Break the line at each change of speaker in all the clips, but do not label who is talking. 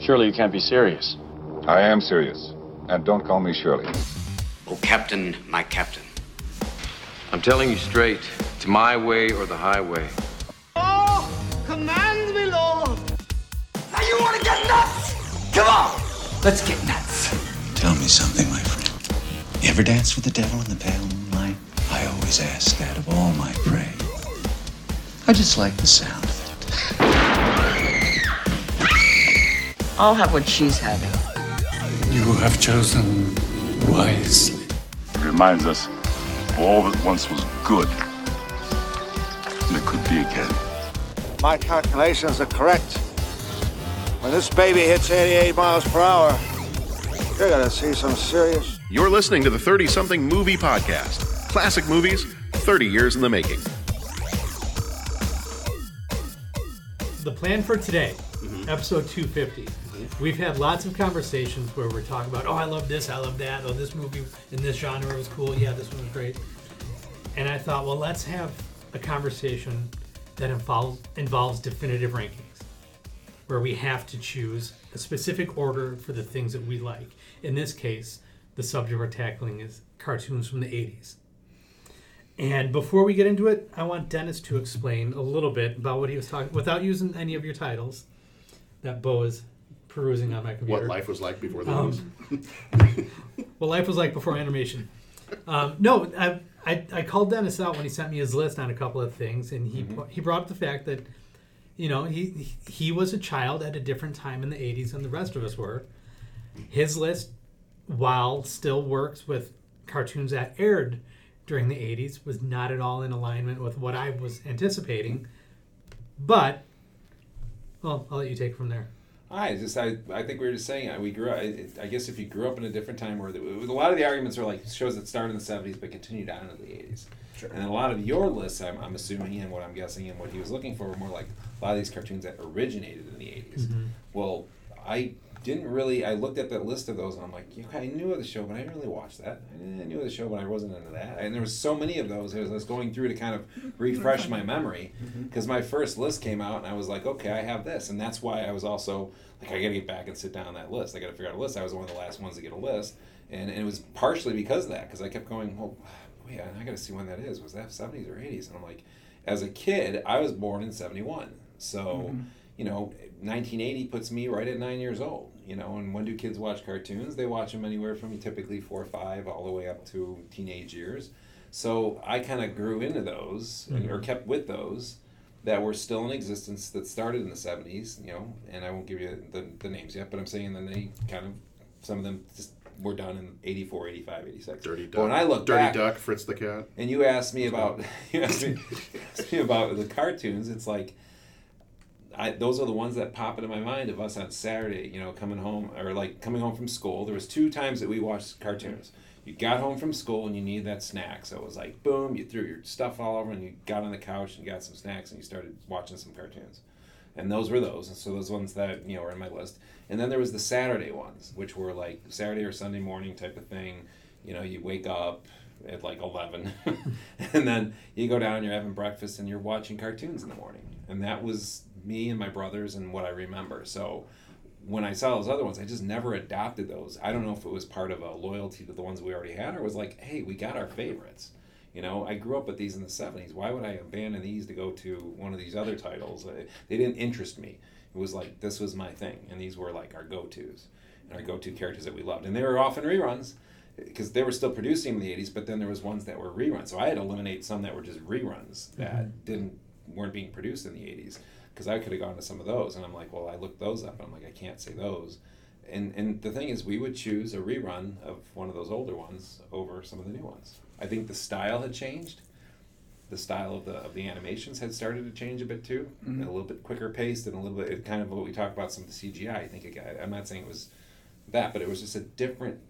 Surely you can't be serious.
I am serious. And don't call me Shirley.
Oh, Captain, my Captain.
I'm telling you straight, it's my way or the highway.
Oh, command me, Lord.
Now you want to get nuts? Come on, let's get nuts.
Tell me something, my friend. You ever danced with the devil in the pale moonlight? I always ask that of all my prey. I just like the sound of it.
I'll have what she's having.
You have chosen wisely.
It reminds us of all that once was good and it could be again.
My calculations are correct. When this baby hits 88 miles per hour, you're gonna see some serious.
You're listening to the 30 something movie podcast. Classic movies, 30 years in the making.
The plan for today, mm-hmm. episode 250. Mm-hmm. We've had lots of conversations where we're talking about, oh, I love this, I love that, oh, this movie in this genre was cool, yeah, this one was great. And I thought, well, let's have a conversation that involves, involves definitive rankings, where we have to choose a specific order for the things that we like. In this case, the subject we're tackling is cartoons from the 80s. And before we get into it, I want Dennis to explain a little bit about what he was talking without using any of your titles that Bo is perusing on my computer.
What life was like before the um,
What life was like before animation. Um, no, I, I, I, called Dennis out when he sent me his list on a couple of things, and he mm-hmm. he brought up the fact that you know he he was a child at a different time in the 80s than the rest of us were his list while still works with cartoons that aired during the 80s was not at all in alignment with what i was anticipating but well i'll let you take from there
I just I, I think we were just saying we grew up. I, I guess if you grew up in a different time where the, a lot of the arguments are like shows that started in the seventies but continued on into the eighties, sure. and a lot of your lists I'm, I'm assuming and what I'm guessing and what he was looking for were more like a lot of these cartoons that originated in the 80s mm-hmm. Well, I didn't really. I looked at that list of those and I'm like, yeah, I knew of the show, but I didn't really watch that. I, I knew of the show, but I wasn't into that. And there was so many of those. I was going through to kind of refresh my memory because my first list came out and I was like, okay, I have this, and that's why I was also like, I got to get back and sit down on that list. I got to figure out a list. I was one of the last ones to get a list, and, and it was partially because of that because I kept going, well, wait, I got to see when that is. Was that 70s or 80s? And I'm like, as a kid, I was born in 71, so. Mm-hmm you know, 1980 puts me right at nine years old. You know, and when do kids watch cartoons? They watch them anywhere from typically four or five all the way up to teenage years. So I kind of grew into those mm-hmm. or kept with those that were still in existence that started in the 70s, you know, and I won't give you the, the names yet, but I'm saying then they kind of, some of them just were done in 84, 85, 86.
Dirty Duck.
But when I look
Dirty
back,
Duck, Fritz the Cat.
And you asked me about, you asked me, you asked me about the cartoons, it's like, I, those are the ones that pop into my mind of us on Saturday, you know, coming home or like coming home from school. There was two times that we watched cartoons. You got home from school and you needed that snack, so it was like boom, you threw your stuff all over and you got on the couch and got some snacks and you started watching some cartoons. And those were those, and so those ones that you know were in my list. And then there was the Saturday ones, which were like Saturday or Sunday morning type of thing. You know, you wake up, at like 11 and then you go down you're having breakfast and you're watching cartoons in the morning and that was me and my brothers and what i remember so when i saw those other ones i just never adopted those i don't know if it was part of a loyalty to the ones we already had or was like hey we got our favorites you know i grew up with these in the 70s why would i abandon these to go to one of these other titles they didn't interest me it was like this was my thing and these were like our go-to's and our go-to characters that we loved and they were often reruns because they were still producing in the 80s but then there was ones that were reruns so i had to eliminate some that were just reruns that mm-hmm. didn't weren't being produced in the 80s because i could have gone to some of those and i'm like well i looked those up and i'm like i can't say those and and the thing is we would choose a rerun of one of those older ones over some of the new ones i think the style had changed the style of the of the animations had started to change a bit too mm-hmm. a little bit quicker paced and a little bit kind of what we talked about some of the cgi i think it got, i'm not saying it was that but it was just a different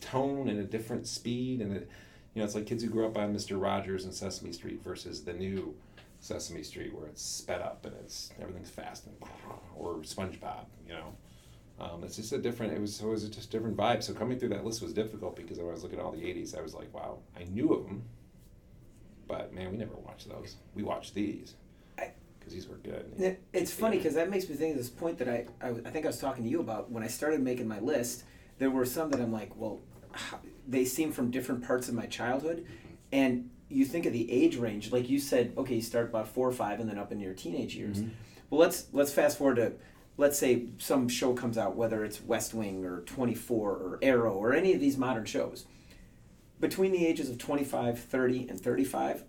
tone and a different speed and it, you know it's like kids who grew up on Mr. Rogers and Sesame Street versus the new Sesame Street where it's sped up and it's everything's fast and or SpongeBob you know um, it's just a different it was so it was just different vibe so coming through that list was difficult because when I was looking at all the 80s I was like wow I knew of them but man we never watched those we watched these
I,
because these were good.
Yeah, It's funny because that makes me think of this point that I, I, I think I was talking to you about when I started making my list. There were some that I'm like, well, h- they seem from different parts of my childhood, and you think of the age range, like you said, okay, you start about four or five, and then up into your teenage years.
Mhm.
Well, let's let's fast forward to, let's say some show comes out, whether it's West Wing or Twenty Four or Arrow or any of these modern shows. Between the ages of 25, 30, and 35,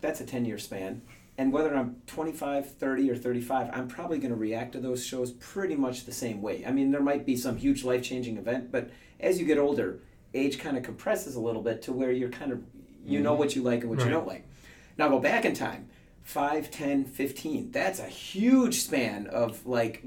that's a 10 year span. And whether I'm 25, 30, or 35, I'm probably going to react to those shows pretty much the same way. I mean, there might be some huge life changing event, but as you get older, age kind of compresses a little bit to where you're kind of, you know
Mhm.
what you like and what you
Right.
don't like. Now go back in time 5, 10, 15. That's a huge span of like,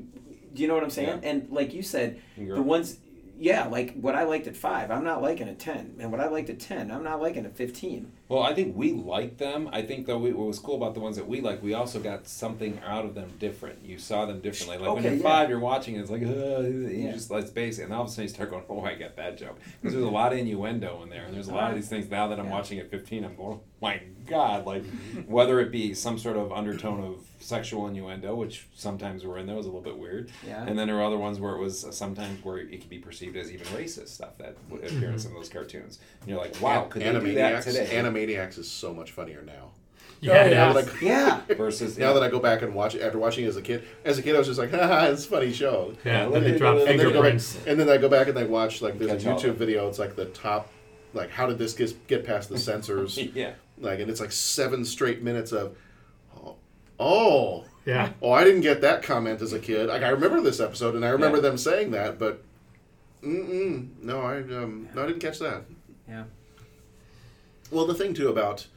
do you know what I'm saying? And like you said,
You're-
the ones, yeah, like what I liked at 5, I'm not liking at 10. And what I liked at 10, I'm not liking at 15.
Well, I think we liked them. I think though we, what was cool about the ones that we liked, we also got something out of them different. You saw them differently. Like when
Okay,
you're
yeah.
five, you're watching, and it's like, uh, you
Yeah.
just let's base it, and all of a sudden you start going, oh, I get that joke because there's a lot of innuendo in there, and there's a lot of these things now that I'm watching at 15. I'm going, oh my god, like whether it be some sort of undertone of sexual innuendo, which sometimes were in there was a little bit weird,
Yeah.
and then there were other ones where it was uh, sometimes where it could be perceived as even racist stuff that would appear in some of those cartoons. And you're like, wow, could they do that
Animaniacs.
today?
Animaniacs is so much funnier now.
Oh,
Yeah.
Now that I-
Yeah. Versus-
now that I go back and watch it after watching it as a kid. As a kid, I was just like, "Haha, it's a funny show."
Yeah,
And
then they
then-
drop
and then I go back-
fingerprints.
And then I go back and I watch like there's a
Catch all of
YouTube video. It's like the top, like how did this get get past the censors?
yeah.
Like, and it's like seven straight minutes of, oh, oh,
Yeah.
oh, I didn't get that comment as a kid. Like I remember this episode and I remember them saying that, but. Mm-mm. No, I um, no, I didn't catch that.
Yeah.
Well, the thing too about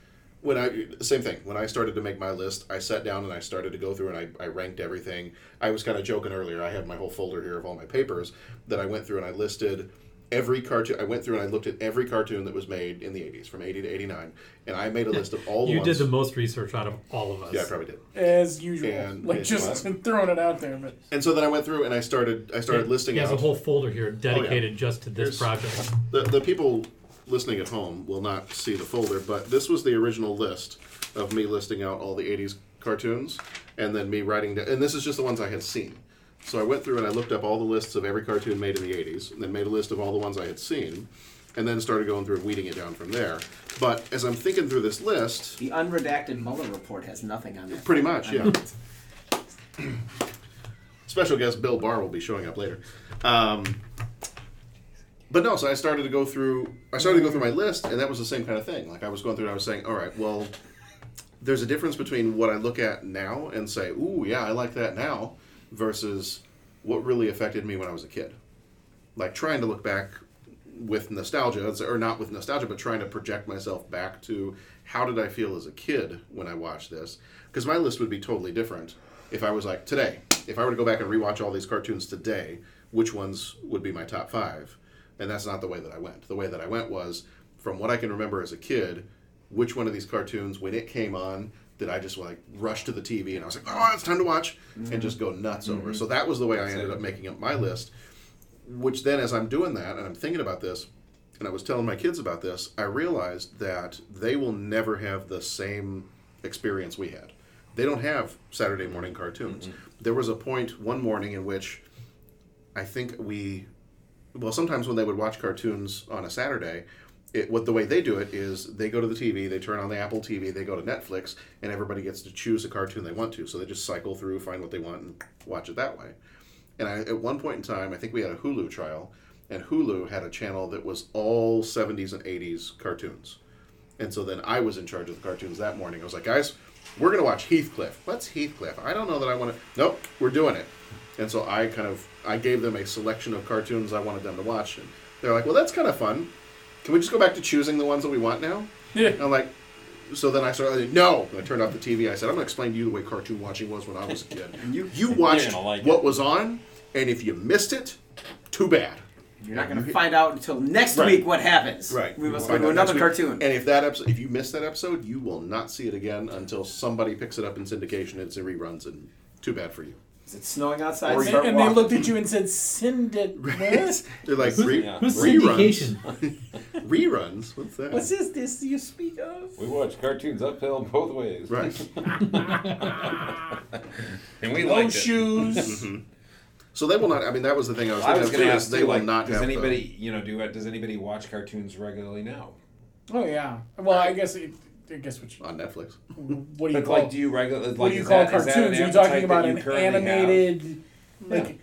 when I same thing when I started to make my list, I sat down and I started to go through and I, I ranked everything. I was kind of joking earlier. I have my whole folder here of all my papers that I went through and I listed every cartoon. I went through and I looked at every cartoon that was made in the '80s from '80 to '89, and I made a list of all. the
you
ones.
did the most research out of all of us.
Yeah, I probably did.
As usual.
And
like,
it's
just
fun.
throwing it out there. But
And so then I went through and I started. I started
Yeah,
listing.
He has
out-
a whole folder here
Oh, yeah.
dedicated just to this
Here's-
project.
The, the people listening at home will not see the folder, but this was the original list of me listing out all the 80s cartoons and then me writing down. And this is just the ones I had seen. So I went through and I looked up all the lists of every cartoon made in the 80s, and then made a list of all the ones I had seen, and then started going through and weeding it down from there. But as I'm thinking through this list.
The unredacted Mueller report has nothing on it.
Pretty much,
I
yeah.
mean,
Special guest Bill Barr will be showing up later. Um, but no, so I started to go through. I started to go through my list, and that was the same kind of thing. Like I was going through, and I was saying, "All right, well, there's a difference between what I look at now and say, ooh, yeah, I like that now,' versus what really affected me when I was a kid. Like trying to look back with nostalgia, it's- or not with nostalgia, but trying to project myself back to how did I feel as a kid when I watched this? Because my list would be totally different if I was like today. If I were to go back and rewatch all these cartoons today, which ones would be my top five? And that's not the way that I went. The way that I went was from what I can remember as a kid, which one of these cartoons, when it came on, did I just like rush to the TV and I was like, oh, it's time to watch, and just go nuts over.
Mhm.
So that was the way I
That's
ended
it.
up making up my list. Which then, as I'm doing that and I'm thinking about this, and I was telling my kids about this, I realized that they will never have the same experience we had. They don't have Saturday morning cartoons. There was a point one morning in which I think we, well, sometimes when they would watch cartoons on a Saturday, it, what the way they do it is they go to the TV, they turn on the Apple TV, they go to Netflix, and everybody gets to choose a cartoon they want to. So they just cycle through, find what they want, and watch it that way. And I, at one point in time, I think we had a Hulu trial, and Hulu had a channel that was all 70s and 80s cartoons. And so then I was in charge of the cartoons that morning. I was like, guys, we're going to watch Heathcliff. What's Heathcliff? I don't know that I want to. Nope, we're doing it. And so I kind of I gave them a selection of cartoons I wanted them to watch, and they're like, well, that's kind of fun. Can we just go back to choosing the ones that we want now? Yeah. I'm like, so then I started. like, no, And I turned off the TV. I said, I'm going to explain to you the way cartoon watching was when I was a kid. you you watched
gonna like
what was on, and if you missed it, too bad.
You're not going to find out until next week what happens.
Right.
We must
We'll
go
find
to
out
another
next
cartoon.
week. And if that episode, if you miss that episode, you will not see it again until somebody picks it up in syndication and it's in reruns. And too bad for you.
Is it snowing outside?
and,
Start
and they
walking.
looked at you and said, "Send it." what?"
They're like
Who's-
re-
who's
reruns.
syndication?
reruns. What's that?
What's this? This you speak of?
We watch cartoons uphill both ways.
Right.
and we like
shoes.
Mhm. So they will not. I mean, that was the thing I was
I
thinking
was
of
going
too,
to
is
ask.
They
too,
will
like,
not
Does
have
anybody, you know, do does anybody watch cartoons regularly now?
Oh yeah. Well, I guess it, I guess what you
the, on Netflix.
what do you
But,
call
like, do you regular-
what
like,
do you
is
call
that- is that an
cartoons? Are you
appetite
talking about
that you
an
currently have?
animated like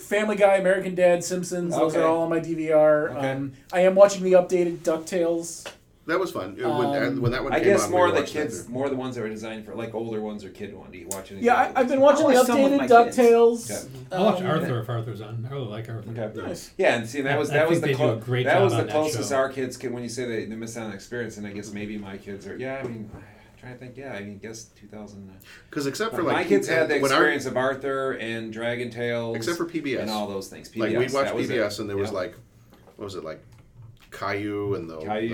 Family Guy, American Dad, Simpsons? Those
Okay.
are all on my DVR. Um, I am watching the updated Ducktales.
That was fun. It- when-
Um,
when that one
I
came
guess
out, we
more
were
the
watching that
kids, more the ones that were designed for like older ones or kid one. Do you watch any?
Yeah,
of those?
I, I've been watching the
watch some with
updated
my kids.
Ducktales.
Okay.
I'll watch
Um,
Arthur if Arthur's on. I really like Arthur.
Nice.
Yeah, and see, that
I-
was
I
that was
think
the
they do a
clo-
great
that
job
was
on
the
that
closest
show.
our kids can when you say they, they missed out on experience, and I guess maybe my kids are. Yeah, I mean, I'm trying to think. Yeah, I mean, guess 2000.
Because except for
my
like uh,
kids had the
when our-
experience of Arthur and Dragon Tales,
except for PBS
and all those things. PBS,
Like we'd watch
that was it.
PBS, and there was
Yeah.
like, what was it like, Caillou and the,
Caillou.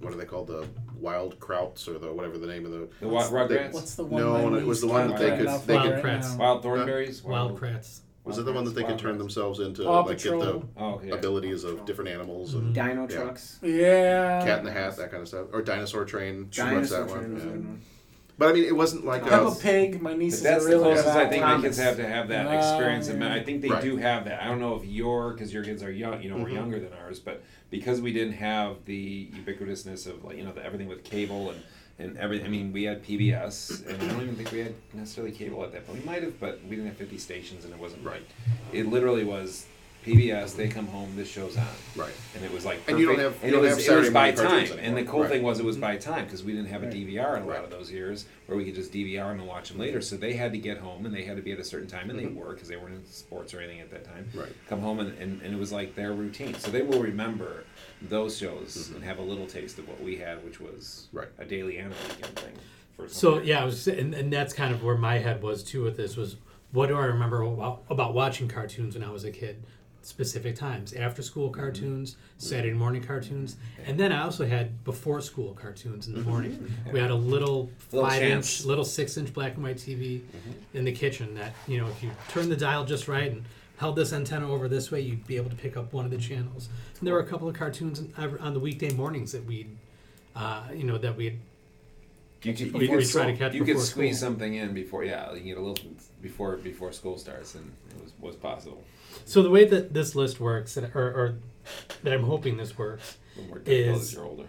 the- what are they called? The Wild Krauts or the whatever the name of the
The Wi- Rugrats?
What's the one
No,
my
no, it was
niece
the one that
can't
they
get
could.
enough
They
of
could
right now?
Wild Thornberries,
Wild Kratts.
was it the one that they could
Wild
turn
Kratts.
themselves into
Paw
like get
Patrol.
the
Oh, yeah.
abilities of different animals and
Dino
yeah.
trucks.
Yeah.
Cat in the Hat, that kind of stuff, or Dinosaur Train. She loves
Dinosaur
that one.
train was a
yeah.
good one.
But I mean, it wasn't like
Peppa
a,
Pig. My niece
But
is
that's
a
the
real
closest I
about
think my
comics.
kids have to have that
Oh,
experience, and
yeah.
I think they
Right. Mm-hmm.
do have that. I don't know if your because your kids are young, you know, we're younger than ours, but because we didn't have the ubiquitousness of like you know the, everything with cable and and everything. I mean, we had PBS, and I don't even think we had necessarily cable at that point. We might have, but we didn't have fifty stations, and it wasn't right. It literally was. PBS, they come home, this show's on.
Right.
And it was like,
And you don't
perfect.
have-
and
you don't
it was,
have
it was
Saturday
by
morning cartoons
time. And the
anymore.
cool
Right.
thing was it was by time because we didn't have a DVR in a lot of those years where we could just DVR 'em and watch them later. So they had to get home and they had to be at a certain time, and they were because they weren't in sports or anything at that time.
Right.
Come home and, and, and it was like their routine. So they will remember those shows and have a little taste of what we had, which was
Mm-hmm. Right.
a daily anime weekend thing. For some
So
reason.
yeah, I was, and, and that's kind of where my head was too with this was what do I remember about, about watching cartoons when I was a kid? Specific times, after school
Mm-hmm.
cartoons, Saturday morning cartoons, and then I also had before school cartoons in the morning. We had a little
Mm-hmm. Little
five
chance. Mm-hmm.
inch, little six inch black and white TV in the kitchen that you know if you turned the dial just right and held this antenna over this way, you'd be able to pick up one of the channels. And there were a couple of cartoons on- on the weekday mornings that we, uh, you know, that we
You could,
Before
you could,
you try to catch
you could
before
squeeze
school.
something in before yeah you can get a little before before school starts and it was, was possible
So the way that this list works, that- or, or that I'm hoping this works,
when we're well, as
is
you're older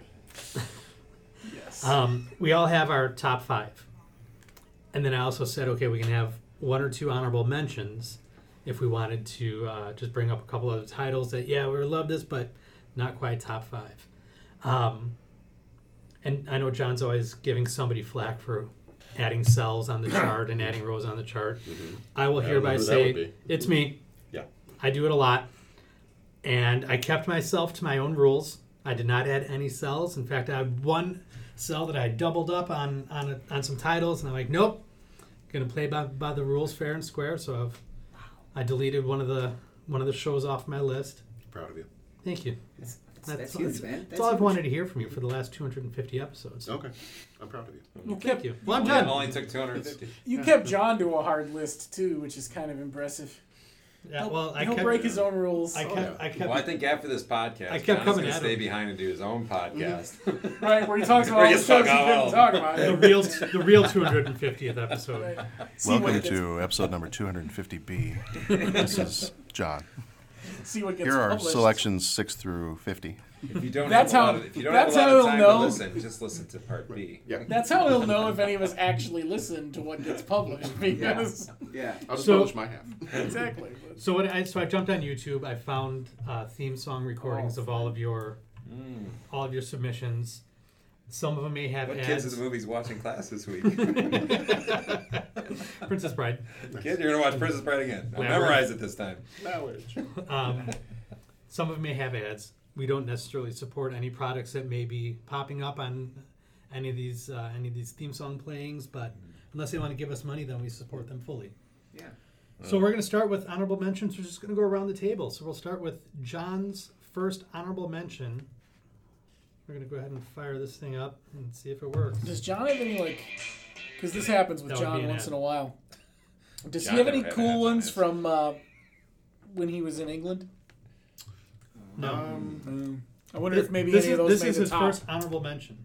um, we all have our top five, and then I also said, okay, we can have one or two honorable mentions if we wanted to uh, just bring up a couple of titles that yeah we love this, but not quite top five. Um, and I know John's always giving somebody flack for adding cells on the chart and adding rows on the chart. I will
Mm-hmm. I don't know
hereby
who that would
say
be.
it's me.
Yeah.
I do it a lot. And I kept myself to my own rules. I did not add any cells. In fact, I had one cell that I doubled up on on, a, on some titles, and I'm like, nope, gonna play by, by the rules fair and square. So I've I deleted one of the one of the shows off my list.
proud of you.
Thank you.
That's, that's,
That's, all,
huge, man.
that's
That's
all I've
huge.
wanted to hear from you for the last 250 episodes.
Oh.
Okay, I'm proud of you.
Thank you. Well, I'm
Only-
done.
only took 250
You kept John to a hard list too, which is kind of impressive.
Yeah, well, I
He'll
kept,
break his own rules.
I kept, I kept,
Well, I think after this podcast,
I kept
John's
coming
gonna
at
stay
him.
behind and do his own podcast.
right, where he talks about
Where
all
you
the shows
suck
he
all.
didn't talk about.
the real, the real 250th episode.
See what
Welcome
gets-
to episode number 250B. this is John.
see what gets
Here are
published.
selections 6 through 50.
If you don't
That's
have a lot
how-
of, if you don't
that's
have a
how
lot of
he'll
time
know.
to listen, just listen to part B.
Yeah,
That's how he'll know if any of us actually listen to what gets published because
Yeah.
I'll just
So-
publish my half.
exactly.
So what I so I jumped on YouTube. I found uh, theme song
Oh,
recordings of all of your all of your submissions. Some of them may have
Mm. What kids
ads.
in the movies watching class this week?
Princess Bride.
Kid, you're gonna watch Princess Bride again. I'll
Never.
memorize it this time.
Knowledge.
Um, some of them may have ads. We don't necessarily support any products that may be popping up on any of these uh, any of these theme song playings. But unless they want to give us money, then we support them fully.
Yeah.
So we're going to start with honorable mentions. We're just going to go around the table. So we'll start with John's first honorable mention. We're going to go ahead and fire this thing up and see if it works.
Does John have any like? Because this happens with
That would be
John
an
once
ad.
in a while. Does
John
he have
never
any
had a
cool
hands-on
ones
his.
from uh, when he was in England?
No.
Um, I wonder
This-
if maybe
this
any of
is-
those
this
made
is
the
his
top.
first honorable mention.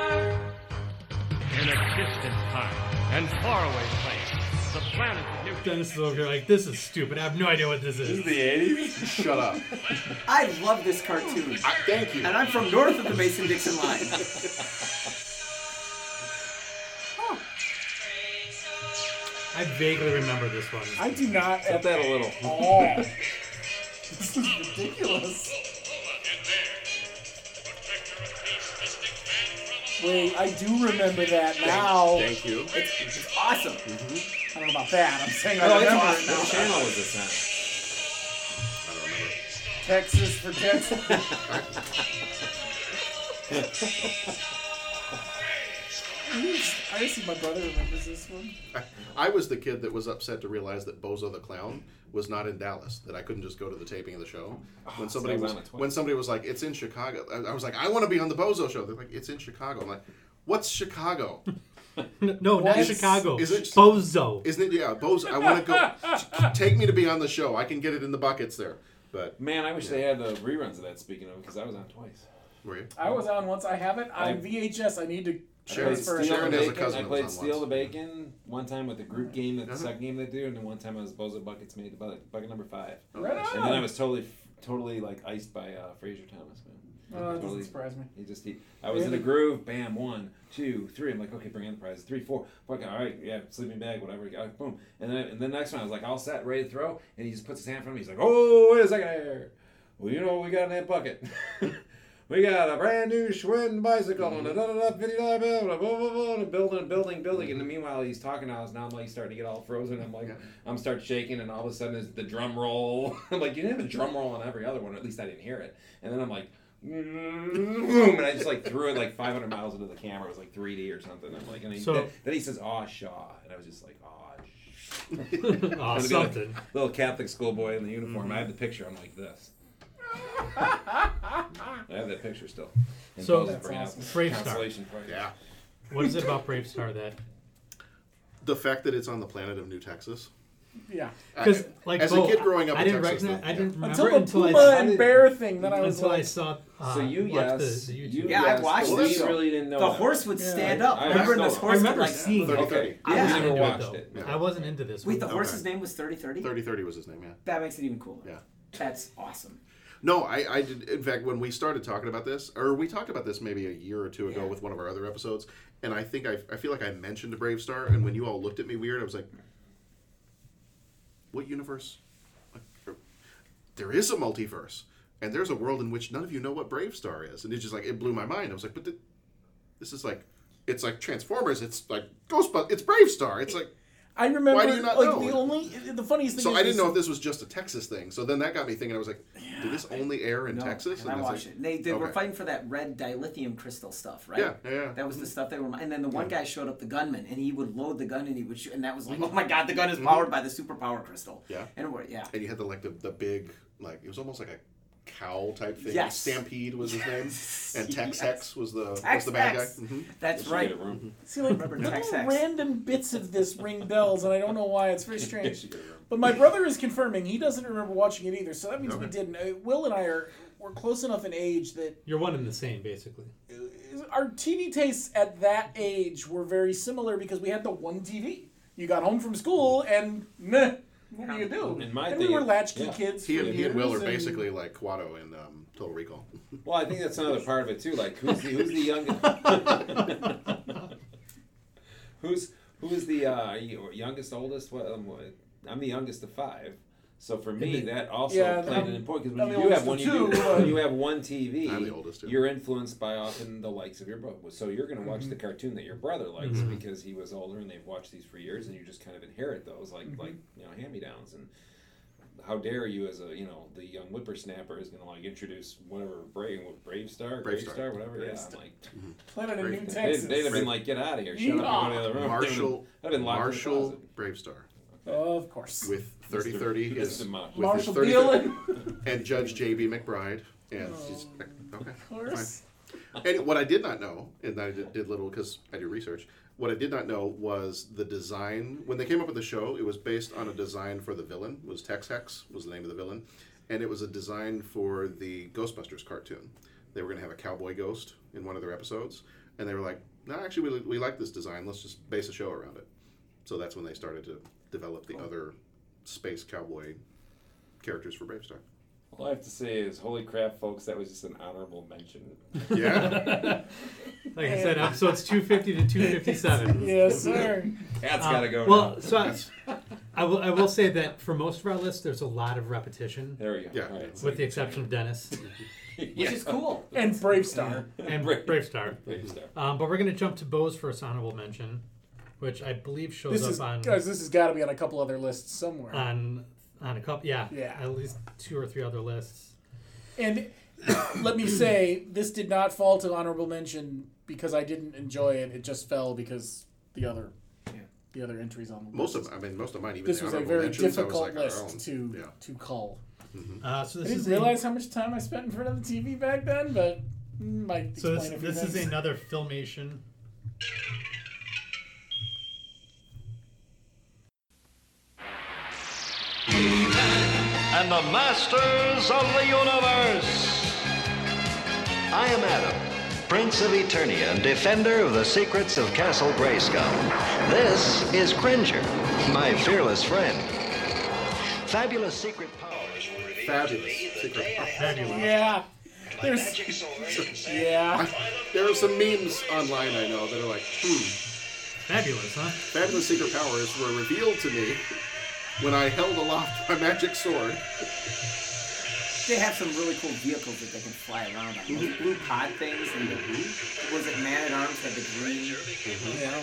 In a distant time and faraway place, the planet New
Dennis is over here like, this is stupid. I have no idea what this is. This is the
80s?
Shut up.
I love this cartoon.
Thank you.
And I'm from north of the Mason-Dixon line.
I vaguely remember this one.
I do not.
Cut that a little.
all. this is ridiculous. Wait, I do remember that now.
Thank you.
It's, it's awesome.
I don't know about that. I'm saying I
Oh, it's
remember
awesome.
it now.
What channel was this
Texas for Texas. I see my brother remembers this one.
I, I was the kid that was upset to realize that Bozo the Clown was not in Dallas. That I couldn't just go to the taping of the show. When somebody
so I was
was,
Ah, on a twist.
when somebody was like, "It's in Chicago," I, I was like, "I want to be on the Bozo show." They're like, "It's in Chicago." I'm like, "What's Chicago?"
No, not Chicago.
Is it
Bozo.
Isn't it? Yeah, Bozo. I want to go. Take me to be on the show. I can get it in the buckets there. But
at? Man, I wish they had the reruns of that, speaking of, because I was on twice.
Were you?
I was on once. I have it
I-
on VHS. I need to
I played
transfer it.
Steal the
has a
Bacon.
cousin
I
that
played
was on
Steal the
once.
Bacon one time with the group game, that the
Uh-huh.
second game they do, and then one time I was Bozo Buckets made the bucket, bucket number five.
Right
And then
on. Oh,
I was totally, totally like iced by uh, Fraser Thomas, man.
Oh, that doesn't
Totally-
surprise me.
He just he, I was in a
Really?
groove. Bam, one, two, three. I'm like, okay, bring in the prize. Three, four. Fuck, all right, yeah, sleeping bag, whatever. you got, boom. And then and the next one, I was like, all set, ready to throw. And he just puts his hand in front of me. He's like, oh, wait a second here. Well, you know what we got in that bucket. We got a brand new Schwinn bicycle and a da da da fifty dollar bill and a blah blah blah and a building building building and meanwhile he's talking to us now I'm like starting to get all frozen I'm like I'm start shaking and all of a sudden it's the drum roll I'm like you didn't have a drum roll on every other one or at least I didn't hear it and then I'm like boom and I just like threw it like 500 miles into the camera it was like 3D or something I'm like and he,
So-
then, then he says aw Shaw and I was just like aw sh-"
Aw,
Gonna be like
Oh, something.
little Catholic schoolboy in the uniform I have the picture I'm like this I have that picture still. And
So-
Bo's bringing out
That's awesome.
the
Brave Star.
consolation prize.
Yeah.
What is it about Brave Star that?
The fact that it's on the planet of New Texas.
Yeah.
Because like
as
Bo,
a kid growing up,
I
in
didn't
Texas,
recognize.
though,
I didn't
yeah.
remember
Until the
until I
Puma
saw
and
it-
Bear thing, then I was
until I
like-
saw. Uh,
So you
watched
yes,
the, the YouTube.
you
Yeah, I
yes,
watched
but
this
we
show.
really didn't know
The
that.
horse would stand up. Remember
know
this
that.
horse
I remember
like,
seeing it.
30,
Okay,
I
I
was
never
into it,
watched
though.
it.
I wasn't into this.
Wait,
one.
the horse's name was 3030?
3030 was his name, yeah.
That makes it even cooler.
Yeah.
That's awesome.
No, I, I did. In fact, when we started talking about this, or we talked about this maybe a year or two ago
Yeah.
with one of our other episodes, and I think I, I feel like I mentioned Brave Star, and when you all looked at me weird, I was like, "What universe? Like, There is a multiverse, and there's a world in which none of you know what Brave Star is." And it's just like it blew my mind. I was like, "But th- this is like, it's like Transformers. It's like Ghostbusters. It's Brave Star. It's like."
I remember
Why do you not
like
know?
the only the funniest thing
So
is
I didn't
this-
know if this was just a Texas thing. So then that got me thinking. I was like, "Did this only air in
No,
Texas?"
and I
it's
watched
like-
it. They, they were
Okay.
fighting for that red dilithium crystal stuff, right?
Yeah, yeah, yeah. Mm-hmm.
That was the stuff they were. And then the one guy showed up, the gunman, and he would load the gun and he would shoot. And that was like, oh my god, the gun is powered by the superpower crystal.
Mm-hmm. Yeah.
And we're, yeah.
and you had the like the, the big like it was almost like a cow type thing.
Yes.
Stampede was his name, and Tex
Yes.
Hex was the was
Tex
the bad guy. Mm-hmm.
Hex. That's right.
See, like
Remember
little
Tex Hex.
random bits of this ring bells, and I don't know why. It's very strange. But my brother is confirming he doesn't remember watching it either, so that means we didn't. Uh, Will and I are we're close enough in age that
You're one and the same, basically.
our TV tastes at that age were very similar because we had the one TV. You got home from school and meh, what do you do?
And my
we
thing-
were latchkey
yeah.
kids.
He
for
and, he and Will
years,
are
and-
basically like Quado in um, Total Recall.
Well, I think that's another part of it too. Like, who's the who's the youngest? who's who is the uh, you- youngest, oldest? What um, what- I'm the youngest of five. So for me, that also
Yeah,
played
I'm-
an important
I'm
because
the
when you
oldest
do have
of
when you, do,
two,
when you have one TV,
I'm the oldest, yeah.
you're influenced by often the likes of your brother. So you're going to
Mm-hmm.
watch the cartoon that your brother likes because he was older and they've watched these for years, and you just kind of inherit those, like
Mm-hmm.
like you know hand me downs and how dare you as a you know the young whippersnapper is gonna like introduce whatever brave what, brave star brave,
Star.
star, whatever yeah I'm like
mm-hmm.
Planet of New
they'd,
Texas.
they'd have been like get out of here shut up and go to the other room
Marshall
I'd have been locked in the
Marshall
closet.
Brave Star.
Of course.
With 30 30
Mr.
is
Marshall.
with his
Marshall
30
Dillon.
and Judge J.B. McBride. And
Oh.
he's okay.
Of course.
fine. And what I did not know, and I did, did little because I do research, what I did not know was the design. When they came up with the show, it was based on a design for the villain, was Tex Hex, was the name of the villain. And it was a design for the Ghostbusters cartoon. They were going to have a cowboy ghost in one of their episodes. And they were like, no, actually, we, we like this design. Let's just base a show around it. So that's when they started to develop the other space cowboy characters for Brave Star.
All I have to say is, holy crap, folks, that was just an honorable mention.
Yeah.
Like I said, episodes 250 to 257.
Yes, sir.
Cat's
Um,
gotta go
Well,
now.
so I, I will. I will say that for most of our lists, there's a lot of repetition.
There we go. Yeah. All right.
With the exception of Dennis,
Which is cool.
And Brave Star.
and Brave, Brave Star.
Brave Star.
Um, but we're gonna jump to Bo's first honorable mention, which I believe shows
This
up
is
on
guys. This has got to be on a couple other lists somewhere.
on on a couple. Yeah.
Yeah.
At least two or three other lists.
And let me say, this did not fall to honorable mention because I didn't enjoy it. It just fell because the other, the other entries on the
Most
list.
of, I mean, most of mine, even
this
the
was a
honorable
very
mentions, I was
difficult
like, our own.
list to
Yeah.
to cull.
Uh, so this
I
is
didn't
a-
realize how much time I spent in front of the TV back then, but mm, might explain
So this,
a few
this is
things.
another filmation.
and the masters of the universe.
I am Adam, Prince of Eternia and defender of the secrets of Castle Grayskull. This is Cringer, my fearless friend. Fabulous secret powers were revealed
Fabulous.
the day I
Yeah. There's, yeah.
there are some memes online I know that are like, hmm,
Fabulous, huh?
fabulous secret powers were revealed to me when I held aloft my magic sword.
They have some really cool vehicles that they can fly around on. Those blue pod things and the was it Man at Arms had the green?
Yeah.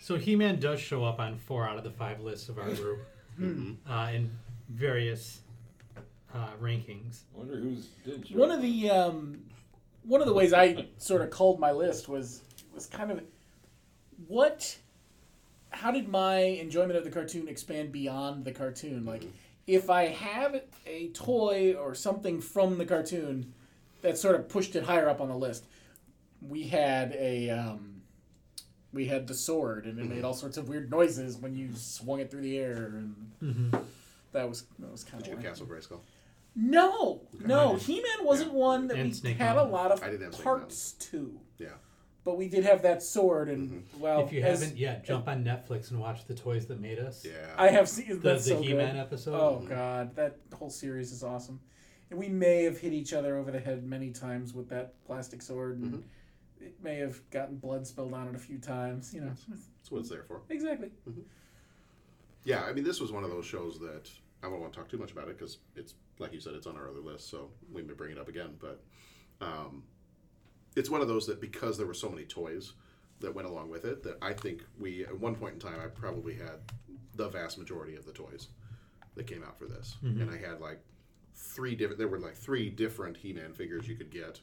So He-Man does show up on four out of the five lists of our group,
Mhm.
uh, in various uh, rankings.
I wonder who's did
One of the um, one of the ways I sort of culled my list was was kind of what how did my enjoyment of the cartoon expand beyond the cartoon? Like
Mm-hmm.
if I have a toy or something from the cartoon that sort of pushed it higher up on the list. We had a um, we had the sword and it
Mm-hmm.
made all sorts of weird noises when you swung it through the air and that was that was kind
Did you
of
have Castle Grayskull?
no, no. He Man wasn't one that
And
we
Snake
had
Mountain.
a lot of
I didn't have Snake
parts to.
Yeah. Mm-hmm.
But we did have that sword, and well,
if you
Oh, as-
haven't yet, jump on Netflix and watch the toys that made us.
Yeah,
I have seen
the,
that's
the
so
He-Man
good.
episode.
Oh god, that whole series is awesome. And we may have hit each other over the head many times with that plastic sword, and it may have gotten blood spilled on it a few times. You know,
Mm-hmm. That's what it's there for. Mm-hmm.
exactly.
Yeah, I mean, this was one of those shows that I won't want to talk too much about it because it's like you said, it's on our other list, so we may bring it up again. But um, it's one of those that because there were so many toys that went along with it, that I think we at one point in time I probably had the vast majority of the toys that came out for this,
Mhm.
and I had like three different. There were like three different He-Man figures you could get.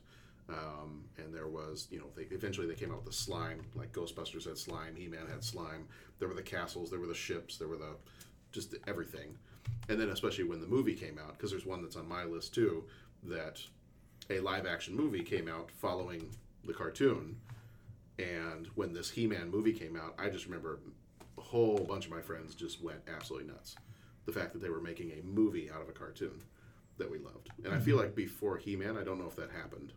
Um, and there was, you know, they eventually they came out with the slime. Like Ghostbusters had slime, He-Man had slime. There were the castles, there were the ships, there were the just everything. And then especially when the movie came out, because there's one that's on my list too, that a live-action movie came out following the cartoon. And when this He-Man movie came out, I just remember a whole bunch of my friends just went absolutely nuts. The fact that they were making a movie out of a cartoon that we loved. And I
Mm-hmm.
feel like before He Man, I don't know if that happened.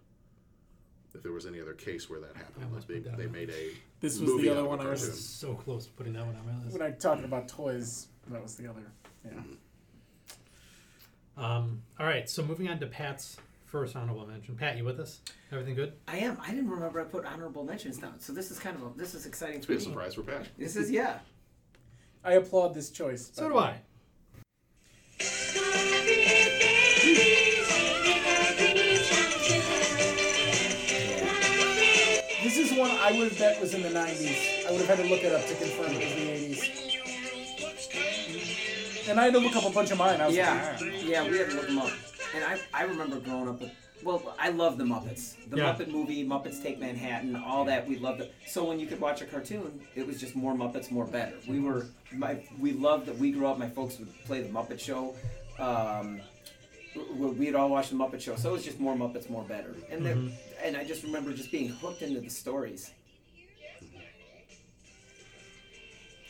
If there was any other case where that happened, unless they, they made a
This was the
movie out
other
of a
one I was-
cartoon.
So close to putting that one on my list.
When I talking about toys, that was the other. Yeah.
Um, all right, so moving on to Pat's first honorable mention. Pat, you with us? Everything good?
I am. I didn't remember I put honorable mentions down, so this is kind of a this is exciting
It's
to
been
me.
a surprise for Pat.
This is yeah.
I applaud this choice.
So do I.
This is one I would have bet was in the 90s. I would have had to look it up to confirm it was the 80s. And I had to look up a bunch of mine. I was
Yeah,
like, "Ah."
yeah, we had to look them up. And I, I remember growing up with Well, I love the Muppets. The
Yeah.
Muppet movie, Muppets Take Manhattan, all that. We loved it. So when you could watch a cartoon, it was just more Muppets, more better. We were, my, we loved that. We grew up. My folks would play the Muppet Show. Um, we- we'd all watch the Muppet Show, so it was just more Muppets, more better. And there-
Mhm.
and I just remember just being hooked into the stories.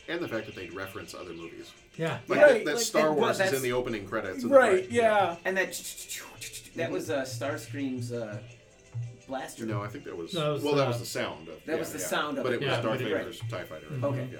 And the fact that they reference other movies.
Yeah.
Like
Right,
that, that
like-
Star
and- but
Wars is
that's-
in the opening credits. and-
yeah. And that that was uh, Starscream's uh, blaster.
No, I think that was.
That was,
well, that
uh,
was the sound of.
That
yeah,
was the
yeah.
sound of
But
it.
it was
Yeah,
Darth
but it-
Vader's TIE fighter. I think,
Okay.
Yeah.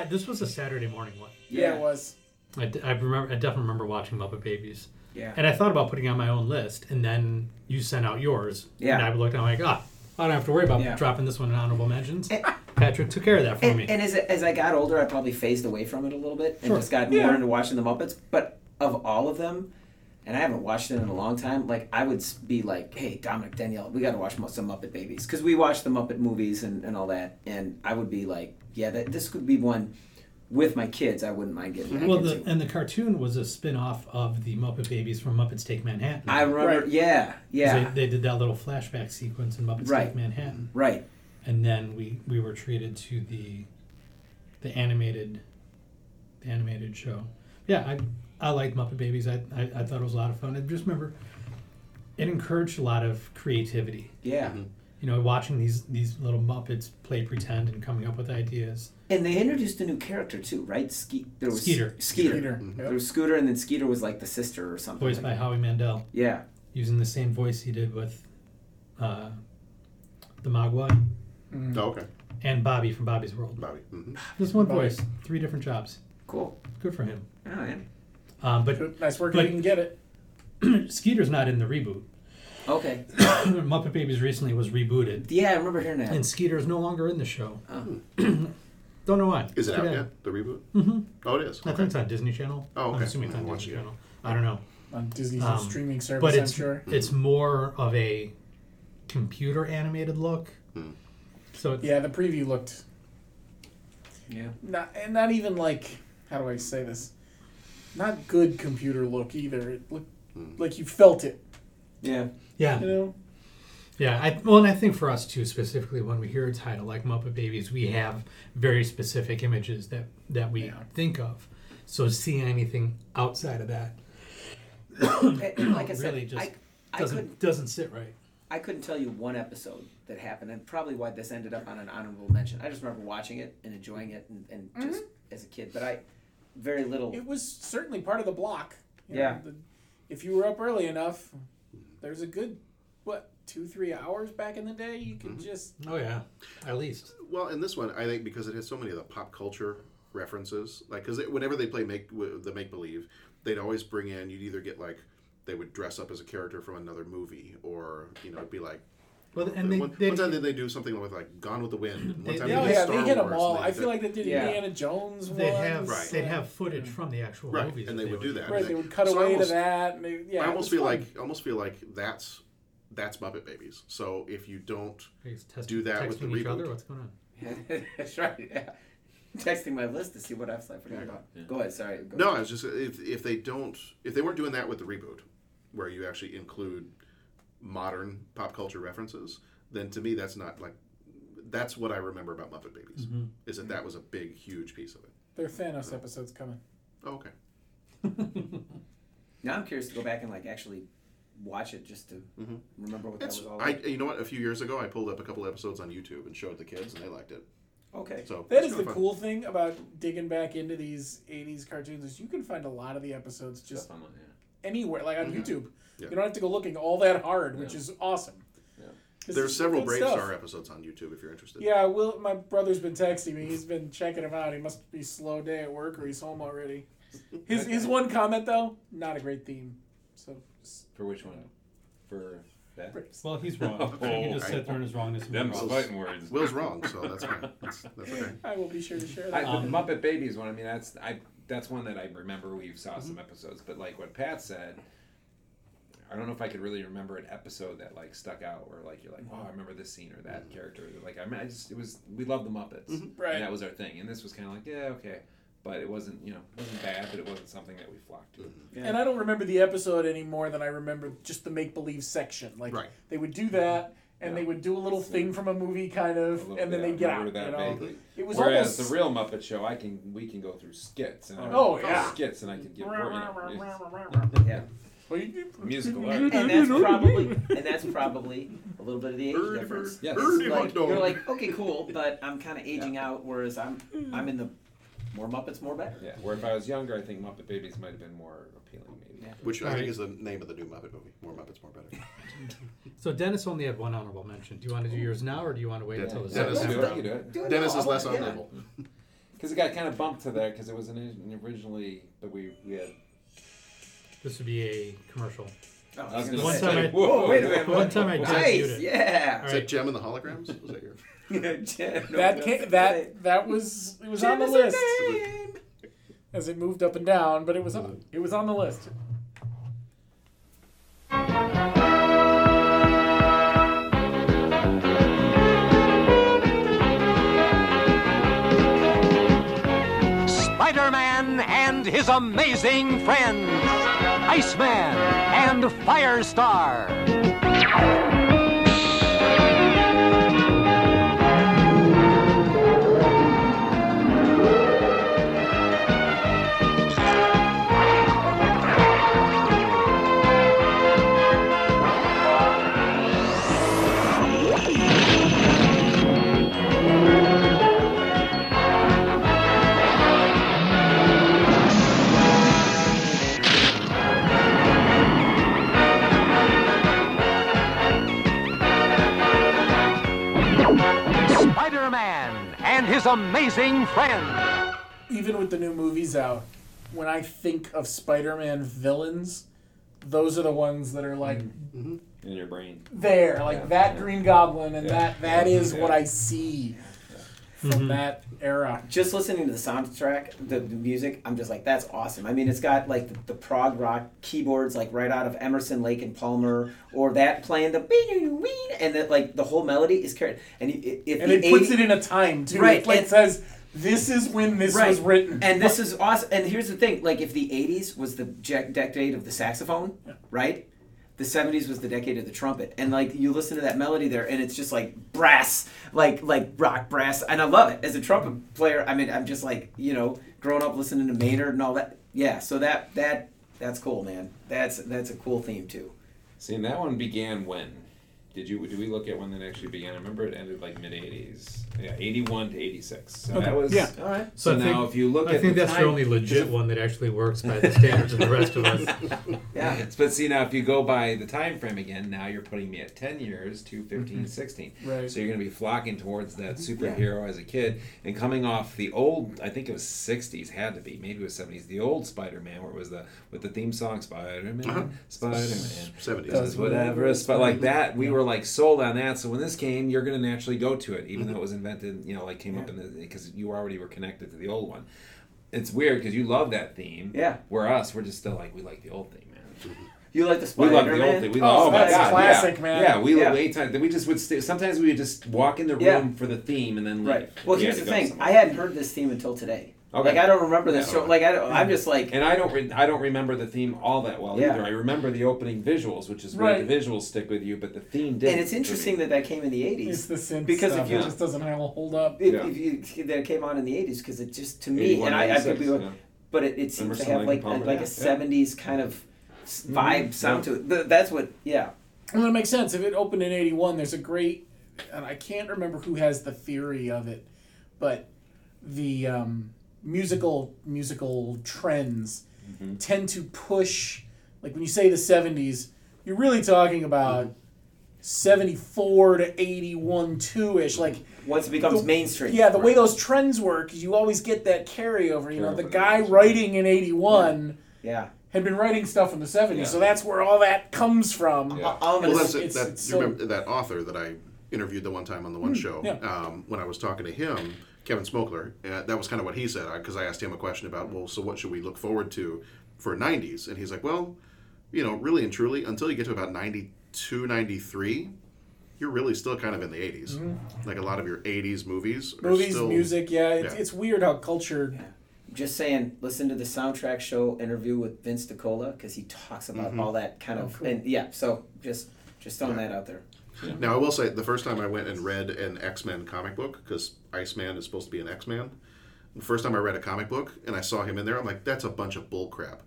Yeah, this was a Saturday morning one.
Yeah, it was.
I, d- I remember. I definitely remember watching Muppet Babies.
Yeah.
And I thought about putting on my own list, and then you sent out yours.
Yeah.
And I looked, and I'm like, ah, I don't have to worry about
Yeah.
dropping this one in honorable mentions. Patrick took care of that for
And,
me.
and as, as I got older, I probably phased away from it a little bit and
Sure.
just got
Yeah.
more into watching the Muppets. But of all of them, and I haven't watched it in a long time, like I would s- be like, hey, Dominic, Danielle, we got to watch Mu- some Muppet Babies. Because we watched the Muppet movies and, and all that. And I would be like, yeah, that, this could be one with my kids I wouldn't mind getting back
well,
into.
the, and the cartoon was a spin off of the Muppet Babies from Muppets Take Manhattan.
I remember, yeah, yeah.
They, they did that little flashback sequence in Muppets
Right.
Take Manhattan.
Right.
And then we, we were treated to the the animated the animated show. Yeah, I I liked Muppet Babies. I, I, I thought it was a lot of fun. I just remember it encouraged a lot of creativity.
Yeah.
You know, watching these these little Muppets play pretend and coming up with ideas.
And they introduced a new character too, right? Ske- there was
Skeeter.
Skeeter.
Skeeter,
Mhm.
yep.
There was Scooter, and then Skeeter was like the sister or something.
Voiced by
like
Howie Mandel.
Yeah.
Using the same voice he did with uh, the Mogwai
Oh, okay.
and Bobby from Bobby's World.
Bobby. Mm-hmm.
Just one
Bobby.
voice, three different jobs.
Cool.
Good for him.
that. Oh, yeah.
Um, but
nice work if
but-
you can get it.
Skeeter's not in the reboot.
Okay.
Muppet Babies recently was rebooted.
Yeah, I remember hearing that.
And Skeeter's no longer in the show. Don't know why.
Is it
Too
out
bad.
yet? The reboot?
Mm-hmm.
Oh, it is.
I think it's on Disney Channel.
Oh,
I'm
okay.
assuming it's
I
on
haven't
Disney
watched it
Channel. I don't know.
On Disney's streaming service,
Um, But
I'm
it's,
sure.
Mm-hmm.
it's more of a computer animated look. So it's,
Yeah, the preview looked
Yeah.
not, and not even like how do I say this? Not good computer look either. It looked
Mm.
like you felt it.
Yeah.
Yeah.
You know?
Yeah, I, well, and I think for us too, specifically when we hear a title like Muppet Babies, we have very specific images that that we think of. So seeing anything outside of that
And like I said,
really just
I, I
doesn't
couldn't
doesn't sit right.
I couldn't tell you one episode that happened, and probably why this ended up on an honorable mention. I just remember watching it and enjoying it, and, and just as a kid. But I very little.
It was certainly part of the block. you know,
Yeah.
the- if you were up early enough, there's a good what two three hours back in the day. You could
Mm-hmm.
just
Oh yeah, at least.
Well, in this one, I think because it has so many of the pop culture references, like because whenever they play make w- the make believe, they'd always bring in. You'd either get like they would dress up as a character from another movie, or you know, it'd be like.
Well, and they-
one,
they-
one time did they do something with like Gone with the Wind? and One
They-
time
they-
they
oh
did
yeah,
Star
they hit them
Wars,
all.
and
I feel like they did
Yeah.
Indiana Jones.
They'd have
once,
they'd
uh,
have footage from the actual
right,
movies,
and they would do that.
Right,
And
they would cut
so I
away
almost-
to that. And they, yeah,
I
it
almost
was
feel
fun.
like I almost feel like that's that's Muppet Babies. So if you don't
I guess test-
do that with the
texting each
reboot,
other. What's going on?
That's right. Yeah. Texting my list to see what else I forgot about. Go ahead. Sorry. Go
No,
ahead.
I was just if if they don't if they weren't doing that with the reboot, where you actually include modern pop culture references, then to me that's not like that's what I remember about Muppet Babies
Mhm.
is that that was a big huge piece of it.
their Thanos episode's coming.
Oh, okay.
Now I'm curious to go back and like actually watch it just to remember what
That's
that was all
Mm-hmm. I
about.
you know what a few years ago I pulled up a couple episodes on YouTube and showed the kids and they liked it.
Okay.
So
That
it's
is
kinda
the
fun.
cool thing about digging back into these '80s cartoons is you can find a lot of the episodes just anywhere, like on YouTube.
Mm-hmm. Yeah.
You don't have to go looking all that hard, which is awesome. Yeah.
There's several Bravestar episodes on YouTube if you're interested.
Yeah, Will. My brother's been texting me. He's been checking him out. He must be slow day at work, or he's home already. His his one comment though, not a great theme. So just-
For which one? For that?
Well, he's wrong. So you just sit there in his wrongness and be
Them's
wrong.
fighting words.
Will's wrong, so that's fine. That's, that's okay.
I will be sure to share
I,
that. Um,
but the Muppet Babies one. I mean, that's I. That's one that I remember. We saw some episodes, but like what Pat said, I don't know if I could really remember an episode that like stuck out where like you're like, oh, I remember this scene or that character. Like I mean, I just it was we loved the Muppets,
Right.
And that was our thing. And this was kind of like, yeah, okay.
but it wasn't you know it wasn't bad, but it wasn't something that we flocked to.
And I don't remember the episode any more than I remember just the make believe section. Like they would do that, and they would do a little thing from a movie, kind of, and then
Yeah, I
they get out.
remember
You
that
know,
vaguely.
it was
Whereas
almost
the real Muppet Show, I can we can go through skits. And I
Oh,
can go
yeah.
through skits, and I can get bored, you know,
yeah.
musical.
And, and that's probably and that's probably a little bit of the age difference.
Yes.
It's
Birdie
like,
hot dog.
you're like, okay, cool, but I'm kind of aging out, whereas I'm I'm in the more Muppets, more better.
Yeah, where if I was younger, I think Muppet Babies might have been more appealing, maybe.
Which I
All
think
right.
is the name of the new Muppet movie. More Muppets, more better.
So Dennis only had one honorable mention. Do you want to do yours now, or do you want to wait
Dennis-
until the
Dennis
second
is
round?
good. Do it Dennis now. is less Yeah. honorable.
Because it got kind of bumped to there because it was an, an originally, but we we had.
This would be a commercial.
Oh,
I was I was gonna gonna
one
say,
time I,
whoa, whoa, wait a minute,
One
what?
time I
Nice,
debuted it.
yeah.
All
Is
right.
that Gem and the Holograms? Was that your?
that ca- that that was it was on the list as it moved up and down, but it was on, it was on the list.
Spider Man and his amazing friends, Iceman and Firestar. Spider Man and his amazing friends.
Even with the new movies out, when I think of Spider-Man villains, those are the ones that are like
Mm-hmm.
Mm-hmm.
In your brain.
there, like that Green Goblin, and
Yeah.
that that is
Yeah.
what I see from
Mm-hmm.
Mhm.
that era.
Just listening to the soundtrack, the, the music, I'm just like, that's awesome. I mean, it's got like the, the prog rock keyboards, like right out of Emerson, Lake, and Palmer, or that playing the wee and that like the whole melody is carried. And it, it, if
And
the
it puts
80
it in a time too.
Right,
It, like,
and-
says this is when this was written,
And this is awesome. And here's the thing: like, if the '80s was the je- decade of the saxophone, right? The '70s was the decade of the trumpet. And like, you listen to that melody there, and it's just like brass, like like rock brass. And I love it as a trumpet player. I mean, I'm just like, you know, growing up listening to Maynard and all that. Yeah. So that that that's cool, man. That's that's a cool theme too.
See, and that one began when? Did you did we look at when that actually began? I remember it ended like mid '80s, yeah, '81 to '86. So that was
yeah.
All right.
So, now, if you look
I
at
think
the
that's
time-
the only legit one that actually works by the standards of the rest of us.
Yeah. But see now, if you go by the time frame again, now you're putting me at 10 years to 15, 16.
Right.
So you're going to be flocking towards that superhero as a kid and coming off the old, I think it was 60s, had to be, maybe it was 70s, the old Spider Man, where it was the, with the theme song Spider Man, Spider Man.
70s.
Does whatever. But like that, we were like sold on that. So when this came, you're going to naturally go to it, even though it was invented, you know, like came up in the, because you already were connected to the old one. It's weird because you love that theme.
Yeah.
Where us, we're just still like, we like the old theme, man.
You like the
We love the
Spider-Man?
old thing. We
Oh,
love, oh, my
that's a
god,
classic,
yeah.
man.
Yeah, we
Yeah.
wait time. We just would stay, sometimes we would just walk in the room
Yeah.
for the theme and then leave.
Right. Well,
We
here's
had
the
to go
thing:
somewhere.
I hadn't heard this theme until today.
Okay.
Like, I don't remember this
Yeah.
show. Like, I don't, I'm just like.
and I don't, re- I don't remember the theme all that well
Yeah.
either. I remember the opening visuals, which is where
Right.
the visuals stick with you, but the theme didn't.
And it's
for me.
interesting that that came in the 80s.
It's the synth
because
stuff.
if you
it just doesn't hold up.
if, if you, that it came on in the 80s because it just to me
81,
and I, I could be
86, yeah.
but it, it seems to
Emerson,
have
Lake
like
and
a,
Palmer,
like
yeah.
a
Yeah.
70s kind of s-
Mhm,
vibe sound
yeah.
to it Th- that's what yeah
Well, that makes sense. If it opened in '81, there's a great, and I can't remember who has the theory of it, but the um, musical musical trends
Mm-hmm.
tend to push. Like when you say the '70s, you're really talking about '74 to '81, two ish. Like
once it becomes
the-
mainstream
Yeah, the way those trends work, you always get that carryover. You know, the
Carryover.
guy writing in '81
yeah
had been writing stuff from the 70s,
Yeah.
so that's where all that comes from.
well, that's it.
It's-
that,
it's
you
so-
remember that author that I interviewed the one time on the one
Hmm,
show.
yeah.
Um, when I was talking to him, Kevin Smokler, uh, that was kind of what he said because I, asked him a question about, well, so what should we look forward to for '90s? And he's like, well, you know, really and truly, until you get to about '92, '93. You're really still kind of in the '80s,
Mhm.
like a lot of your '80s movies. Are
movies,
still,
music, yeah it's,
yeah.
it's weird how culture
just saying, listen to the soundtrack show interview with Vince DiCola because he talks about
Mm-hmm.
Mhm.
all that kind
Oh,
of.
cool.
And yeah, so just just throwing that out there.
Now, I will say, the first time I went and read an X Men comic book, because Iceman is supposed to be an X Man, the first time I read a comic book and I saw him in there, I'm like, that's a bunch of bullcrap.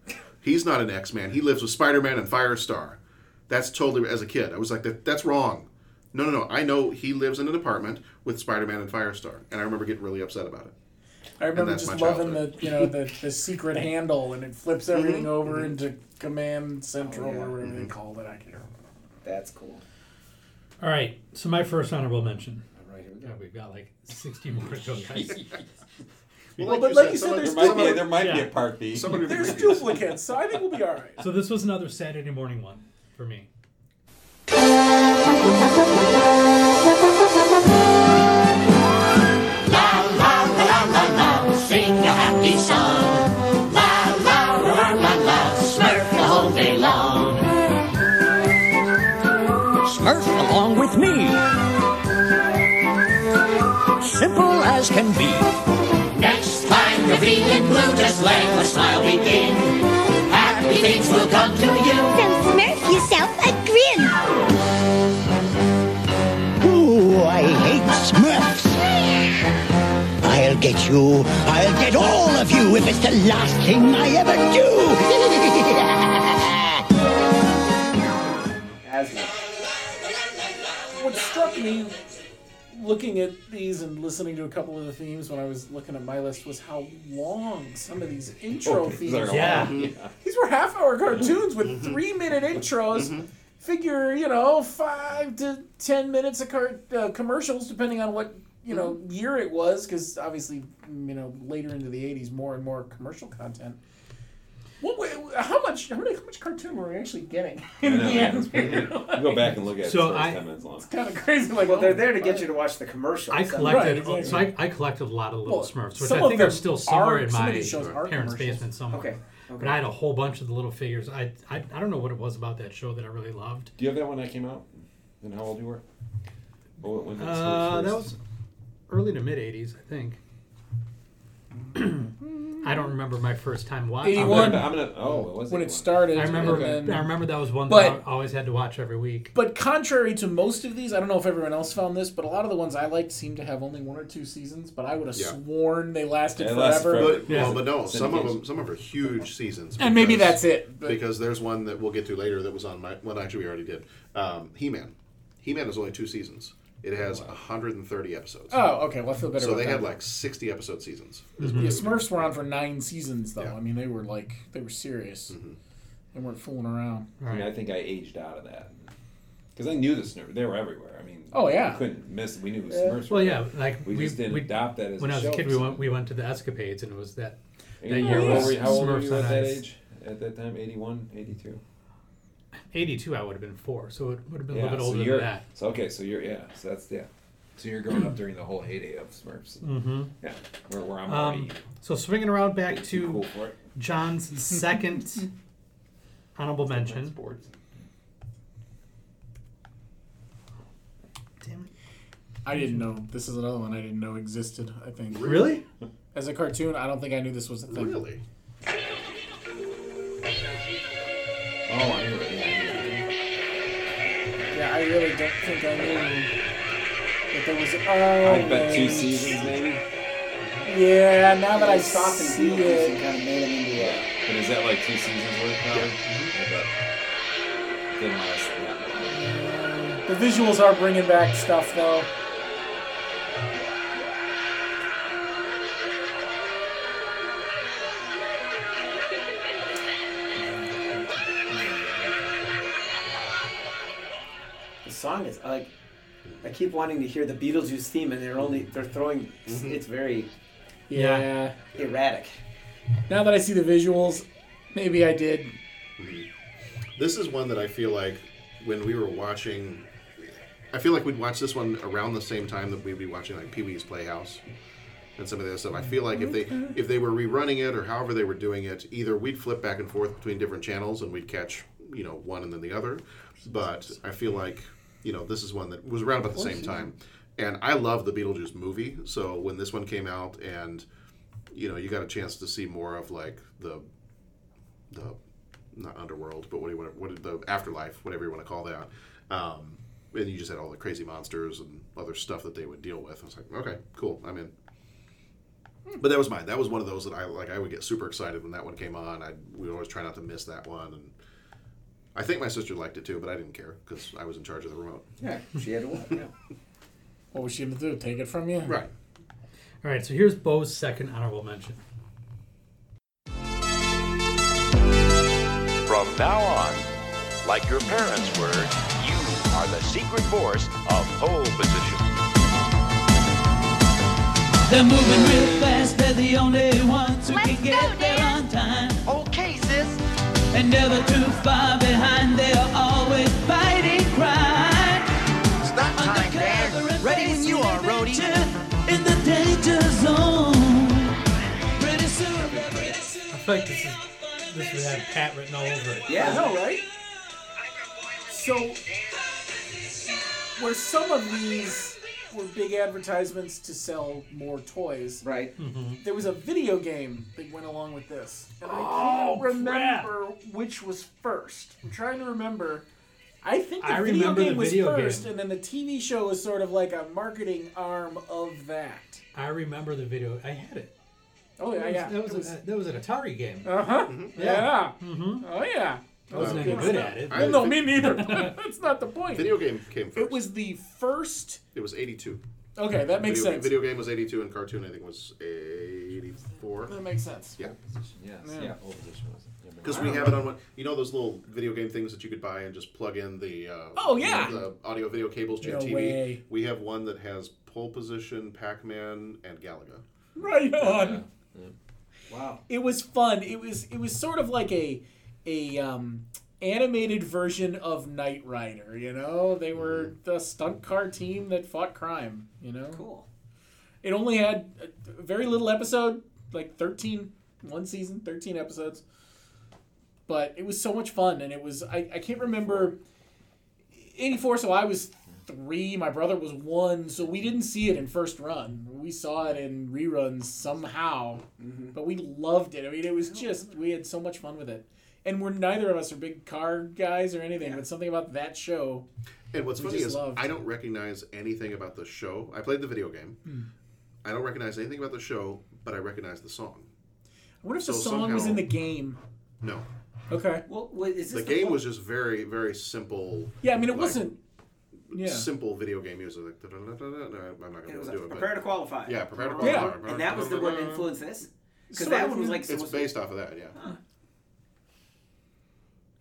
He's not an X Man. He lives with Spider Man and Firestar. That's totally, as a kid, I was like, that, that's wrong. No, no, no. I know he lives in an apartment with Spider Man and Firestar. And I remember getting really upset about it.
I
And
remember
that's
just
my Mm-hmm,
loving the you know the, the secret handle and it flips everything over into Command
Oh,
Central or whatever they called it. I can't remember.
That's cool.
All right, so my first honorable mention.
All right, here we
go. we've got like 60 more to go, guys.
Well, like But you like said, you said, some of- there's there might be-
there might be a part B. Somebody would
There's duplicates, so I think we'll be all right.
So this was another Saturday morning one for me.
Sing a happy song. La la la la la. Smurf the whole day long.
Smurf along with me. Simple as can be.
Next time you're feeling blue, just let a smile begin. Happy things will come to you.
So smurf yourself a grin.
Ooh, I hate Smurfs. I'll get you. I'll get all of you if it's the last thing I ever do.
As well.
What struck me looking at these and listening to a couple of the themes when I was looking at my list was how long some of these intro
Oh,
themes
they're
were.
long. Yeah.
These were half hour cartoons with three minute intros. Figure, you know, five to ten minutes of car- uh, commercials, depending on what, you know, year it was, because obviously, you know, later into the 80s, more and more commercial content. What, wa- how much how, many, how much cartoon were we actually getting in the end?
You go back and look at it.
So
it's
I-
10 minutes long.
kind of crazy. Like,
well, they're there to get you to watch the commercials.
I
That's-
collected so I, I collected a lot of little
Well,
Smurfs, which
some
I
of
think are
them
still
are-
somewhere in
some of
my
these shows are
parents'
commercials.
basement somewhere.
Okay, okay.
But I had a whole bunch of the little figures. I, I I don't know what it was about that show that I really loved.
Do you have that one that came out? And how old you were? Or when it was
Uh, that
first-
was early to mid '80s, I think. I don't remember my first time watching. it.
81.
I'm gonna- oh, it was
when it started.
I remember.
and then-
I remember that was one
But-
that I always had to watch every week.
But contrary to most of these, I don't know if everyone else found this, but a lot of the ones I liked seem to have only one or two seasons. But I would have
Yeah.
sworn they lasted
It
forever.
lasts But, Well, but no, some of them, some of them are huge seasons,
And maybe that's it, but-
Because there's one that we'll get to later that was on my. Well, actually, we already did. Um, He-Man. He-Man is only two seasons. It has 130 episodes.
Oh, okay. Well, I feel better.
So
about
they
that.
had like 60 episode seasons.
Yeah,
Mm-hmm.
Smurfs were on for nine seasons though. I mean, they were like they were serious.
Mm-hmm.
They weren't fooling around.
I mean, I think I aged out of that because I knew the Smurfs. They were everywhere. I mean,
Oh, yeah.
we couldn't miss. We knew the
Yeah.
Smurfs.
Well,
were
yeah,
there.
like
we, just didn't
we-
adopt that as
when
a
I was a
show
kid.
for
We
some
went we went to the escapades, and it was that
reason.
that
Yeah,
year
how
was
old were you- how old were
Smurfs
you
on
at that
Ice.
age? At that time, 81, 82?
82, I would have been four, so it would have been a
yeah,
little bit
so
older
you're,
than that.
So okay, so you're yeah, so that's yeah. So you're growing up during the whole heyday of Smurfs.
Mhm.
Yeah, where, where I'm
Um,
already
so swinging around back to
cool for it.
John's second honorable mention.
I didn't know. This is another one I didn't know existed. I think.
Really?
As a cartoon, I don't think I knew this was a thing.
Really?
Oh, I hear it. Yeah, I hear it.
Yeah, I really don't think I knew that there was. Oh,
I bet two
wait.
seasons maybe.
Yeah, now that I
They stopped and
see
Beetlejuice
it.
and kind of made him into a.
But is that like two seasons worth? Probably. I bet. Didn't last that long.
The visuals are bringing back stuff, though.
The song is like, I keep wanting to hear the Beetlejuice theme, and they're only they're throwing.
Mm-hmm.
It's very
Yeah.
erratic.
Now that I see the visuals, maybe I did.
Mm-hmm. This is one that I feel like when we were watching, I feel like we'd watch this one around the same time that we'd be watching like Pee Wee's Playhouse and some of the other stuff. I feel like if they if they were rerunning it or however they were doing it, either we'd flip back and forth between different channels and we'd catch you know one and then the other. But I feel like you know this is one that was around about the same time, and I love the Beetlejuice movie. So when this one came out and you know, you got a chance to see more of like the the not underworld, but what do you want? What the afterlife, whatever you want to call that. Um, and you just had all the crazy monsters and other stuff that they would deal with. I was like, okay, cool, I'm in. But that was mine. That was one of those that I like. I would get super excited when that one came on. I we would always try not to miss that one, and I think my sister liked it too, but I didn't care because I was in charge of the remote.
Yeah, she had one. Yeah.
What was she gonna do? Take it from you?
Right.
All right, so here's Bo's second honorable mention.
From now on, like your parents were, you are the secret force of pole position.
They're moving real fast, they're the only ones who can get there on time.
Okay, sis.
And never too far behind, they are always fighting crime.
Stop time, man. Ready when you are, Rhodey.
In the danger zone. Pretty soon,
I feel like this is this would have Pat written all over it.
Yeah, I know, right?
So, where some of these were big advertisements to sell more toys,
right?
There was a video game that went along with this, and I
Oh,
can't remember which was first. I'm trying to remember. I think the
I
video
remember
game
the
was
video
first,
game.
and then the TV show was sort of like a marketing arm of that.
I remember the video. I had it.
Oh yeah, yeah.
That was, a, that was an Atari game.
Uh huh.
Yeah.
Yeah. Mm-hmm. Oh yeah.
I wasn't any
It's
good
not-
at it,
I
but-
no, me neither. That's not the point.
Video game came first.
It was the first.
It was 82.
Okay, that makes
video,
sense.
Video game was 82 and cartoon, I think, was 84.
That makes sense.
Yeah.
Yes.
Yeah.
Yeah. Old edition was it? Yeah, but-
Because we have it on one, you know those little video game things that you could buy and just plug in the uh,
Oh, yeah.
the audio video cables to your
No
TV.
way.
We have one that has pole position, Pac Man, and Galaga.
Right on.
Wow.
It was fun. It was it was sort of like a a um, animated version of Knight Rider. You know, they were the stunt car team that fought crime. You know,
Cool.
It only had a very little episode, like 13, one season, 13 episodes. But it was so much fun, and it was, I, I can't remember, 84, so I was three, my brother was one, so we didn't see it in first run. We saw it in reruns somehow,
Mm-hmm.
but we loved it. I mean, it was just, we had so much fun with it. And we're neither of us are big car guys or anything, but something about that show.
And what's
We
funny
just
is
loved.
I don't recognize anything about the show. I played the video game.
Hmm.
I don't recognize anything about the show, but I recognize the song.
I wonder if the
So
song was
somehow-
in the game.
No,
Okay.
Well, what, is
the
this
game
one-
was just very, very simple.
Yeah, I mean, it
like,
wasn't. Yeah.
simple video game music. Like, da, da, da, da, da. No, I'm not
It
going
was
to
like,
do it.
prepare to
But
qualify.
yeah, prepare to
Yeah.
qualify.
And that was the one that influenced this? Because that one was like
it's
supposed to be-
based off of that. Yeah.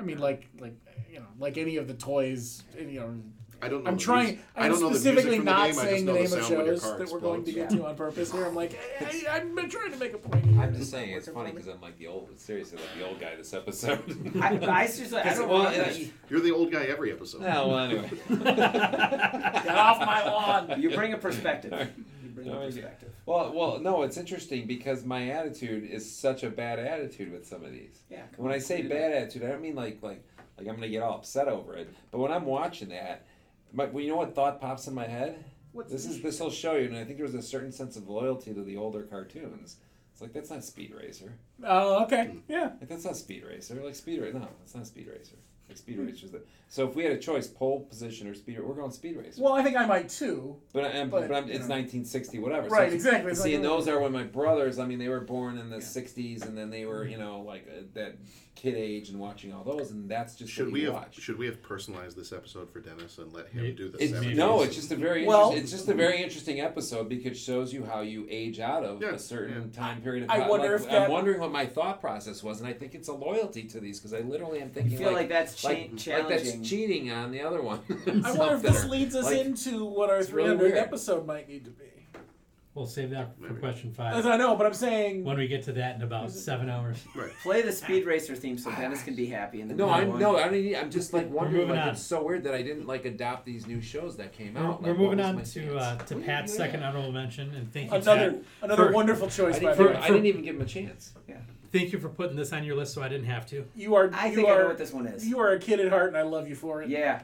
I mean, like, like you know, like any of the toys, you know.
I don't know.
I'm
the
trying.
music-
I'm
I don't know the music
specifically
from the
not
game, I just
saying the
know the
name of
sound when your
shows
car
that we're going to get
explodes.
to on purpose here. I'm like, I, I, I'm trying to make a point. Here.
I'm just saying it's funny because I'm like the old, seriously, like the old guy this episode.
I, I seriously, I
'Cause,
don't
well,
know.
and I-
You're the old guy every episode.
Yeah, well, anyway.
Get off my lawn.
uh, You bring a perspective. You bring
No,
a
I get-
perspective.
Well, well, no, it's interesting because my attitude is such a bad attitude with some of these.
Yeah, come
When I
on,
say
do
bad attitude, I don't mean like like like I'm gonna get all upset over it. But when I'm watching that, my, well, you know what thought pops in my head?
What's
this is this will show you, and I think there was a certain sense of loyalty to the older cartoons. It's like that's not Speed Racer.
Oh, okay. Yeah.
Like that's not Speed Racer. Like Speed Racer. No, that's not Speed Racer. Like Speed Racer's the. So if we had a choice, pole position or Speed, we're going Speed Racer.
Well, I think I might too.
But, I'm,
But,
but, I'm,
you
it's
know.
1960, whatever.
Right,
it's-
exactly. It's
See,
like-
and those are when my brothers. I mean, they were born in the 60s, and then they were, you know, like uh, that kid age and watching
oh.
all those, and that's just
Should
what
we
you
have
watch.
should we have personalized this episode for Dennis and let him
Maybe-
do the
It's,
70s?
no, it's just a very
Well-
well, it's just a very interesting episode because it shows you how you age out of
Yeah,
a certain time period. Of
I
time.
wonder
Like,
if that-
I'm wondering what my thought process was, and I think it's a loyalty to these because I literally am thinking
feel like that's cha-
like, like
challenging.
that's cheating on the other one.
I wonder if this
Something.
leads us
Like,
into what our
it's really
300
weird.
episode might need to be.
We'll save that for question
As
five
I know, but I'm saying.
when we get to that in about seven hours.
Play the Speed Racer theme so Dennis can be happy. And then
Ah, No,
move
I'm
on.
no, I mean, I'm just like wondering.
moving
Like,
on.
it's so weird that I didn't like adopt these new shows that came
We're,
out.
we're
Like, what
moving
was
on
my
to
chance?
uh, to
What are you
Pat's
doing?
second honorable mention, and thank you,
Another
Pat,
another
for-
wonderful choice,
I
by
didn't,
the
give,
way.
I didn't even give him a chance.
Yeah.
Thank you for putting this on your list, so I didn't have to.
You are.
I
you
think
are,
I know what this one is.
You are a kid at heart, and I love you for it.
Yeah.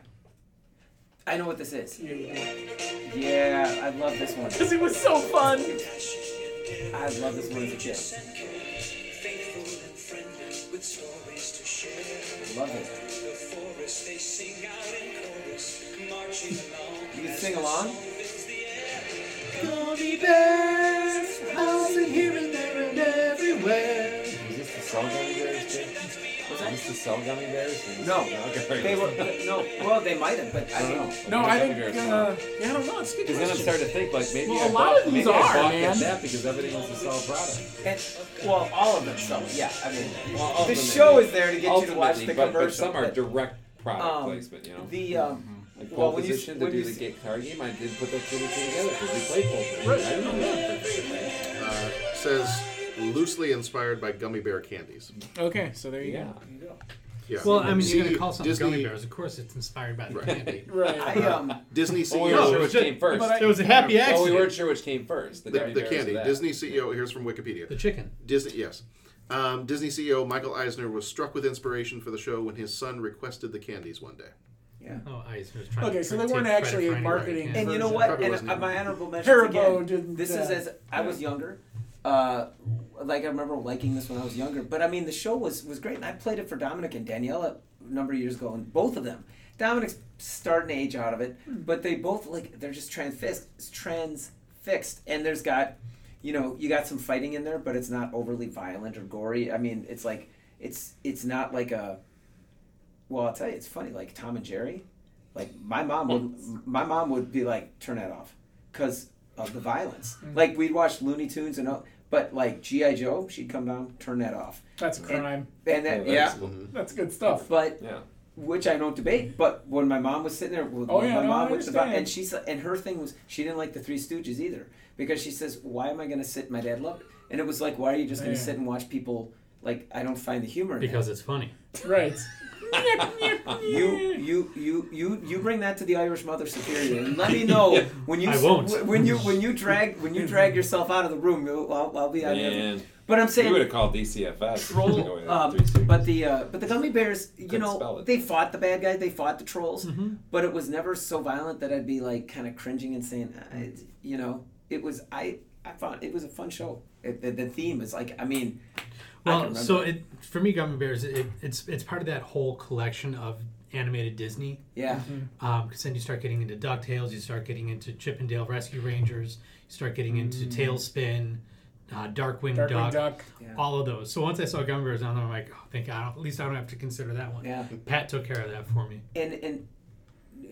I know what this is.
Because
Yeah, I love this one.
it was so fun.
I love this one as a kid. Love it. You can sing along.
Gummy bears, housing here and there and everywhere.
Was this the cell gummy bears? Too? Was this the cell gummy bears?
No,
Okay.
they were no. Well, they might have, but I
don't know.
don't know.
No, I
Gummy
think.
bears,
Uh, yeah, I don't know. It's a good
Because then I'm
question.
starting to think like maybe
Well,
I
a lot
bought,
of these
maybe I
are,
bought them
man.
that because everything was a sell product.
And, well, all of them sell. Yeah, I mean,
Well,
the
ultimately-
show is there to get you to watch
ultimately,
the
but,
commercial.
But some are
but,
direct product
um,
placement, you know. Mm-hmm.
The um,
like pole
well, when you
position
when
to
you
do the gate card game, I did put those two and two together because we played pole position.
Right.
I don't know.
Uh, says loosely inspired by gummy bear candies.
Okay, so there you
Yeah.
go.
Yeah.
Well, I mean,
See,
you're gonna call something
Disney-
gummy bears. Of course, it's inspired by the
Right.
candy.
Right.
I, um,
Disney E CEO.
Well, we weren't Oh, sure which came first.
but I-
It was a happy
Well, we
accident.
weren't sure which came first. The,
the,
gummy
the
bears or
candy.
that.
Disney CEO. Here's from Wikipedia.
The chicken.
Disney. Yes. Um, Disney CEO Michael Eisner was struck with inspiration for the show when his son requested the candies one day.
yeah.
Oh, Eisner's trying
Okay,
to
so
try
they
to
weren't
take credit
actually
for anything.
marketing
Right.
And you know
version.
what?
Probably
And
wasn't
uh,
even-
my honorable mention
Haribo
again.
didn't,
this is
uh,
as I was younger. Uh, like I remember liking this when I was younger. But I mean, the show was was great, and I played it for Dominic and Daniela a number of years ago, and both of them. Dominic's starting to age out of it, but they both like they're just transfixed, it's transfixed, and there's got, you know, you got some fighting in there, but it's not overly violent or gory. I mean, it's like it's it's not like a well, I'll tell you, it's funny. Like Tom and Jerry, like my mom would, my mom would be like, turn that off, because of the violence.
Mm.
Like we'd watch Looney Tunes and all, but like GI Joe, she'd come down, turn that off.
That's a crime.
And that,
Oh,
yeah,
that's-
That's good stuff.
but
Yeah.
which I don't debate. But when my mom was sitting there, with
Oh,
my
yeah, no,
mom
I
with the vi-
understand.
and she sa- and her thing was she didn't like the Three Stooges either because she says, why am I going to sit? My dad loved, it." and it was like, why are you just going to
Yeah.
sit and watch people? Like I don't find the humor in that."
Because it's funny.
Right.
You you you you you bring that to the Irish mother superior and let me know when you
I won't.
wh- when you when you drag when you drag yourself out of the room. you'll- I'll, I'll be out there.
Man,
But I'm
we would have
saying.
called DCFS.
Troll, um, but the uh, but the gummy bears, you
Couldn't spell
know,
it.
they fought the bad guys, they fought the trolls,
Mm-hmm.
but it was never so violent that I'd be like kind of cringing and saying, uh, it's- you know, it was I I found it was a fun show. It, the, the theme is like, I mean, I can
Well,
remember
so it for me, Gummy Bears, it, it's it's part of that whole collection of animated Disney.
yeah,
Because Um, then you start getting into Ducktales, you start getting into Chippendale Rescue Rangers, you start getting into Tailspin, uh, Darkwing,
Darkwing
Duck,
Duck.
Yeah.
all of those. So once I saw Gummy Bears on there, I'm like, oh, thank God, at least I don't have to consider that one.
yeah.
Pat took care of that for me.
and and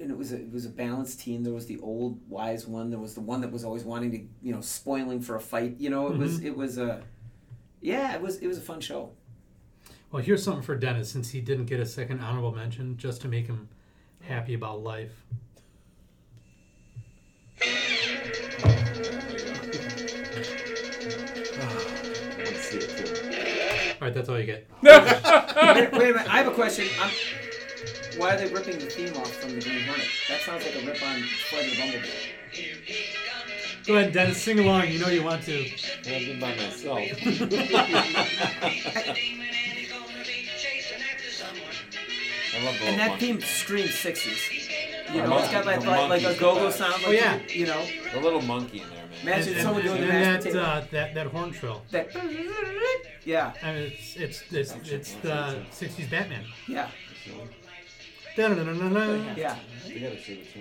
and it was a, it was a balanced team. There was the old wise one. There was the one that was always wanting to you know spoiling for a fight. You know, it was it was a yeah, it was it was a fun show.
Well, here's something for Dennis since he didn't get a second honorable mention, just to make him happy about life. All right, that's all you get.
wait, wait a minute, I have a question. I'm, why are they ripping the theme off from the Green Hornet? That sounds like a rip on Flight of the Bumblebee.
Go ahead, Dennis, sing along. You know you want to.
I've by myself. I love the
And
little
that
monkey.
theme screams sixties. You
The
know, it's got
monkey-
like
the
like, like a
monkey's
go go
the
sound. Like
Oh, yeah.
you, you know,
The little monkey in there, man.
imagine
and,
someone
and-
doing the
and
mashed
that,
potato.
uh, that that horn trill.
that yeah,
I mean, it's it's it's, it's the '60s Batman.
yeah,
Da-da-da-da-da.
yeah.
We gotta see what's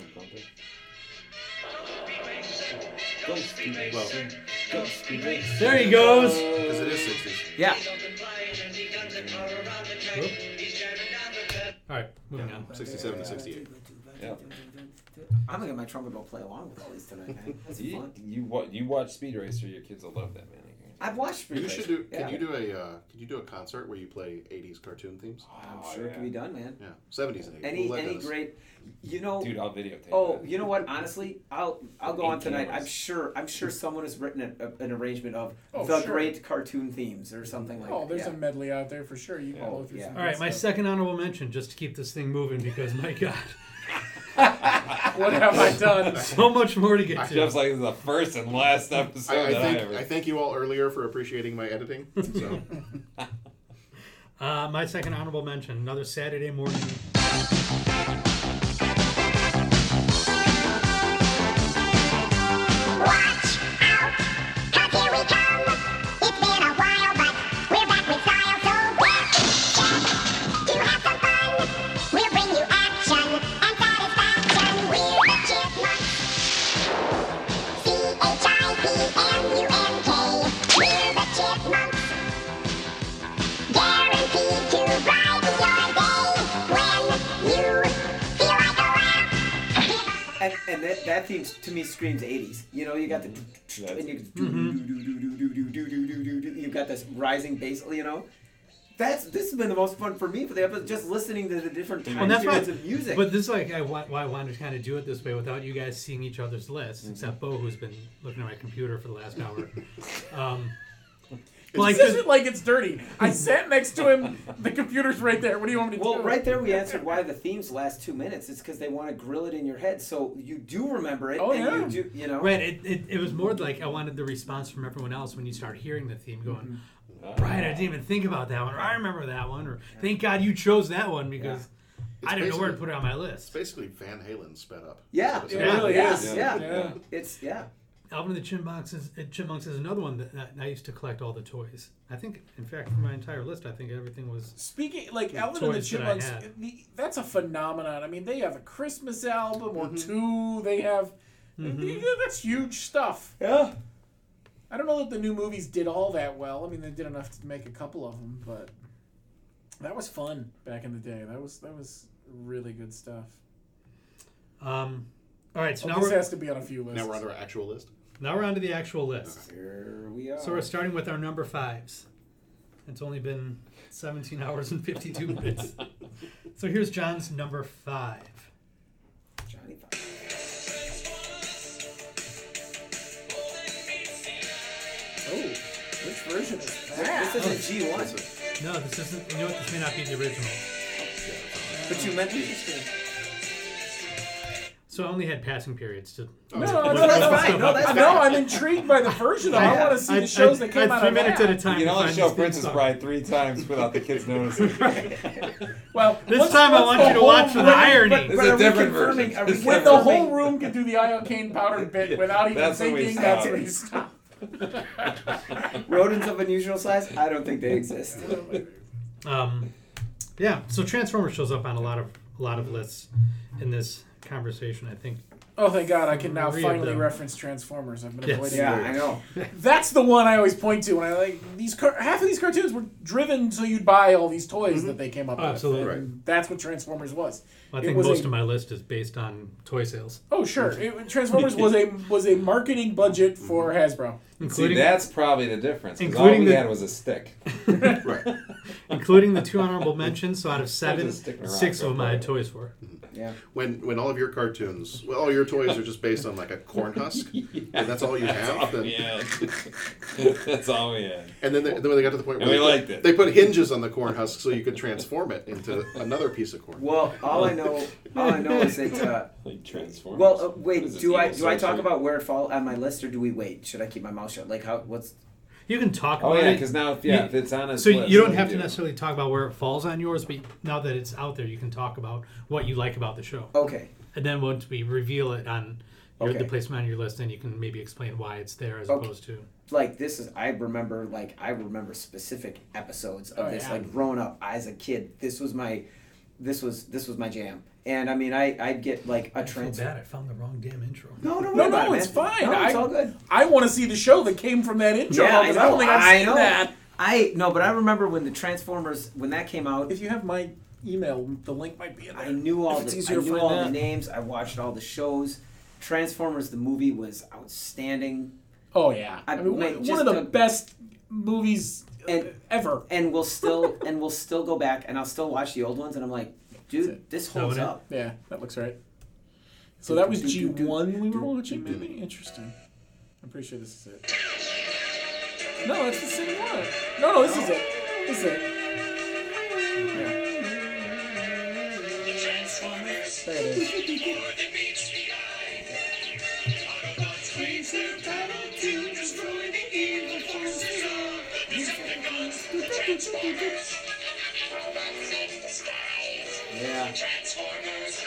in the
Well,
There he goes.
because it is 60s.
Yeah.
All right, moving on.
67 to 68.
I'm gonna get my trumpet bow play along with all these tonight, man. That's
You,
fun.
you, wa- you watch Speed Racer, your kids will love that, man.
I've watched.
You
replays.
should do. Can
Yeah.
you do a? Uh, can you do a concert where you play 80s cartoon themes?
I'm sure it can be done, man.
Oh, Yeah, 70s and 80s.
Any
We'll let
any
those-
great, you know.
Dude, I'll videotape
Oh,
that.
you know what? Honestly, I'll I'll go on
Eight
tonight.
cameras.
I'm sure I'm sure someone has written a, a- an arrangement of
Oh,
the
sure.
great cartoon themes or something like
Oh,
that.
there's a medley out there for sure. You
Oh,
can go through
yeah.
some
All right,
good
my
stuff.
second honorable mention, just to keep this thing moving, because my God,
What have I done?
so much more to get
Jeff's
to.
like the first and last episode
I, I
that I
think
ever.
I thank you all earlier for appreciating my editing. So
Uh, my second honorable mention, another Saturday morning.
Watch out! Cause here we come!
and that, that theme to me screams '80s. You know, you got the
Mm-hmm.
and you you got this rising bass. You know, that's this has been the most fun for me for the episode. Just listening to the different time
Well, that's why,
periods of music.
But this is like I, wa- why I wanted to kind of do it this way without you guys seeing each other's lists, except Bo, who's been looking at my computer for the last hour. Um,
Like this isn't like it's dirty. I sat next to him. The computer's right there. What do you want me to
well,
do?
right there we answered why the themes last two minutes. It's because they want to grill it in your head, so you do remember it.
Oh,
and
yeah.
You do, you know.
Right. It, it, it was more like I wanted the response from everyone else when you start hearing the theme going, Brian, I didn't even think about that one, or I remember that one, or thank God you chose that one because I didn't know where to put it on my list. It's
basically Van Halen sped up.
Yeah,
That's
it
what it
really
is.
is.
Yeah.
Yeah.
It's yeah.
Alvin and the Chipmunks is, uh, Chipmunks is another one that, that I used to collect all the toys. I think, in fact, for my entire list, I think everything was.
Speaking like Alvin and the
toys that I
Chipmunks,
had.
the, that's a phenomenon. I mean, they have a Christmas album
Mm-hmm.
or two. They have
Mm-hmm.
yeah, that's huge stuff.
Yeah.
I don't know that the new movies did all that well. I mean, they did enough to make a couple of them, but that was fun back in the day. That was that was really good stuff.
Um, all right, so
Oh,
now
this
we're
has to be on a few lists.
Now we're on to our actual list.
now we're on to the actual list.
Here we are.
So we're starting with our number fives. It's only been 17 hours and 52 minutes. so here's John's number five.
Johnny
Oh, this version is
Oh, This is a G one.
No, this isn't. You know what? This may not be the original.
But you meant to.
So I only had passing periods to.
Oh,
No, no, no, that's fine. No, that's no, I'm intrigued by the version. though. I want to see the shows that came out. of that.
You can only show Princess Bride three times without the kids noticing.
Well,
This
let's-
time I
let's
want
the
you to
whole
watch for the
room-
irony.
but-
This
but
is a
are we
different
confirming-
version.
are we
This is
when
a
the
different
whole room can do the iocane powder bit without even
That's when we
thinking, that's
stop.
where you stop.
Rodents of unusual size? I don't think they exist.
Oh
Um, yeah. So Transformers shows up on a lot of a lot of lists in this conversation. I think.
Oh, thank God! I can now
Three of
finally
them.
reference Transformers. I've been
Yes.
avoiding.
Yeah,
it.
I know.
That's the one I always point to when I like these. Car- half of these cartoons were driven so you'd buy all these toys that they came up
Oh,
with.
absolutely. Right.
And That's what Transformers was.
I
It
think
was
most
a-
of my list is based on toy sales.
Oh sure, It- Transformers was a was a marketing budget
Mm-hmm.
for Hasbro.
Including-
See, that's probably the difference. 'cause all
Including
we
the-
had was a stick.
including the two honorable mentions. So out of seven,
Just sticking around
six
for
of
a
them I had toys for.
Yeah.
When when all of your cartoons, well, all your toys are just based on like a corn husk, and that's all you
That's
have.
all
then-
we That's all we had.
And then, they, then when they got to the point where
And we
they, put-
liked it.
they put hinges on the corn husk so you could transform it into another piece of corn.
Well, all I know, all I know is that. Uh,
Like Transformers.
well, uh,
What is
wait.
this,
Do I
evil
do I talk
sorcery?
about where it fall on my list, or do we wait? Should I keep my mouth shut? Like how? What's?
You can talk
Oh,
about
yeah,
it.
'cause now if- yeah,
You-
if it's on his
so
list,
you don't
then
have
we
to
do.
necessarily talk about where it falls on yours, but now that it's out there, you can talk about what you like about the show.
Oh.
Okay.
And then once we reveal it on your,
Okay.
the placement on your list, then you can maybe explain why it's there as
Okay.
opposed to.
Like this is I remember like I remember specific episodes of
Oh,
this
yeah.
like growing up as a kid. This was my, this was this was my jam. And I mean I I'd get like a
I feel bad.
transform.
I found the wrong damn intro.
No, don't worry
No,
about
no,
it,
it's
man.
fine.
No, it's
I,
all good.
I want to see the show that came from that intro.
Yeah, I
'cause
know.
I don't think I've
I
seen
know.
that.
I no, but I remember when the Transformers when that came out. If
you have my email, the link might be in there.
I knew all
If it's
the I
easier to
knew
find
all
that.
the names. I watched all the shows. Transformers the movie was outstanding.
Oh yeah, I mean, one- one of the best movies ever.
And we'll still and we'll still go back and I'll still watch the old ones and I'm like, dude, this holds up.
Yeah, that looks right. So that was G one we were watching. Maybe interesting. I'm pretty sure this is it. No, it's the same one. No, no, this is it. This is it. There it is.
Yeah.
Transformers.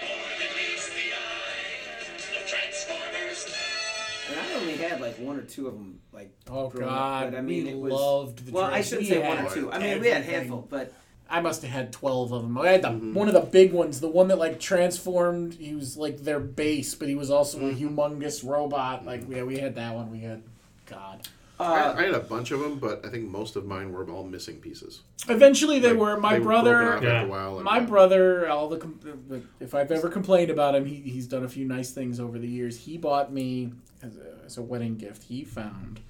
More than meets the eye. The Transformers.
And I only had like one or two of them. Like
Oh
growing up,
God!
but I mean
we
it was
loved the.
well, I
Trans-
shouldn't
we
say one
had
or two. I mean we had a
everything.
handful, Mm-hmm. but
I must have had twelve of them. I had the, one of the big ones, the one that like transformed. He was like their
Mm-hmm.
base, but he was also a humongous robot. Like yeah, we had that one. We had God.
I, I had a bunch of them, but I think most of mine were all missing pieces.
Eventually, they
Like,
were. My
they were broken
brother,
up after a while and-
my brother, all the com- if I've ever complained about him, he, he's done a few nice things over the years. He bought me as a, as a wedding gift. He found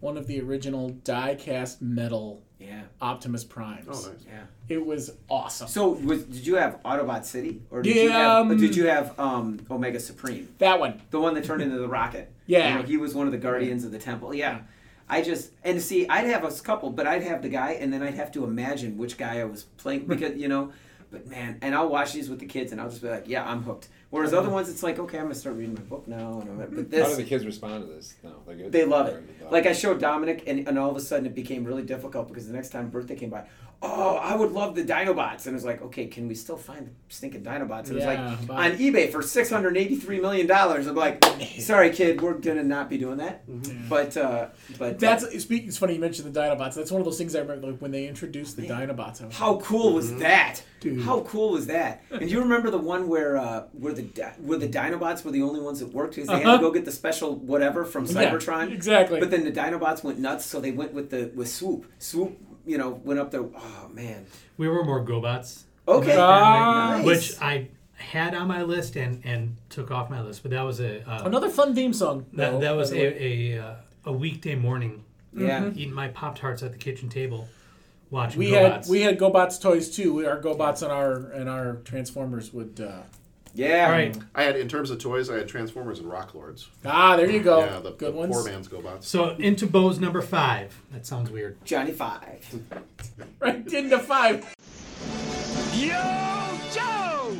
one of the original die-cast metal
yeah.
Optimus Primes.
Oh, nice. Yeah.
it was awesome.
So, was, did you have Autobot City, or did you
Yeah,
have, or
um,
did you have um, Omega Supreme?
That one,
the one that turned into the rocket.
Yeah.
You know, he was one of the guardians of the temple. Yeah, I just and see, I'd have a couple, but I'd have the guy, and then I'd have to imagine which guy I was
Hmm.
playing because you know. But man, and I'll watch these with the kids, and I'll just be like, yeah, I'm hooked. Whereas other ones, it's like, okay, I'm gonna start reading my book now, and I'm gonna- but this
How do the kids respond to this? No, they're good.
they love it.
They're-
Like I showed Dominic, and, and all of a sudden it became really difficult because the next time birthday came by, oh, I would love the Dinobots, and it was like, okay, can we still find the stinking Dinobots? And
Yeah,
it was like
bye.
on eBay for six hundred eighty-three million dollars. I'm like, sorry, kid, we're gonna not be doing that. But uh, but
That's speaking. It's funny you mentioned the Dinobots. That's one of those things I remember like, when they introduced the Dinobots. I was
How cool was
Mhm.
that?
Dude.
How cool was that? And you remember the one where uh, where the di- where the Dinobots were the only ones that worked because they had
Uh-huh.
to go get the special whatever from
Yeah,
Cybertron.
exactly.
But then the Dinobots went nuts, so they went with the with Swoop. Swoop, you know, went up there. Oh man.
We were more GoBots.
Okay.
In
Uh-huh.
my family,
Nice.
Which I had on my list and and took off my list, but that was a uh,
Another fun theme song.
That,
though,
that was
by the
a a, uh, a weekday morning.
Yeah.
Mm-hmm.
Mhm.
Eating my pop tarts at the kitchen table, watching
We
GoBots.
had we had GoBots toys too. We, our GoBots and our and our Transformers would. Uh,
Yeah.
I had in terms of toys, I had Transformers and Rock Lords.
Ah, there you go.
Yeah, the,
Good
the
ones.
poor man's GoBots.
So into Bo's number five. That sounds weird.
Johnny Five.
right into five.
Yo, Joe!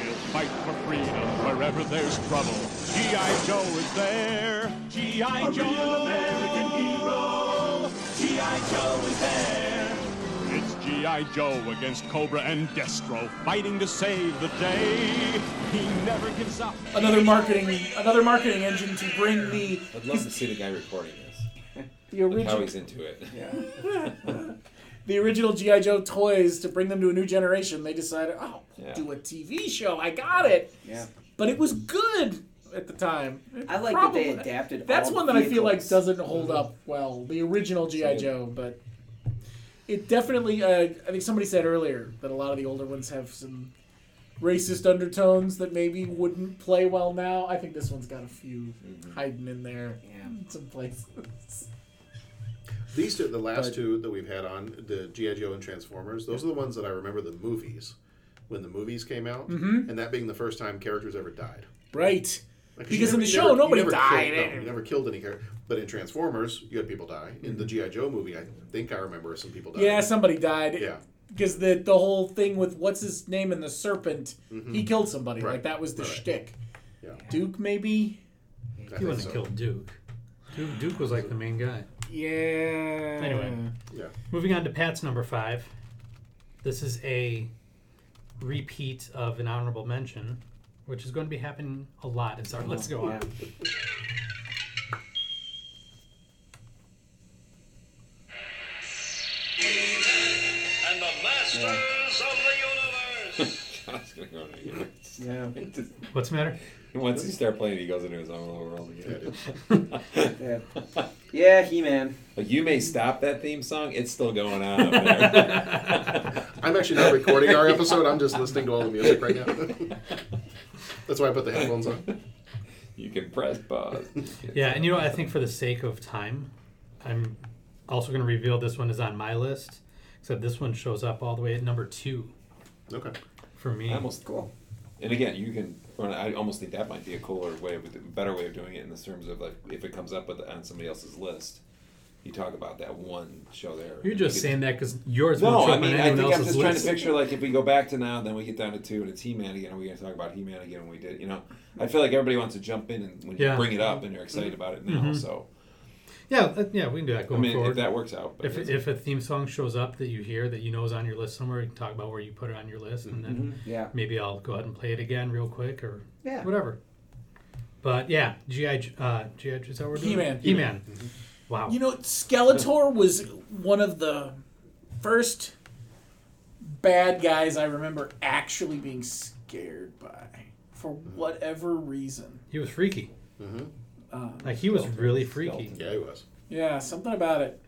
He'll fight for freedom wherever there's trouble. G.I. Joe is there. G.I. Joe! American hero! G.I. Joe is there. It's G.I. Joe against Cobra and Destro, fighting to save the day. He never gives up.
Another marketing another marketing engine to bring the
I'd love to see the guy recording this.
The
Like how
origi-
he's into it.
the original GI Joe toys to bring them to a new generation. They decided, oh, we'll
Yeah.
do a TV show. I got it.
Yeah.
But it was good at the time.
I like that they adapted
That's
all
one
the
that I feel like
vehicles.
doesn't hold up well. The original GI
Same.
Joe, but it definitely. Uh, I think somebody said earlier that a lot of the older ones have some racist undertones that maybe wouldn't play well now. I think this one's got a few hiding in there, yeah. some places.
These two, the last two that we've had on the GI Joe and Transformers, those are the ones that I remember the movies when the movies came out,
Mhm.
and that being the first time characters ever died.
Right.
Like, you
because in the
never- you
show,
never- you
nobody
never
died.
Killed, no, you never killed any character, but in Transformers, you had people die. In
Mm-hmm.
the GI Joe movie, I think I remember some people died.
Yeah, somebody died.
Yeah.
Because the the whole thing with what's his name and the serpent, he killed somebody. Like that was the shtick.
Mm-hmm. Yeah.
Duke maybe.
I
He
think
wasn't
so.
killed Duke. Duke. Duke was like the main guy.
Yeah.
Anyway.
Mm.
Yeah.
Moving on to Pat's number five. This is a repeat of an honorable mention, which is going to be happening a lot. in Star. let's go on.
And the masters of the
John's gonna go into
Yeah.
What's the matter?
Once he starts playing, he goes into his own little world again.
yeah. Yeah, He Man.
Like you may stop that theme song, it's still going on. Up there.
I'm actually not recording our episode. I'm just listening to all the music right now. That's why I put the headphones on.
You can press pause.
Yeah, and you know, what, I think for the sake of time, I'm also going to reveal this one is on my list, except this one shows up all the way at number two.
Okay.
For me.
I almost
cool.
And again, you can. I almost think that might be a cooler way, with a better way of doing it in the terms of like if it comes up with, on somebody else's list, you talk about that one show there.
You're just
You could-
saying that because yours won't
No,
show
I
up
mean,
on
I
anyone
think I'm
else's
just trying
list.
to picture like if we go back to now, then we get down to two, and it's He-Man again. Are we going to talk about He-Man again? when we did, you know. I feel like everybody wants to jump in and when
Yeah.
you bring it up, and you're excited about it now.
Mhm.
So
Yeah, uh, yeah, we can do that going
I mean,
forward.
if that works out. but
If,
it's-
if a theme song shows up that you hear that you know is on your list somewhere, you can talk about where you put it on your list, and then
Mm-hmm.
Mhm. Yeah.
maybe I'll go ahead and play it again real quick or
Yeah.
whatever. But yeah, GI J- uh, GI J- is that what we're doing?
He-Man.
He-Man. Mm-hmm. Wow.
You know, Skeletor was one of the first bad guys I remember actually
Mm-hmm.
being scared by for whatever reason.
Mm-hmm.
He was freaky.
Uh,
Um,
Like he was really freaky.
Yeah, he was.
Yeah, something about it.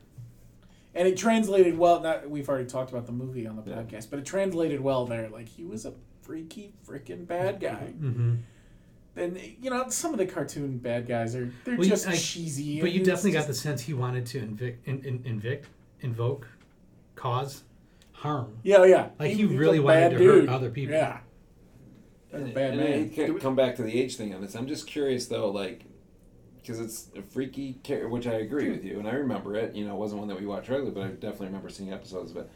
And it translated well. Not, we've already talked about the movie on the podcast, but it translated well there. Like he was a freaky, freaking bad guy.
Mm-hmm.
And you know, some of the cartoon bad guys are they're
Well, you-
just
I-
cheesy.
But
and
you
it's
definitely got
just-
the sense he wanted to invict, in, in, invict, invoke, cause harm.
Yeah, oh, yeah.
Like
He-
he,
he's a
really
bad
wanted to
dude.
hurt other people.
Yeah. That's a bad
and
man.
I ca- come back to the age thing on this. I'm just curious though, like, because it's a freaky character, which I agree with you, and I remember it. You know, it wasn't one that we watched regularly, but I definitely remember seeing episodes. But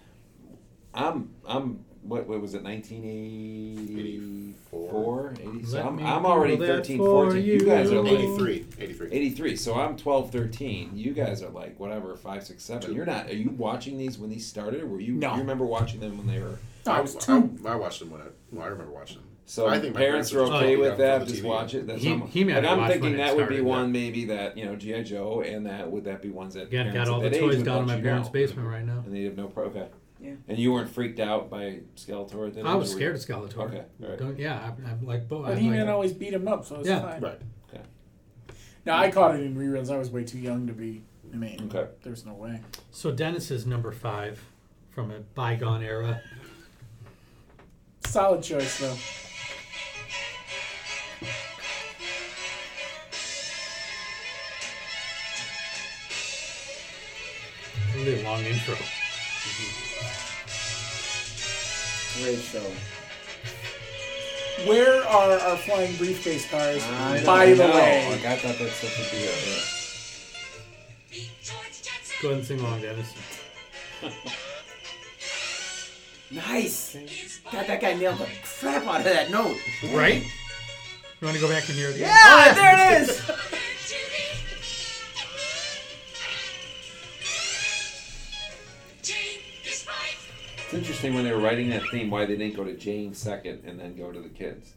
I'm, I'm, what, what was it, 1984, 87?
Let
I'm,
me
I'm already
Google that
13,
for
14. You guys
you.
are like
83, 83.
83. So I'm 12, 13. You guys are like whatever, five, six, seven. You're not. Are you watching these when these started, or were you?
No.
You remember watching them when they were?
I was two.
I, watched them when I. Well, I remember watching them.
So
I
parents,
my
are
just
okay
probably
with
got them
that.
from the
Just
TV.
watch it. That's
He-
how-
he may
but
have
I'm
watched when
thinking
it
that would be
started,
one maybe that you know GI Joe, and that would that be ones that
Again,
parents
got all
at
the
that age
toys
would
down in
let
my
you
parents'
know.
basement right now.
and they have no pro. Okay.
Yeah.
And you weren't freaked out by Skeletor. Then
I
or were
was scared
you-
of Skeletor.
Okay. All right.
Don't, yeah, I'm, I'm like, bo-
But
I'm
he
like,
man always beat him up, so it's
Yeah.
fine.
Right.
Okay.
Now I caught it in reruns. I was way too young to be. I mean,
Okay.
there's no way.
So Dennis is number five from a bygone era.
Solid choice though.
Really long intro.
Great show.
Where are our flying briefcase cars?
I don't
by the
know.
way,
Like, I thought that's such a deal. yeah.
Go ahead and sing along, Dennis.
Nice. God, that guy nailed the crap out of that note.
Right? You want to go back and hear it? again?
Yeah, there it is.
It's interesting when they were writing that theme why they didn't go to Jane second and then go to the kids.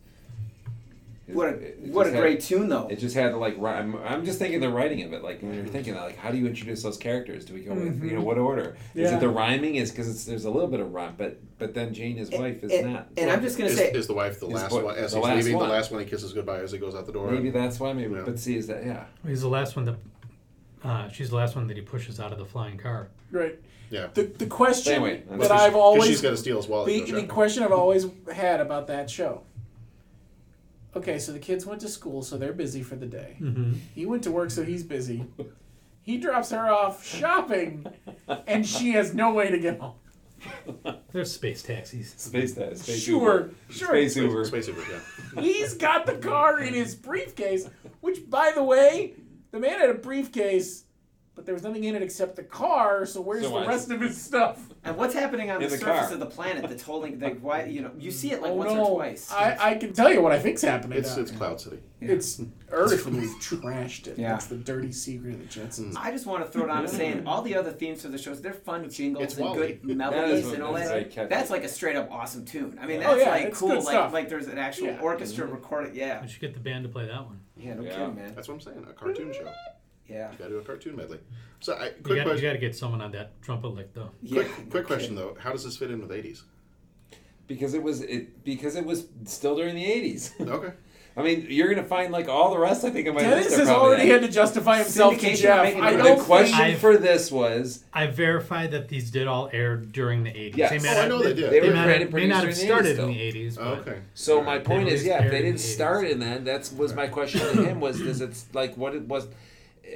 What a-
It- it
what
just
a great tune, though.
It just had to like ri- I'm, I'm just thinking the writing of it like when you're thinking that like how do you introduce those characters do we go with you know
Mhm.
what order is
Yeah.
it the rhyming is because it's there's a little bit of rhyme but but then Jane his wife is
and-
not
and I'm just gonna
is,
say-
is the wife the
His
last
boy-
one? As
the
he's
last
leaving,
one.
the last one he kisses goodbye as he goes out the door.
maybe that's why maybe but see is that yeah
He's the last one that. Uh, she's the last one that he pushes out of the flying car.
right.
Yeah.
The, the question
Anyway,
that's-
that I've
'cause
always
she's gotta steal his wallet,
The,
no
the
joke.
question I've always had about that show. Okay, so the kids went to school, so they're busy for the day.
Mm-hmm.
Mhm.
He went to work, so he's busy. He drops her off shopping, and she has no way to get home.
There's space taxis.
space that space
Sure,
Uber.
sure.
space Uber
Space Uber, yeah.
He's got the car in his briefcase, which, by the way, the man had a briefcase, but there was nothing in it except the car. So where's
So
the
why-
rest of his stuff?
And what's happening on
In
the,
the
surface
car.
of the planet that's holding the why you know you see it like
Oh,
once
no.
or twice.
I, I can tell you what I think's happening.
It's
now.
it's Cloud City.
It's Earth and we've trashed it.
Yeah.
That's the dirty secret of the Jetsons.
I just want to throw it on as saying all the other themes for the shows, they're fun jingles
It's
and
Wall-E.
good
That is
melodies
what-
and all
that's
that.
like catchy.
that's like a straight up awesome tune. I mean,
Oh,
that's
yeah,
like
it's
cool.
good
Like
stuff.
like there's an actual
Yeah.
orchestra recorded. Yeah.
We should get the band to play that one.
Yeah, no
Yeah.
kidding, man.
That's what I'm saying. A cartoon show.
Yeah.
You got to do a cartoon medley. So I,
You
quick
got, you
question.
got to get someone on that trumpet lick though.
Yeah,
quick
no
quick question though. How does this fit in with 80s?
because it was it because it was still during the 80s
Okay.
I mean, you're gonna find like all the rest. I think of my
Dennis
list are
has
probably
already
that.
had to justify himself to
Syndication,
Jeff.
making
I
it
don't
right.
The question
I-
for this was
I verified that these did all air during the 80s.
Yes.
They may
Oh, I
not-
know they did.
They were
may not-
created
may not have
produced
started
during
in
the
the 80s.
Oh,
But
okay.
so. My point
They
is, yeah, if they
aired in
didn't
the 80s.
start in then, that's was my question to him was, does it's like what it was.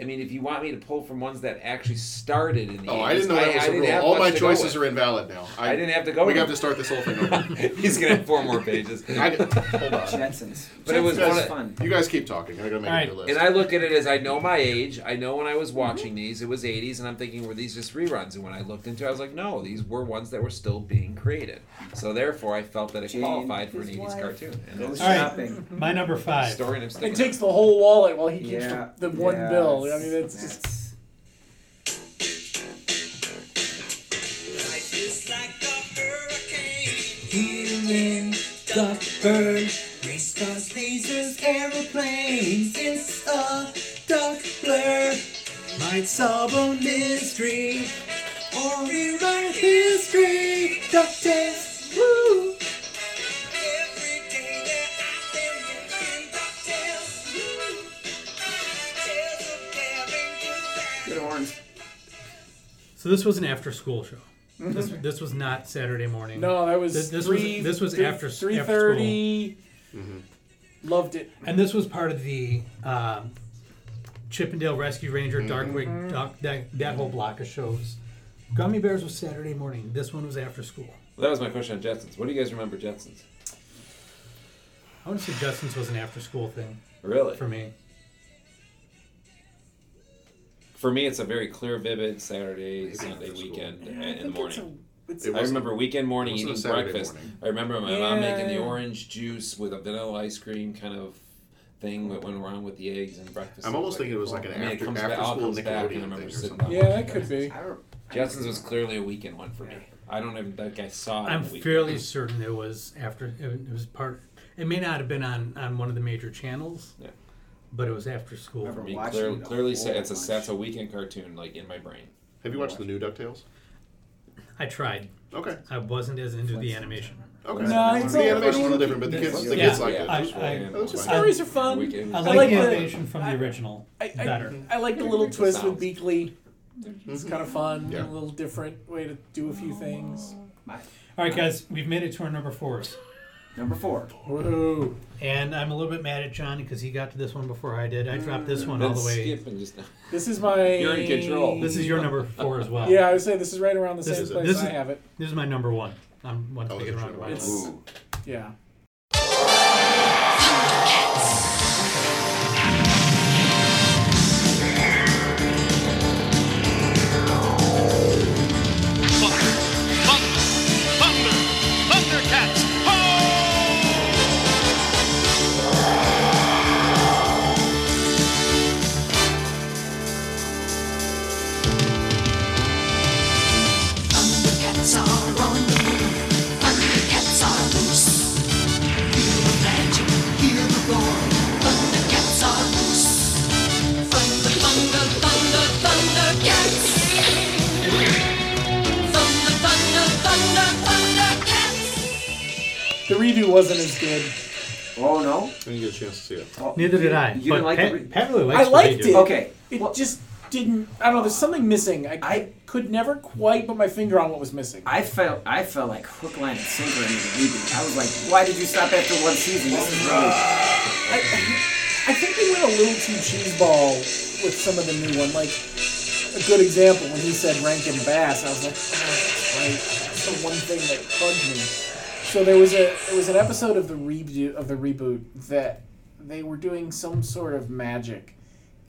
I mean, if you want me to pull from ones that actually started in the
Oh,
80s,
I didn't know that was a
didn't
rule.
have
All
much
my
to go
choices
with.
are invalid now.
I didn't have to go
We
with it.
got to start this whole thing over.
He's gonna have four more pages.
I did, hold on.
Jetsons.
But it was
you
one
guys,
of-
fun.
you guys keep talking. I gotta make
Alright.
a new list.
And I look at it as I know my age. I know when I was watching these, it was 80s, and I'm thinking, were these just reruns? And when I looked into it, I was like, no, these were ones that were still being created. So therefore, I felt that it
Jane,
qualified for an
his
80s
wife,
cartoon. And
goes
that's
All right.
shopping.
my number
the
five.
story, and I'm
It
sticking
takes the whole wallet while he keeps
Yeah.
the, the one
yeah,
bill. I
it's-
mean, that's just
that's-
Take
this was an after-school show.
Mm-hmm.
This, this was not Saturday morning.
No, that was
this, this
three,
was this was
three-
after
three
after
thirty.
Mm-hmm.
Loved it.
And this was part of the um, Chippendale Rescue Ranger,
Mm-hmm.
Mm-hmm.
Darkwing Duck, that, that whole block of shows. Gummy Bears was Saturday morning. This one was after school.
Well, that was my question on Jetsons. What do you guys remember Jetsons?
I want to say Justin's was an after-school thing.
Really?
For me.
For me, it's a very clear, vivid Saturday, Sunday weekend uh,
Yeah, I
in the
think it's
morning.
a- it's-
I
It wasn't-
remember weekend morning
it
eating
wasn't a Saturday
breakfast.
morning.
I remember my mom making the
Yeah.
orange juice with a vanilla ice cream kind of thing that went around with the eggs and breakfast.
I'm almost thinking it was like an
I mean,
after-
comes
after
back, all
school
comes back, and I
Nickelodeon
remember
thing or
sitting
something.
down
Yeah,
watching
that could
breakfast. Jetsons was clearly a weekend one for me. I don't even think I saw it. on
I'm
the weekend.
fairly certain it was after. It was part. It may not have been on on one of the major channels.
Yeah.
But it was after school.
For me, clear, clearly, sa- it's a that's a weekend cartoon like in my brain.
Have you watched the new DuckTales?
I tried.
Okay.
I wasn't as into the animation.
Okay. No, it's The all- animation's a little different, but the kids- the kids like it.
I,
That's
I,
fine. Those
I-
are
stories are fun.
I
Weekend. I
like,
like
the
the-
animation from the original
I, I,
better. Mm-hmm.
I like the little twist
Sounds.
with Beakley. It's kind of fun. A
Yeah.
little different way to do a few things.
All right, guys, we've made it to our number fours.
Number four.
Woo. And I'm a little bit mad at John because he got to this one before I did. I dropped this one all
Then
the way.
skip and just-
This is my.
You're in control. This is your number four as well.
Yeah, I would say this is right around the
This
same
is-
place
this
I
is-
have it.
This is my number one. I'm one to take it around.
It's, yeah.
Thundercats!
Thundercats are on the move. Thundercats are loose. Feel the magic, hear the roar. Thundercats are loose. Thunder, thunder, thunder, thundercats. Thunder, thunder, thunder, thundercats.
The redo wasn't as good.
Oh no! Oh,
I didn't get a chance to see it.
Neither did I.
You
but
didn't like
Pat,
the
Pat really likes
I
what they
liked
do.
it. It just didn't. I don't know. There's something missing. I, could never quite put my finger on what was missing.
I felt I felt like hook, line, and sinker into the reboot. I was like, why did you stop after one season? This is really
I think they went a little too cheeseball with some of the new one. Like a good example when he said Rankin Bass, I was like, oh, right, that's the one thing that bugged me. So there was a there was an episode of the reboot of the reboot that they were doing some sort of magic,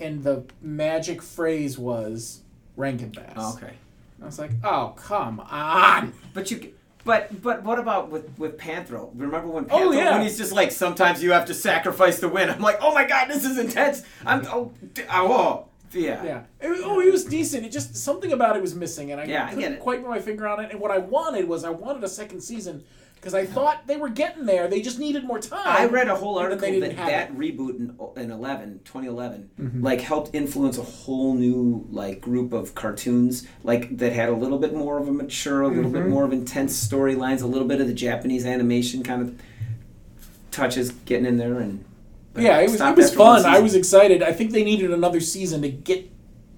and the magic phrase was Rankin Bass.
Oh, okay.
I was like, oh come on.
But you, but but what about with with Panthro? Remember when Panthro?
Oh, yeah.
When he's just like, sometimes you have to sacrifice to win. I'm like, oh my god, this is intense. I'm oh, d- oh, oh. yeah.
Yeah. It was- oh, he was decent. It just something about it was missing, and I
Yeah, I get
couldn't
it.
quite put my finger on it. And what I wanted was I wanted a second season because I thought they were getting there. They just needed more time.
I read a whole
and then
article
Oh, they
that
didn't have
that reboot in, in 11, 2011,
Mm-hmm.
like helped influence a whole new like group of cartoons, like that had a little bit more of a mature, a little bit
Mhm.
more of intense storylines, a little bit of the Japanese animation kind of touches getting in there, and
it. Yeah, it was it
Stopped
was
after one
fun. I
season.
was excited. I think they needed another season to get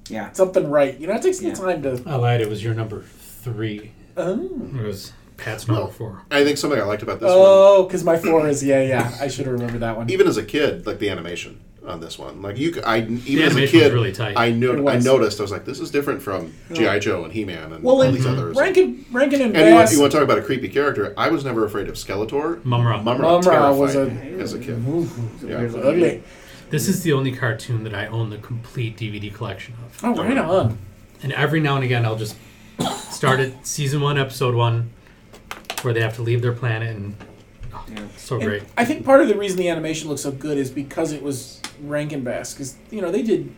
yeah
something right. You know, it takes some
Yeah.
time to.
I lied. It was your number three.
Oh.
It was Pat's number four.
I think something I liked about this
Uh,
Oh, because my four is yeah, yeah. I should have remembered that one.
Even as a kid, like the animation on this one, like you, c- I even as a
animation was
kid,
really tight.
I
It
know, I
was.
noticed. I was like, this is different from
Yeah.
GI Joe and He Man and
Well,
all these
in
others.
Rankin, Rankin and
And you want,
Bass,
you want to talk about a creepy character? I was never afraid of Skeletor.
Mumra.
Mumra,
Mumra was
terrified me as a kid. Yeah.
This is the only cartoon that I own the complete DVD collection of.
Oh, right on.
And every now and again, I'll just start at season one, episode one, where they have to leave their planet, and oh, so
And
great.
I think part of the reason the animation looks so good is because it was Rankin Bass, because you know they did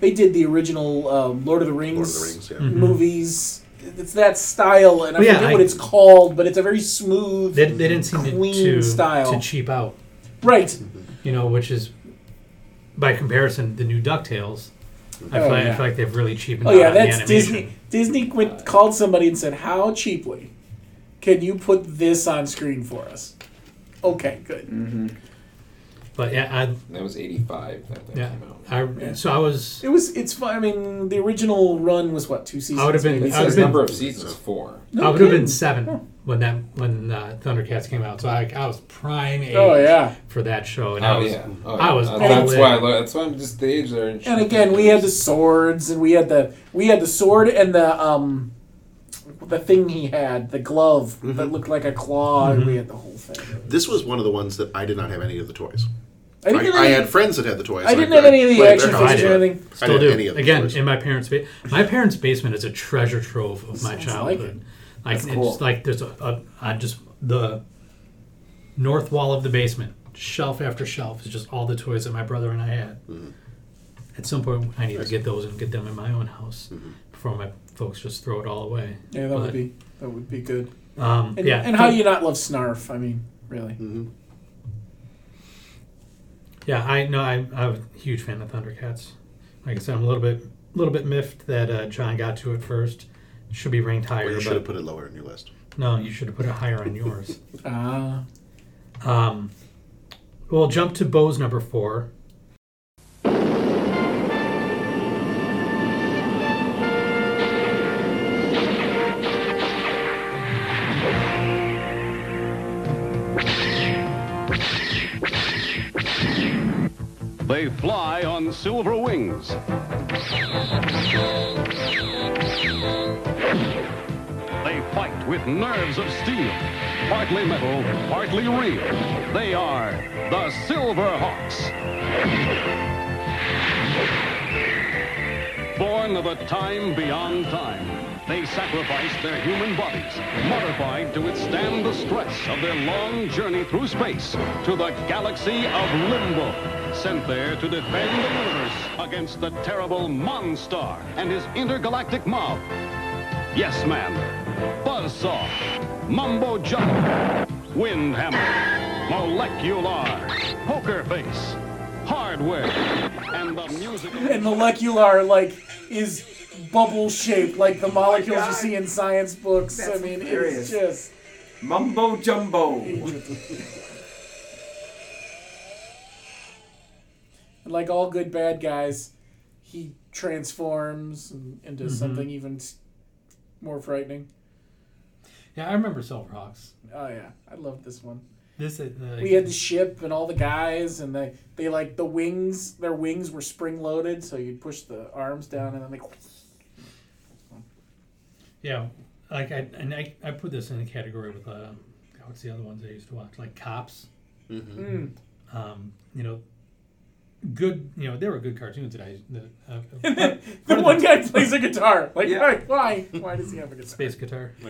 they did the original um, Lord of the Rings, Mm-hmm.
Rings, yeah.
Mhm.
movies. It's that style, and I
Well, yeah,
forget
I-
what it's called, but it's a very smooth,
They, they didn't seem to,
clean
to,
style.
to cheap out,
right?
you know, which is by comparison, the new DuckTales. I,
Oh,
feel, I
yeah.
feel like they've really cheapened
Oh
out
yeah,
on the
that's
animation.
Disney. Disney went, called somebody and said, "How cheaply Mm. can you put this on screen for us?" Okay, good.
But yeah, I
that was eighty five that, that
yeah,
came out.
I, so I was.
It was. It's. fun- I mean, the original run was what two seasons?
I would have been.
maybe?
I would have been I would have
kidding.
been seven when that when uh, Thundercats came out. So I, I was prime age.
Oh, yeah.
For that show, and
Oh,
I was
yeah. Oh,
I was
yeah. That's
all
why I
in.
lo- that's why I'm just the age there. And, shit.
And again, we had the swords, and we had the we had the sword and the um, the thing he had, the glove
Mm-hmm.
that looked like a claw, and we had the whole thing.
Mm-hmm.
This was one of the ones that I did not have any of the toys.
I
I,
didn't have
I
any-
had friends that had the toys.
I
and
didn't have any of the
played at
action
their
figures
house,
or
but
anything.
I
Still
didn't
do
have any of the
again
toys.
in my parents' ba- my parents' basement is a treasure trove of my
Sounds like
childhood.
it.
Like
That's
it's
cool.
like there's a, a I just the north wall of the basement, shelf after shelf is just all the toys that my brother and I had.
Mm-hmm.
At some point, I need to get those and get them in my own house
Mm-hmm.
before my folks just throw it all away.
Yeah, that
But-
would be that would be good.
Um,
and,
yeah.
and how do you not love Snarf? I mean, really.
Mm.
Yeah, I know. I, I'm a huge fan of Thundercats. Like I said, I'm a little bit, little bit miffed that uh, John got to it first. Should be ranked higher.
Or you
but-
should have put it lower in your list.
No, you should have put it higher on yours.
Ah.
Um, we'll jump to Bo's number four.
They fly on silver wings. They fight with nerves of steel, partly metal, partly real. They are the Silver Hawks. Born of a time beyond time, they sacrificed their human bodies, modified to withstand the stress of their long journey through space to the galaxy of Limbo, sent there to defend the universe against the terrible Monstar and his intergalactic mob. Yes Man, Buzzsaw, Mumbo Jumbo, Windhammer, Molecular, Poker Face, Hardware, and the musical...
And molecular like is bubble shaped, like the molecules you see in science books. I
Oh That's
mean,
hilarious.
it's just
Mumbo jumbo.
and like all good bad guys, he transforms and, into
Mhm.
something even s- more frightening.
Yeah, I remember Silverhawks.
Oh yeah, I loved this one.
This is, uh,
We had the ship and all the guys, and they they like the wings. Their wings were spring loaded, so you'd push the arms down, and then they.
Yeah, like I and I, I put this in a category with uh, what's the other ones I used to watch, like Cops.
Mm.
Um, you know, good. You know, there were good cartoons that I. That, uh,
The
part of
one guy plays a guitar. Like,
Yeah.
why why? Why does he have a guitar?
Space guitar.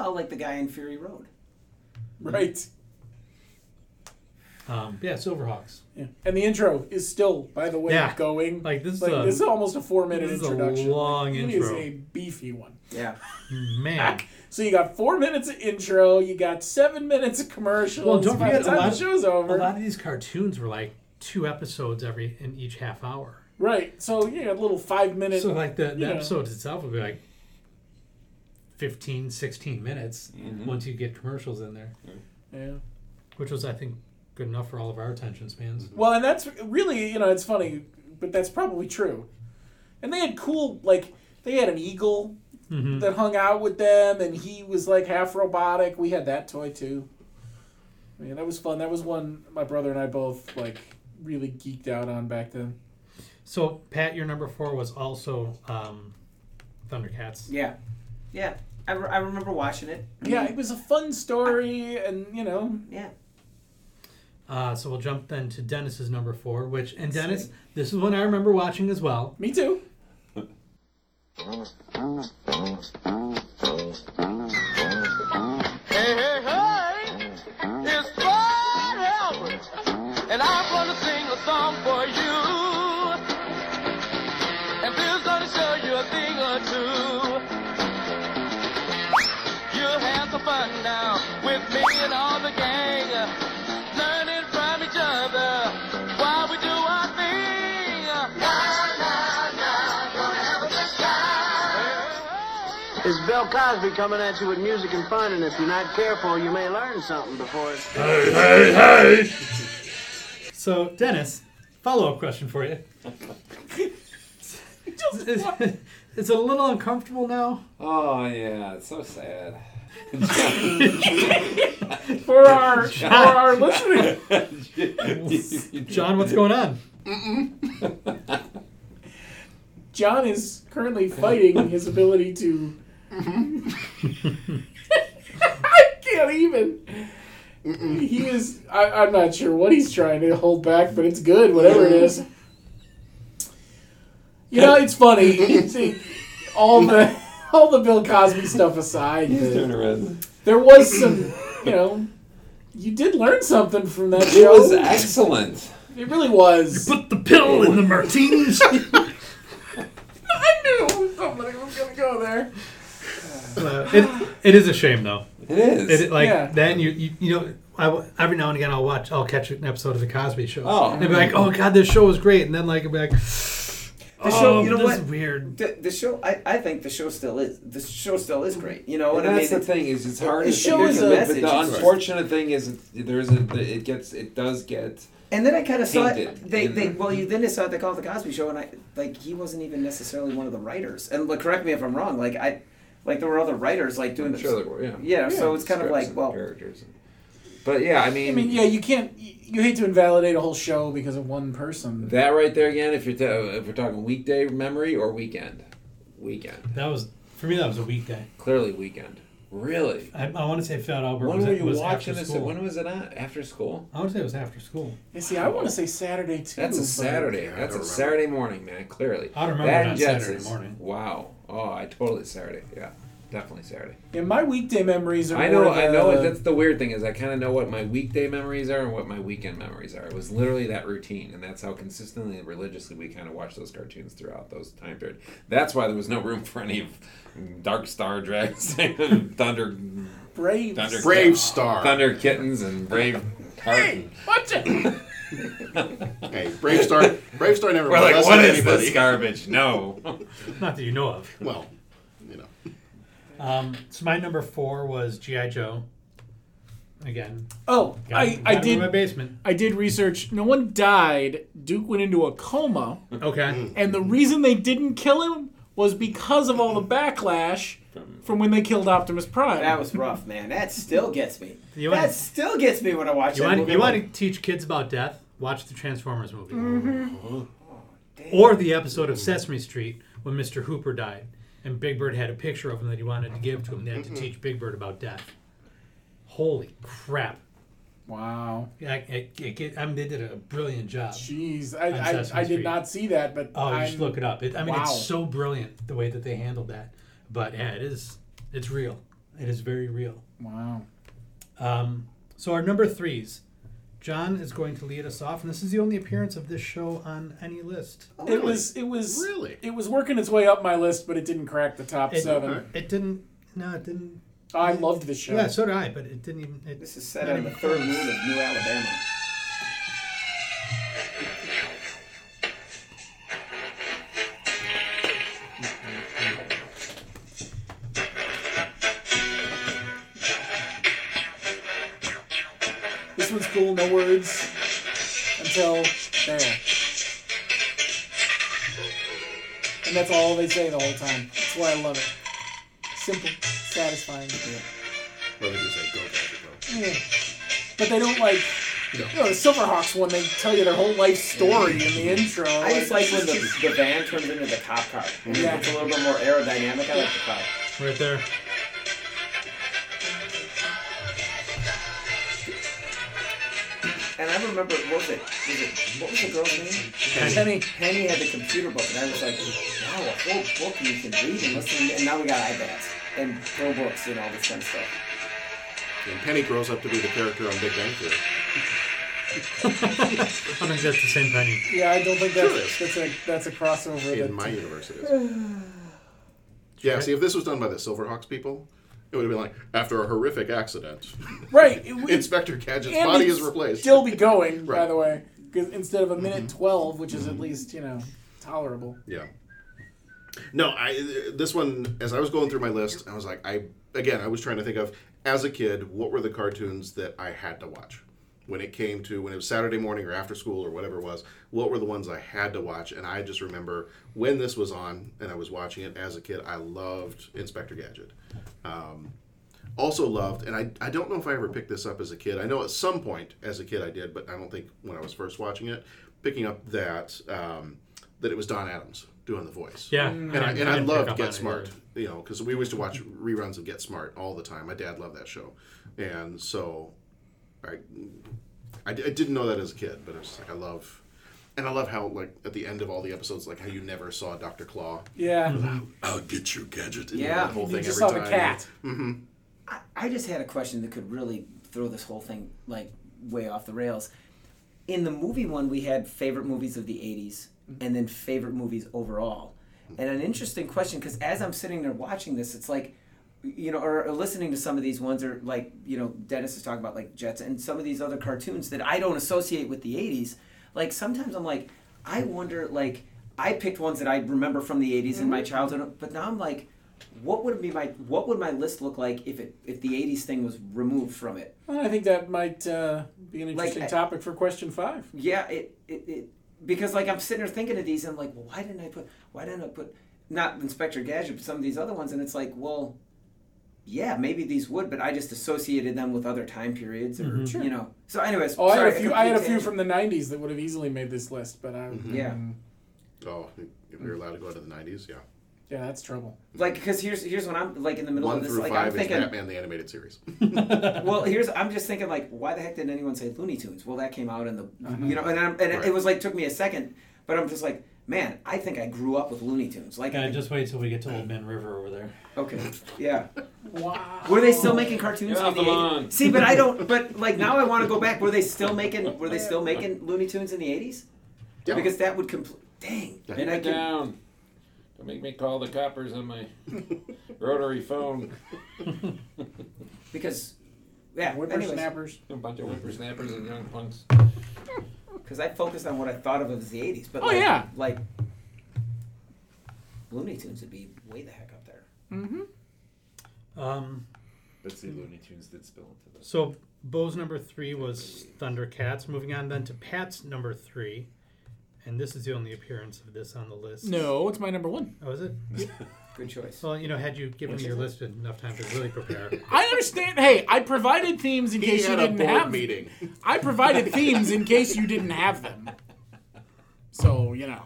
Oh, like the guy in Fury Road.
Right.
Um, yeah, Silverhawks.
Yeah. And the intro is still, by the way,
Yeah.
going.
Like, this is uh, a-
this is almost a four minute
this is a
introduction.
long
Like,
intro.
It is a beefy one.
Yeah.
Man.
So you got four minutes of intro. You got seven minutes of commercials.
Well, don't
by
forget
the
a
time
lot,
the show's over.
a lot of these cartoons were like two episodes every in each half hour.
Right. So you got a little five minute.
so like the,
you
the
know.
episode itself would be like 15, 16 minutes once you get commercials in there,
Yeah.
which was I think good enough for all of our attention spans.
Well, and that's really, you know, it's funny, but that's probably true. And they had cool, like, they had an eagle
Mhm.
that hung out with them, and he was, like, half robotic. We had that toy, too. I mean, that was fun. That was one my brother and I both, like, really geeked out on back then.
So Pat, your number four was also um, Thundercats.
Yeah. Yeah. I, re- I remember watching it.
Yeah, it was a fun story, and, you know.
Yeah.
Uh, so we'll jump then to Dennis's number four, which and Dennis, this is one I remember watching as well.
Me too.
Hey, hey, hey! It's Fred Albert, and I'm gonna sing a song for you. And Phil's gonna show you a thing or two. You'll have some fun now with me and all the gang, learning from each other while we do our thing. Nah, nah, nah, gonna have a good time.
It's Bill Cosby coming at you with music and fun, and if you're not careful, you may learn something before it's.
hey, hey!
So, Dennis, follow up question for you. is, is it a little uncomfortable now?
Oh yeah, it's so sad.
for our for our listening.
John, what's going on?
John is currently fighting his ability to.
Mm-hmm.
I can't even. He is. I, I'm not sure what he's trying to hold back, but it's good, whatever it is. You know, it's funny. See, all the all the Bill Cosby stuff aside,
He's
the-
doing a res-
there was some. You know, you did learn something from that
It
show.
was excellent.
It really was. You
put the pill in the martinis.
I knew somebody was gonna go there.
Uh, it, it is a shame though.
It is.
It, like
Yeah.
then you, you you know I w- every now and again I'll watch I'll catch an episode of the Cosby Show.
Oh.
and be like, oh god, this show was great, and then like I'll be like,
The show,
"Oh,
you know
this
what?
is weird.
The, the show, I, I think the show still is. The show still is great. You know,
And
and
that's
I mean,
the thing is it's
it-
hard
The
to
show
think
is
of
a
it, but
message.
the
It's-
unfortunate thing is it- there's a it gets it does get
And then I kind of saw it.
Tainted,
They,
you
they,
know?
well, you then I saw it. They called it the Cosby Show, and I like he wasn't even necessarily one of the writers. And look, correct me if I'm wrong. Like I, like there were other writers like doing
I'm
the
sure there were, yeah.
So
Yeah,
it's kind of
scripts
like
and
well,
characters. But yeah, I mean,
I mean, yeah, you can't. You you hate to invalidate a whole show because of one person.
that right there again. If you're ta- if we're talking weekday memory or weekend, weekend
That was for me. That was a weekday.
clearly weekend. Really,
I, I want to say Fat Albert.
when
was,
were you
was
watching
after
this?
School.
When was it on? After school?
I want to say it was after school.
You see, I want to say Saturday too.
That's a
but-
Saturday. That's
I
a
don't remember.
Saturday morning, man. Clearly,
I remember
That
it on
and
Saturday
Jetsons.
morning.
Wow. Oh, I totally Saturday. Yeah, definitely Saturday.
Yeah, my weekday memories are.
I know,
more
I know.
the-
it that's the weird thing is, I kind of know what my weekday memories are and what my weekend memories are. It was literally that routine, and that's how consistently and religiously we kind of watched those cartoons throughout those time period. That's why there was no room for any of Dark Star Dragons, Thunder,
Brave,
Thunder,
Brave Star.
Thunder Kittens, and Brave Heart. and-
Watch it.
Hey, Brave Star. Brave Star never.
We're like,
molested
what is
anybody.
this garbage? No.
Not that you know of.
Well,
Um, so my number four was GI Joe. Again.
Oh,
Got
I,
him-
I
got him
did
in my basement.
I did research. No one died. Duke went into a coma,
Okay.
and the reason they didn't kill him was because of all the backlash from when they killed Optimus Prime.
that was rough, man. That still gets me.
You
that
want-
still gets me when I watch
You
that
want
movie.
you want to teach kids about death? Watch the Transformers movie.
Mm-hmm.
Or the episode of Sesame Street when Mr. Hooper died and Big Bird had a picture of him that he wanted to give to him. They had to teach Big Bird about death. Holy crap!
wow.
I, I, I get- I mean, they did a brilliant job.
Jeez,
On
I, I,
Sesame
I did
Street.
not see that, but
Oh, you
I'm-
just look it up. It, I mean,
Wow.
it's so brilliant the way that they handled that. But yeah, it is. It's real. It is very real.
Wow.
Um, so our number threes. John is going to lead us off, and this is the only appearance of this show on any list.
It was it was really it was working its way up my list, but it didn't crack the top
It,
seven.
it didn't. No, it didn't.
I loved the show.
Yeah, so did I, but it didn't even. It,
This is set on the third moon of New Alabama.
This one's cool, no words until there. And that's all they say the whole time. That's why I love it. Simple, satisfying.
well, they do say go Badger, go.
Yeah. But they don't like.
No.
You know, the Silverhawks one, they tell you their whole life story in the intro.
I just like when the,
this is-
the van turns into the cop car.
Yeah.
It's a little bit more aerodynamic. I like the car.
Right there.
And I remember, what was it? Was it what was the girl's name?
Penny.
Penny.
Penny had the computer book, and I was like, wow, a whole book you can read and listen. And now we got iPads and Pro books and all this kind of stuff.
And Penny grows up to be the character on Big Bang Theory.
I think that's the same penny.
yeah, I don't think
Sure it
that's,
is.
that's, a, that's a crossover. that-
In my universe, it is. Yeah, see, if this was done by the Silverhawks people, it would have been like, after a horrific accident,
right. it- it-
Inspector Gadget's
and
body
it'd
is replaced.
Still be going, by
Right. Mm-hmm.
the way, 'cause instead of a minute twelve, which is at least you know tolerable.
Yeah. No, I this one as I was going through my list, I was like, I again, I was trying to think of as a kid, what were the cartoons that I had to watch? when it came to when it was Saturday morning or after school or whatever it was, what were the ones I had to watch? And I just remember when this was on and I was watching it as a kid, I loved Inspector Gadget. Um, also loved, and I, I don't know if I ever picked this up as a kid. I know at some point as a kid I did, but I don't think when I was first watching it, picking up that um, that it was Don Adams doing the voice.
Yeah.
and
I
I,
didn't-
and
I
I
didn't pick
loved
up on
Get
it
Smart, you know, because we used to watch reruns of Get Smart all the time. My dad loved that show, and so I I, d- I didn't know that as a kid, but it's like I love. And I love how, like, at the end of all the episodes, like how you never saw Doctor Claw.
Yeah.
I'll, I'll get you, gadget. You know,
Yeah.
that whole
You
thing
just
every
saw
time.
the cat.
Mm-hmm.
I, I just had a question that could really throw this whole thing like way off the rails. In the movie one, we had favorite movies of the '80s and then favorite movies overall. And an interesting question because as I'm sitting there watching this, it's like, you know, or, or listening to some of these ones, or like, you know, Dennis is talking about like Jets and some of these other cartoons that I don't associate with the '80s. Like sometimes I'm like, I wonder, like, I picked ones that I remember from the '80s in my childhood, but now I'm like, what would be my what would my list look like if it if the '80s thing was removed from it?
Well, I think that might uh, be an interesting
I-
topic for question five.
Yeah, it, it, it because like I'm sitting there thinking of these, and I'm like, well, why didn't I put why didn't I put not Inspector Gadget, but some of these other ones, and it's like, well, yeah, maybe these would, but I just associated them with other time periods, or
Mhm. Sure.
you know. So, anyways,
Oh, I had
sorry,
a few. I had a
complete
few
tangent.
from the '90s that would have easily made this list, but I.
Mm-hmm.
Yeah.
Oh, if we were allowed to go to the 90s, yeah.
Yeah, that's trouble.
Like, because here's here's when I'm like in the middle
One
of this,
through
like I'm
five
thinking,
is Batman the Animated Series.
well, here's I'm just thinking like, why the heck didn't anyone say Looney Tunes? Well, that came out in the
Uh-huh.
Mm-hmm.
you know, and, I'm, and
Right.
it was like took me a second, but I'm just like, man, I think I grew up with Looney Tunes. Like, I
Yeah,
think-
just wait till we get to Old Man River over there.
Okay. Yeah.
Wow.
Were they still making cartoons?
Get
in
off
the
the
80s?
lawn.
See, but I don't. But like now, I want to go back. Were they still making? Were they still making Looney Tunes in the eighties?
Yeah.
Because that would complete. Dang.
Take it down. Um, Don't make me call the coppers on my rotary phone.
because, yeah.
Whippersnappers.
A bunch of whippersnappers and young punks.
Because I focused on what I thought of as the eighties, but
Oh,
like,
yeah.
like Looney Tunes would be way the heck up there.
Mm-hmm.
Um,
But see, Looney Tunes did spill into this.
so Bo's number three was Thundercats. Moving on then to Pat's number three, and this is the only appearance of this on the list.
No, it's my number one.
Oh, is it?
Good choice.
Well, you know, had you given
Which
me your
is it?
list enough time to really prepare.
I understand. Hey, I provided themes in
He
case you
had a
didn't
board
have
meeting.
I provided themes in case you didn't have them. So you know.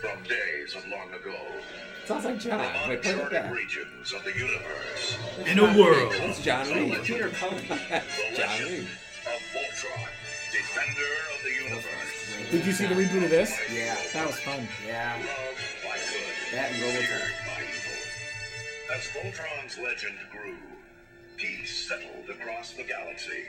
From days of long ago.
Sounds like John. Wait, play that
Uncharted
back.
regions of the universe.
In a world. That's John
The
Reed.
legend-
Peter Cullen.
the
John
legend
Reed.
Of Voltron, defender of the universe.
Did you see the reboot of this?
Yeah.
That was fun.
Yeah. That and Robotron.
As Voltron's legend grew, peace settled across the galaxy.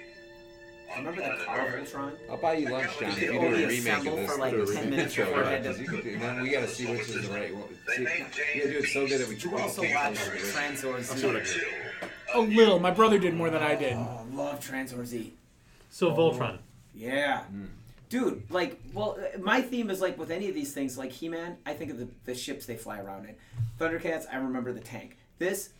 On
Remember the
planet
car
Earth,
Voltron?
I'll buy you lunch, John. If you do a
Only
remake of
assemble
this,
for, like,
do a
10
remake
minutes
of it,
before it had
because
to-
you could do- Then we got to see which is the right one. See, you gotta do it so good that we
You also watch Transor Z.
A little. My brother did more than I did.
Oh, love Transor Z.
So Voltron.
Yeah.
Hmm.
Dude, like, well, uh, my theme is like with any of these things, like He Man, I think of the, the ships they fly around in. Thundercats, I remember the tank. This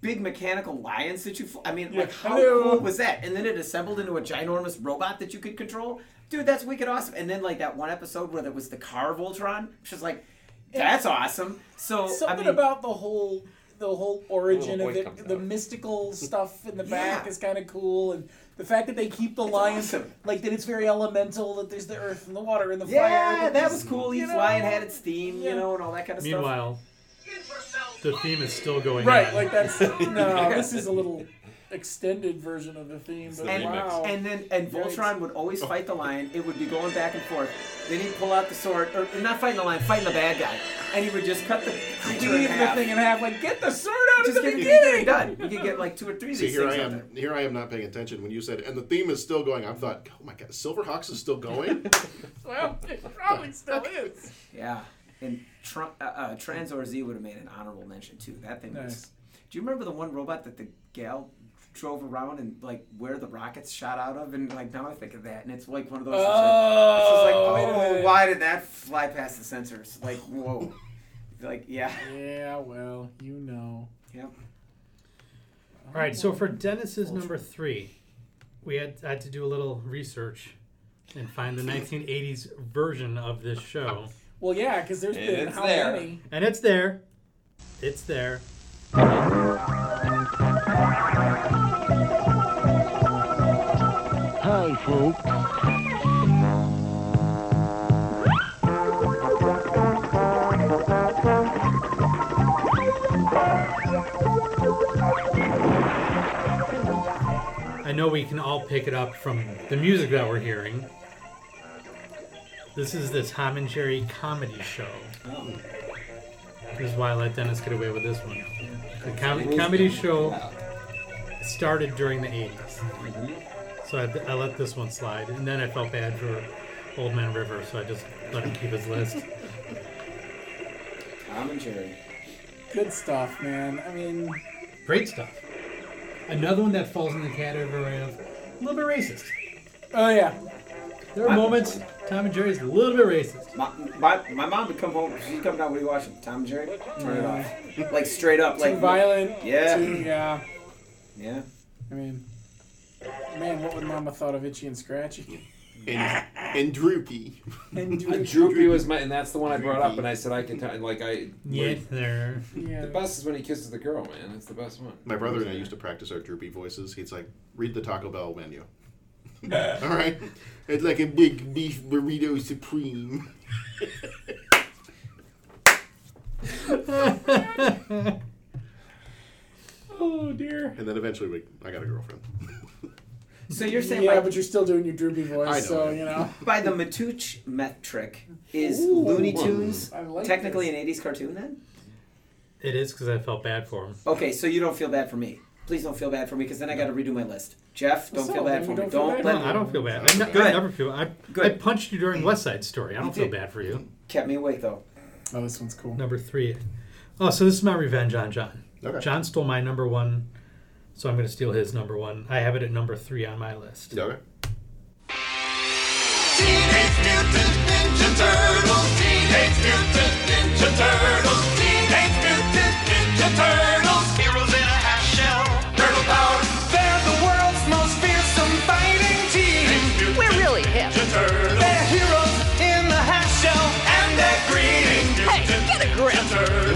big mechanical lions that you, fl- I mean, like, how
Hello.
cool was that? And then it assembled into a ginormous robot that you could control. Dude, that's wicked awesome. And then, like, that one episode where there was the car Voltron, which is like, that's awesome. So,
Something
I mean,
about the whole the whole origin
Little
of
boy
it,
comes
the mystical stuff in the back
Yeah.
is kind of cool, and the fact that they keep the lions
awesome.
like that it's very elemental that there's the earth and the water and the fire.
yeah,
and
that was
this-
cool.
you
Each
know?
lion had its theme, you know, and all that kind of stuff.
Meanwhile, the theme is still going
Right,
on.
like that's no. This is a little extended version of the theme, but
and,
wow.
and then and
Yikes.
Voltron would
Oh.
always fight the lion. It would be going back and forth. Then he'd pull out the sword, or not fighting the lion, fighting the bad guy, and he would just cut the creature in
leave the
half.
thing in half. Like get the sword out
Just
at the
get it- get it
beginning.
done. You could get like two or three of
See,
these
here
things
I
out
am. Here I am not paying attention when you said, and the theme is still going. I thought, oh my god, Silverhawks is still going.
Well, it probably still is.
there. Yeah, and Tr- uh, uh, Transor Z would have made an honorable mention too. That thing was.
Nice.
Do you remember the one robot that the gal? Drove around and like where the rockets shot out of, and like now I think of that, and it's like one of those. it's like-
Oh,
it's just
wait a
like, oh,
minute.
why did that fly past the sensors? Like, whoa, like yeah.
Yeah, well, you know.
Yep.
All right, so for Dennis's number three, we had, had to do a little research and find the 1980s version of this show.
Well, yeah, because there's
And
been
it's
how
there.
many?
And it's there. It's there.
Hi, folks.
I know we can all pick it up from the music that we're hearing. This is this Tom and Jerry comedy show. This is why I let Dennis get away with this one. The com- comedy show started during the 80s. So I, I let this one slide. And then I felt bad for Old Man River, so I just let him keep his list.
Tom and Jerry.
Good stuff, man. I mean,
Great stuff. Another one that falls in the category of a little bit racist.
Oh, yeah.
There are moments Tom and Jerry's a little bit racist.
My, my, my mom would come home. She'd come down. What are you watching? Tom and Jerry. Turn it off. Like straight up.
Too
like
violent,
Yeah.
too- yeah.
Yeah.
I mean, man, what would Mama thought of Itchy and Scratchy?
And, and droopy.
And
droopy, was my, and that's the one I brought up, and I said I can tell. Like I,
Yeah, there.
Yeah.
The best is when he kisses the girl, man. It's the best one.
My brother and I used to practice our droopy voices. He's like, read the Taco Bell menu. All right. It's like a big beef burrito supreme.
oh dear.
And then eventually we, I got a girlfriend.
So you're saying
yeah,
by-
but you're still doing your droopy voice,
I know.
so you know.
By the Matuch metric, is
Ooh.
Looney Tunes
I like
technically
this.
an '80s cartoon then?
It is because I felt bad for him.
Okay, so you don't feel bad for me. Please don't feel bad for me, because then I got to redo my list. Jeff, don't
So,
feel bad
then
for
you
me.
don't feel
Don't
bad?
let
No, I don't feel bad. I ne-
Good.
I never feel- I- I punched you during West Side Story. I don't feel bad for you.
Kept me awake though.
Oh, this one's cool.
Number three. Oh, so this is my revenge on John.
Okay.
John stole my number one, so I'm going to steal his number one. I have it at number three on my list.
Okay.
Teenage Mutant Ninja Turtles. Teenage Mutant Ninja Turtles. Teenage Mutant Ninja Turtles. Heroes in a half shell. Turtle power. They're the world's most fearsome fighting team. We're really hip. They're heroes in the half shell, and they're green. Hey, get a grip.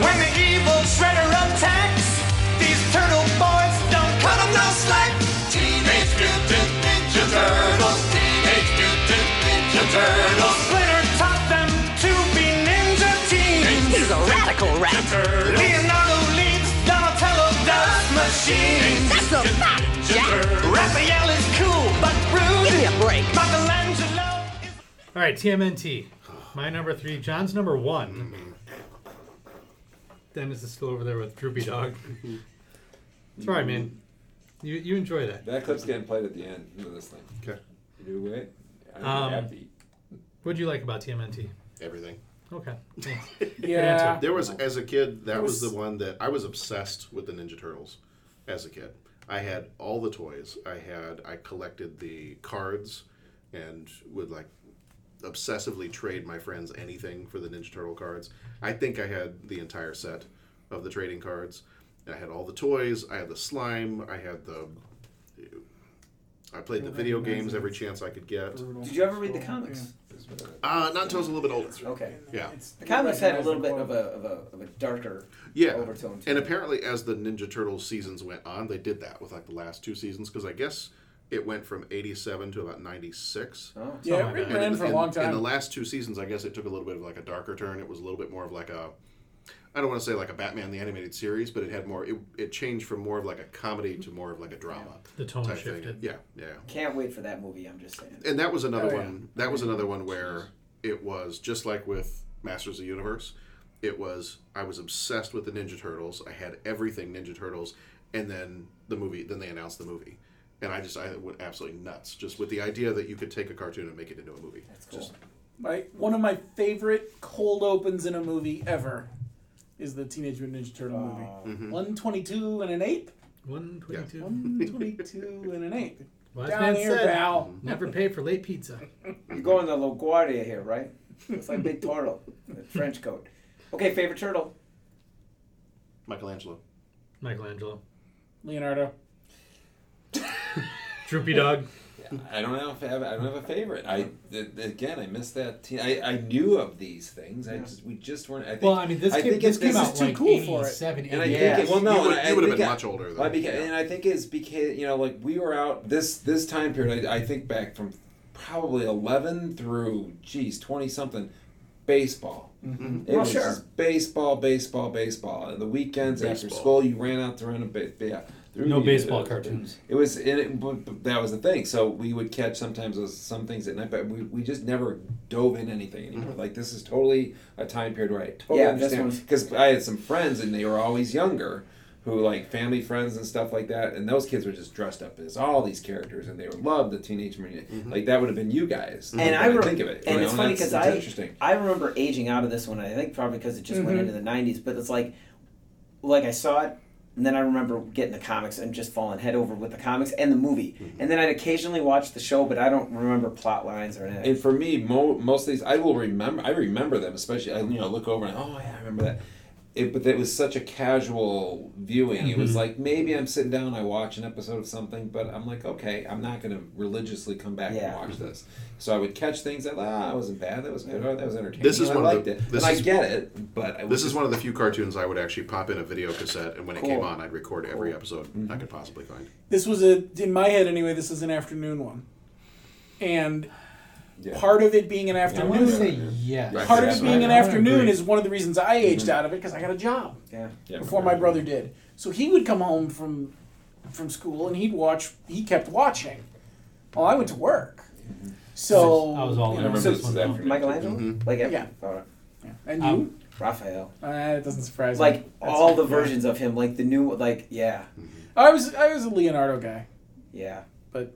When the evil Shredder attacks, these turtle boys don't cut 'em no slack. Teenage Mutant Ninja Turtles. Teenage Mutant Ninja Turtles. Splinter taught them to be ninja teens. He's a radical rat. Leonardo leads, Donatello does machines. That's a fact, Jack. Raphael is cool, but rude. Give me a break. Michelangelo.
All right, TMNT. My number three, John's number one. Dennis is still over there with Droopy Dog. it's all right, man. You, you enjoy that.
That clip's getting played at the end of this thing.
Okay.
You do it. I'm
Um,
happy.
What'd you like about TMNT?
Everything.
Okay. thanks. Good
Yeah.
answer.
There was as a kid that
There
was,
was-
the one that I was obsessed with the Ninja Turtles as a kid. I had all the toys. I had I collected the cards and would like obsessively trade my friends anything for the Ninja Turtle cards. I think I had the entire set of the trading cards. And I had all the toys. I had the slime. I had the I played the video games every chance I could get.
Did you ever read the comics?
Uh, not until I was a little bit older.
Okay.
Yeah.
The comics had a little bit of a, of a, of a darker
yeah.
overtone. to
And
it.
apparently, as the Ninja Turtles seasons went on, they did that with like the last two seasons because I guess it went from '87 to about '96.
Oh.
Yeah, it Something like that. ran
And
for a long
In
time.
the last two seasons, I guess it took a little bit of like a darker turn. It was a little bit more of like a I don't want to say like a Batman the animated series, but it had more. It, it changed from more of like a comedy to more of like a drama.
The tone
type thing.
shifted.
Yeah, yeah
Can't wait for that movie. I'm just saying.
and that was another
Oh, yeah.
one that was another one where it was just like with masters of the universe it was i was obsessed with the ninja turtles i had everything ninja turtles and then the movie then they announced the movie and i just i went absolutely nuts just with the idea that you could take a cartoon and make it into a movie that's cool. just
My one of my favorite cold opens in a movie ever is the Teenage Mutant Ninja Turtle movie.
Mm-hmm.
Mhm.
One twenty two and an ape.
One twenty-two.
One twenty two and an ape.
Wise
Down
man
here,
said,
pal.
Never pay for late pizza.
You're going to LaGuardia here, right? It's like Big Turtle, the trench coat. Okay, favorite turtle.
michelangelo
Michelangelo.
Leonardo.
Droopy Dog.
I don't know if I, have, I don't have a favorite. I th- th- again, I missed that. Te- I I knew of these things. I just we just weren't. I think,
Well, I mean, this
I
came-
think
this
it-
came
is
out,
too
like,
cool for it.
87,
and I
88.
think it, well, no,
You would-
and I-
you
I
would have
think
been
I-
much older then.
Well, I beca- and I think it's because you know, like we were out this this time period. I, I think back from probably eleven through geez twenty something. Baseball.
Mhm.
It
Well,
was
sure.
just baseball, baseball, baseball. And the weekends after
Baseball.
school, you ran out to run a ba- yeah. through
No
the-
baseball cartoons.
it was, and it, but, but that was the thing. So we would catch sometimes those, some things at night, but we, we just never dove in anything anymore. Like this is totally a time period where I totally
Yeah, this
understand because I had some friends and they were always younger, who like family friends and stuff like that, and those kids were just dressed up as all these characters, and they would love the Teenage Mutant. Like that would have been you guys.
And
when
I, re-
think of it, you
and
know,
it's funny
that's-
because
that's
I
interesting.
I remember aging out of this one. I think probably because it just went
Mhm.
into the '90s. But it's like, like I saw it, and then I remember getting the comics and just falling head over with the comics and the movie.
Mm-hmm.
And then I'd occasionally watch the show, but I don't remember plot lines or anything.
And for me, mo- most of these I will remember. I remember them, especially I you know look over and oh yeah, I remember that. It, but it was such a casual viewing. It was
Mhm.
like maybe I'm sitting down, I watch an episode of something, but I'm like, okay, I'm not going to religiously come back
Yeah.
and watch this. So I would catch things that ah, that wasn't bad, that was good, or that was entertaining.
This is
and I
one of
liked
the-
it.
this
and
is-
I get it, but I
This is
just-
one of the few cartoons I would actually pop in a video cassette, and when it came
Cool.
on, I'd record every episode I could possibly find.
This was a in my head anyway. This is an afternoon one, and
Yeah.
part of it being an
I
afternoon.
wanna say yes. Right,
Part of
that's
it being
right.
an
I
afternoon
agree.
is one of the reasons I aged out of it because I got a job.
Yeah.
Yeah.
Before my brother did, so he would come home from from school and he'd watch. He kept watching. Well, I went to work, so
I was all
you know,
in. I remember
so-
this one now.
Michelangelo,
Mm-hmm.
like every,
Yeah.
all right.
And you? Um,
Raphael.
Uh, it doesn't surprise me.
Like
That's
all
right.
the versions of him, like the new, like yeah,
Mm-hmm.
I was I was a Leonardo guy.
yeah.
But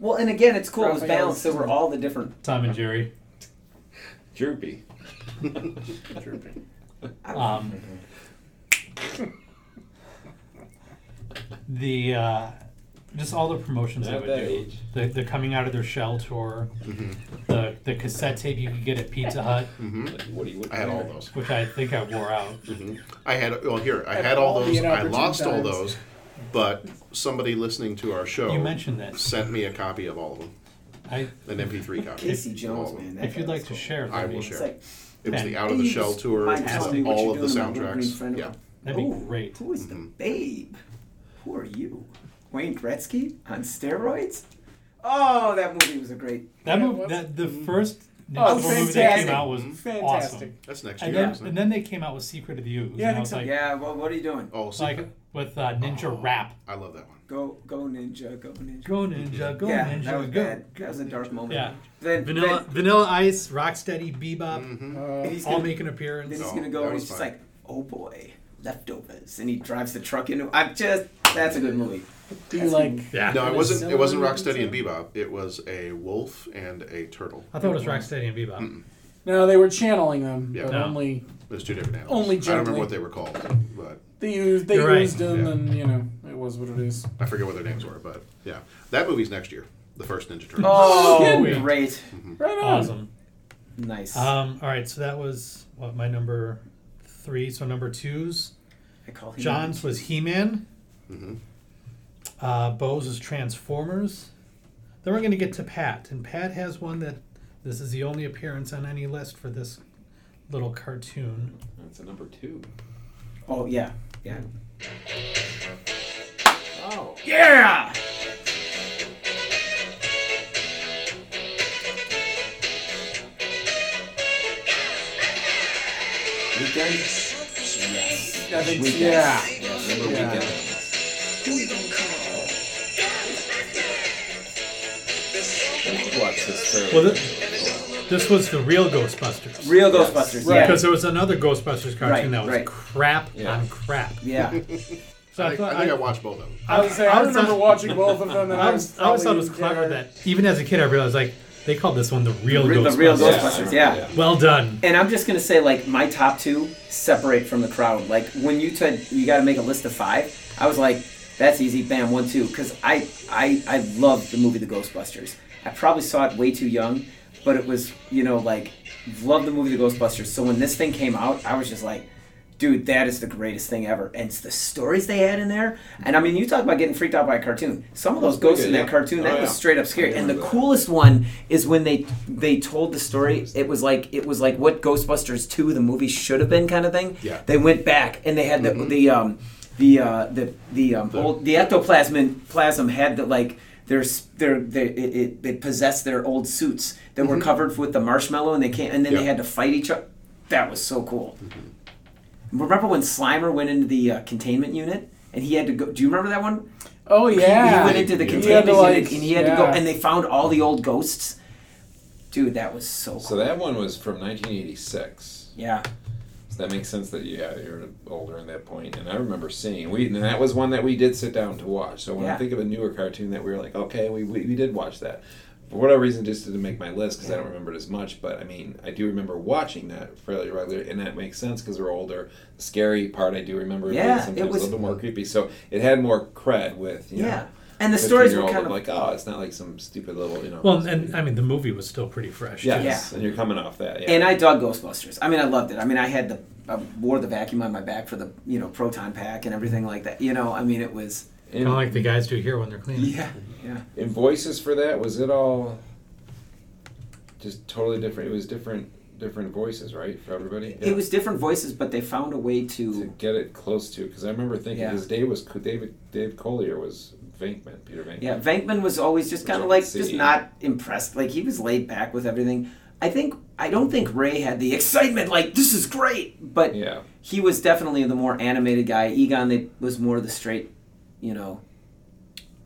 well, and again, it's cool. It was
Raphael's-
balanced over all the different.
Tom and Jerry.
Droopy.
Droopy.
Um, the uh, just all the promotions
Not
they would
that
do.
age.
The, the coming out of their shell tour, the the cassette tape you could get at Pizza Hut.
Like, what do you?
I had all those.
Which I think I wore out.
I had well here. I
At
had all
all the
those. I
inopportune
lost all
times.
those, but somebody listening to our show
You mentioned that.
sent me a copy of all of them.
I
an MP3 copy.
Casey
of
Jones,
all of them.
man, that
Oh, If you'd like to share,
I
that'd
will
be-
share.
It's like-
it was the
Ben,
Out of the
you
Shell
just
tour.
mind
It
tell
was
me what
all
you're
of the
doing, my little green
soundtracks.
friend
Yeah.
That'd be great. Mm-hmm.
Who is the babe? Who are you? Wayne Gretzky on steroids? Oh, that movie was a great.
That movie, that the first
Oh,
Ninja Turtle movie that came
fantastic. Mm-hmm.
out was
Fantastic.
awesome.
That's next
and
year,
Then,
isn't it?
and then they came out with Secret of the Ooze. and was Like,
yeah. Well, what are you doing?
Oh,
like with uh, Ninja Rap.
I love that one.
Go, go, ninja, go, ninja.
Go ninja, go
yeah,
ninja,
that was
go.
bad. That was a dark moment.
Yeah.
Then,
Vanilla Vanilla Ice, Rocksteady, Bebop,
then he's
all
gonna-
make an appearance.
Then he's gonna go and he's just like, oh boy, leftovers, and he drives the truck into. I just. That's a good movie.
Do
That's a good movie.
No, it wasn't. It wasn't Rocksteady and Bebop. It was a wolf and a turtle.
I thought it was Rocksteady and Bebop.
No, they were channeling them, but
No.
only
There's two different animals.
Only
I don't remember
gently.
what they were called, but
they used they
You're right.
used them,
Yeah.
and you know it was what it is.
I forget what their names were. But yeah, that movie's next year. The first Ninja Turtles.
Oh,
Sweet.
great.
Right on.
Awesome.
Nice.
Um, all right, so that was what my number three. So number twos.
I call him
John's was He Man. Uh, Bo's is Transformers. Then we're going to get to Pat, and Pat has one that this is the only appearance on any list for this little cartoon.
That's a number two.
Oh yeah, yeah.
Oh.
Yeah.
Weekend.
Yes.
I think-
Weekend.
yeah.
Remember
Yeah.
Weekend? Watch this third.
Well, this, this was the real Ghostbusters.
Real Ghostbusters, yeah.
Because there was another Ghostbusters
Right,
cartoon that was
right.
crap
Yeah.
on crap.
Yeah.
So I, thought,
I think I watched both of them.
I would say I,
always
remember
thought-
watching both of them, and
I always, I always thought it was
probably
clever that even as a kid I realized like they called this one the real
Re-
Ghostbusters.
the real Ghostbusters, yeah.
Well done.
And I'm just gonna say, like, my top two separate from the crowd. Like, when you said you got to make a list of five, I was like, that's easy, bam, one, two. Because I, I, I loved the movie The Ghostbusters. I probably saw it way too young, but it was, you know, like, loved the movie The Ghostbusters. So when this thing came out, I was just like, dude, that is the greatest thing ever. And it's the stories they had in there. And I mean, you talk about getting freaked out by a cartoon. Some of those ghosts in that cartoon, that was straight up scary. And the coolest one is when they they told the story. It was like it was like what Ghostbusters two, the movie should have been kind of thing.
Yeah.
They went back and they had the the um the uh, the the um, old the ectoplasm plasm had the like. Their, s- their, their, it, it, it possessed their old suits that were
Mm-hmm.
Mhm.
covered with the marshmallow, and they can't. And then they
Yeah.
had to fight each other. That was so cool.
Mm-hmm.
Remember when Slimer went into the uh, containment unit and he had to go? Do you remember that one?
Oh
He-
yeah.
he went into the
He had to,
containment unit
like-
and he had to go,
yeah.
and they found all the old ghosts. Dude, that was so. cool.
So that one was from 1986.
Yeah.
So that makes sense that yeah, you're older at that point. And I remember seeing we and that was one that we did sit down to watch. So when I
Yeah.
think of a newer cartoon that we were like, okay, we we, we did watch that. For whatever reason, it just didn't make my list because I don't remember it as much. But I mean, I do remember watching that fairly regularly, and that makes sense because we're older. The scary part I do remember being
Yeah, it
sometimes
was-
a little bit more creepy. So it had more cred with you
Yeah.
Know,
And the stories were
15-year-old
kind of-
like, oh, it's not like some stupid little, you know.
Well, and I mean, the movie was still pretty fresh. too.
yes, and you're coming off that. Yeah.
And I dug Ghostbusters. I mean, I loved it. I mean, I had the I wore the vacuum on my back for the you know proton pack and everything like that. You know, I mean, it was.
Kind of like the guys do here when they're cleaning.
Yeah, yeah.
And voices for that was it all just totally different? It was different, different voices, right, for everybody.
It was different voices, but they found a way to,
get it close to. Because I remember thinking
Yeah.
his Dave was David Dave Collier was Venkman, Peter Venkman.
Yeah, Venkman was always just
Which
kind
I
of like
could
just
see.
not impressed. Like he was laid back with everything. I think I don't think Ray had the excitement like this is great, but
yeah.
he was definitely the more animated guy. Egon they, was more the straight, you know.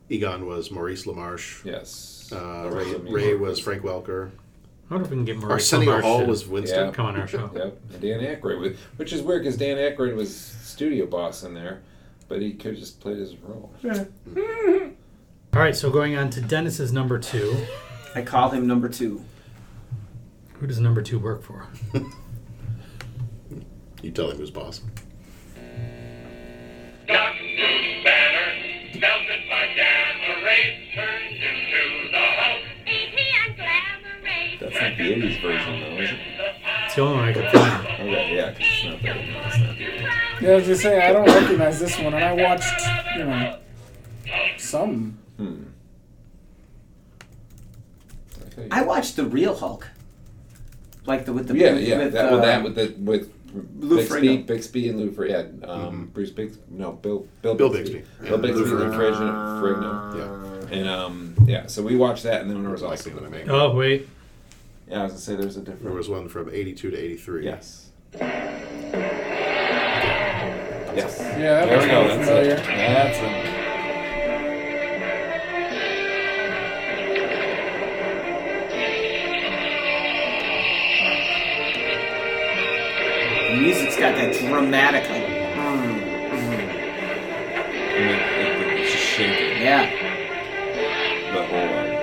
Egon was Maurice LaMarche.
Yes.
Uh, Ray, Ray was Frank Welker.
I wonder if we can get Maurice
Arsenio
LaMarche
Hall
to
was Winston.
come on our show.
yep. And Dan Aykroyd, was, which is weird because Dan Aykroyd was studio boss in there, but he could have just played his role.
All right, so going on to Dennis's number two.
I call him number two.
Who does number two work for?
You tell him who's boss.
That's not the '80s version, though, is it?
It's the only one I could find.
Okay, yeah, 'cause it's not that. It's not the
Yeah, I was just saying I don't recognize this one, and I watched you know some.
I watched the real Hulk, like the with the
yeah, yeah,
with,
that, with
uh,
that with the with
Lou
Bixby,
Ferrigno.
Bixby and Lou Ferrigno. Yeah, um, Bruce Bixby, no, Bill, Bill,
Bill
Bixby,
Bixby.
Bill
Yeah,
Bixby,
Lou
Lou
Ferrigno.
Ferrigno, yeah, and um, yeah. So we watched that, and then there was also
Oh wait,
yeah, I was gonna say there's a different.
There was one from 82 to 83.
Yes. Yes.
Yeah, that
there we
looks
go.
really
That's
familiar.
it. That's it.
The music's got that dramatic like. mm, mm.
It's just shaking
Yeah,
the whole.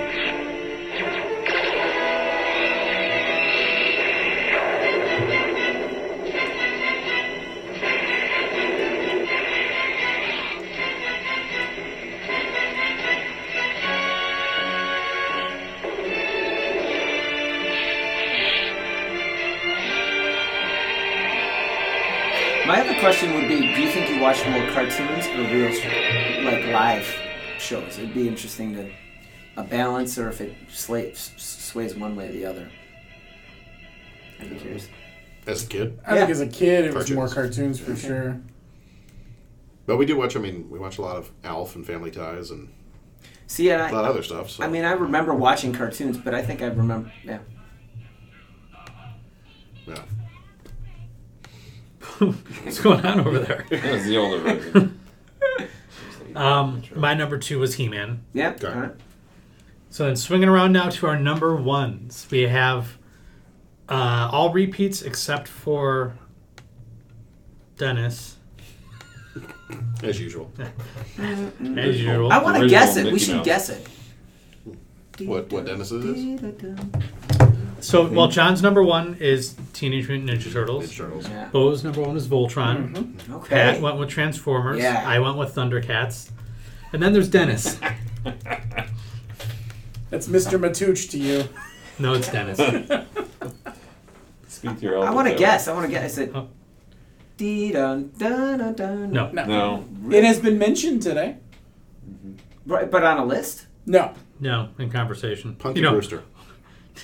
my other question would be: Do you think you watch more cartoons or real, sh- like live shows? It'd be interesting to a balance, or if it sla- s- sways one way or the other. I'd be curious.
As a kid.
I think as a kid it was more cartoons for
Okay.
sure.
But we do watch, I mean, we watch a lot of ALF and Family Ties and
See, and
a
I,
lot of other stuff. So.
I mean, I remember watching cartoons, but I think I remember. Yeah.
yeah.
what's going on over there?
That was the older version.
Um, my number two was He-Man.
Yeah.
So then swinging around now to our number ones, we have uh, all repeats except for Dennis.
As usual.
As usual.
I want to guess it. We should guess it.
What, what Dennis is this?
So, well, John's number one is Teenage Mutant Ninja Turtles. Mm-hmm. Ninja
Turtles.
Yeah.
Bo's number one is Voltron.
Okay.
Pat went with Transformers.
Yeah.
I went with Thundercats. And then there's Dennis.
That's Mr. Matooch to you.
no, it's Dennis.
Speak to your
I want to guess. I want to guess it. Dee dun dun dun dun.
No.
No.
It has been mentioned today.
Right, but on a list?
No.
No, in conversation.
Punky
you know,
Brewster.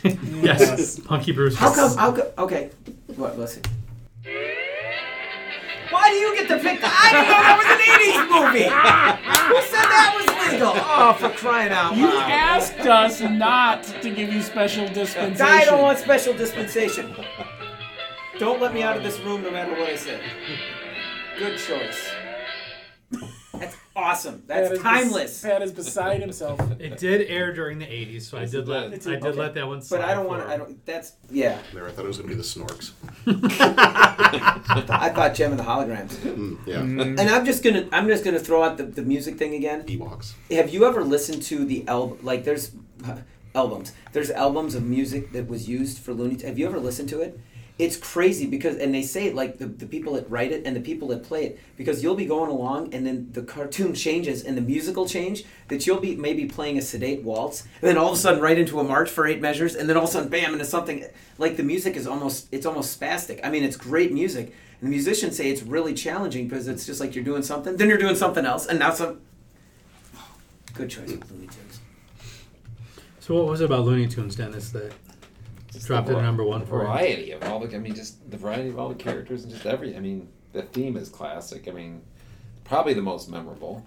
yes, Punky Brewster.
How come? How come? Okay. What? Let's see. Why do you get to pick the? I didn't know that was an '80s movie. Who said that was legal? Oh, for crying out
You
loud!
asked us not to give you special dispensation.
I don't want special dispensation. Don't let me out of this room, no matter what I say. Good choice. That's awesome. That's
Pat is bes-
timeless.
Pat is beside himself.
It did air during the '80s, so I did let I
It
did
did, okay.
let that one.
But
slide
I don't wanna-
for-
I don't- that's- yeah.
There, I thought it was going to be the Snorks.
I thought Gem of the Holograms.
yeah.
And I'm just gonna I'm just gonna throw out the, the music thing again.
Ewoks.
Have you ever listened to the album? Like there's albums. There's albums of music that was used for Looney. Tunes. Have you ever listened to it? It's crazy because and they say it like the, the people that write it and the people that play it because you'll be going along and then the cartoon changes and the musical change that you'll be maybe playing a sedate waltz and then all of a sudden right into a march for eight measures and then all of a sudden bam into something like the music is almost it's almost spastic. I mean it's great music. And the musicians say it's really challenging because it's just like you're doing something, then you're doing something else, and now some Good choice with Looney Tunes.
So what was it about Looney Tunes, Dennis? That dropped it at number one for you.
variety of all the. I mean, just the variety of all the characters and just every. I mean, the theme is classic. I mean, probably the most memorable.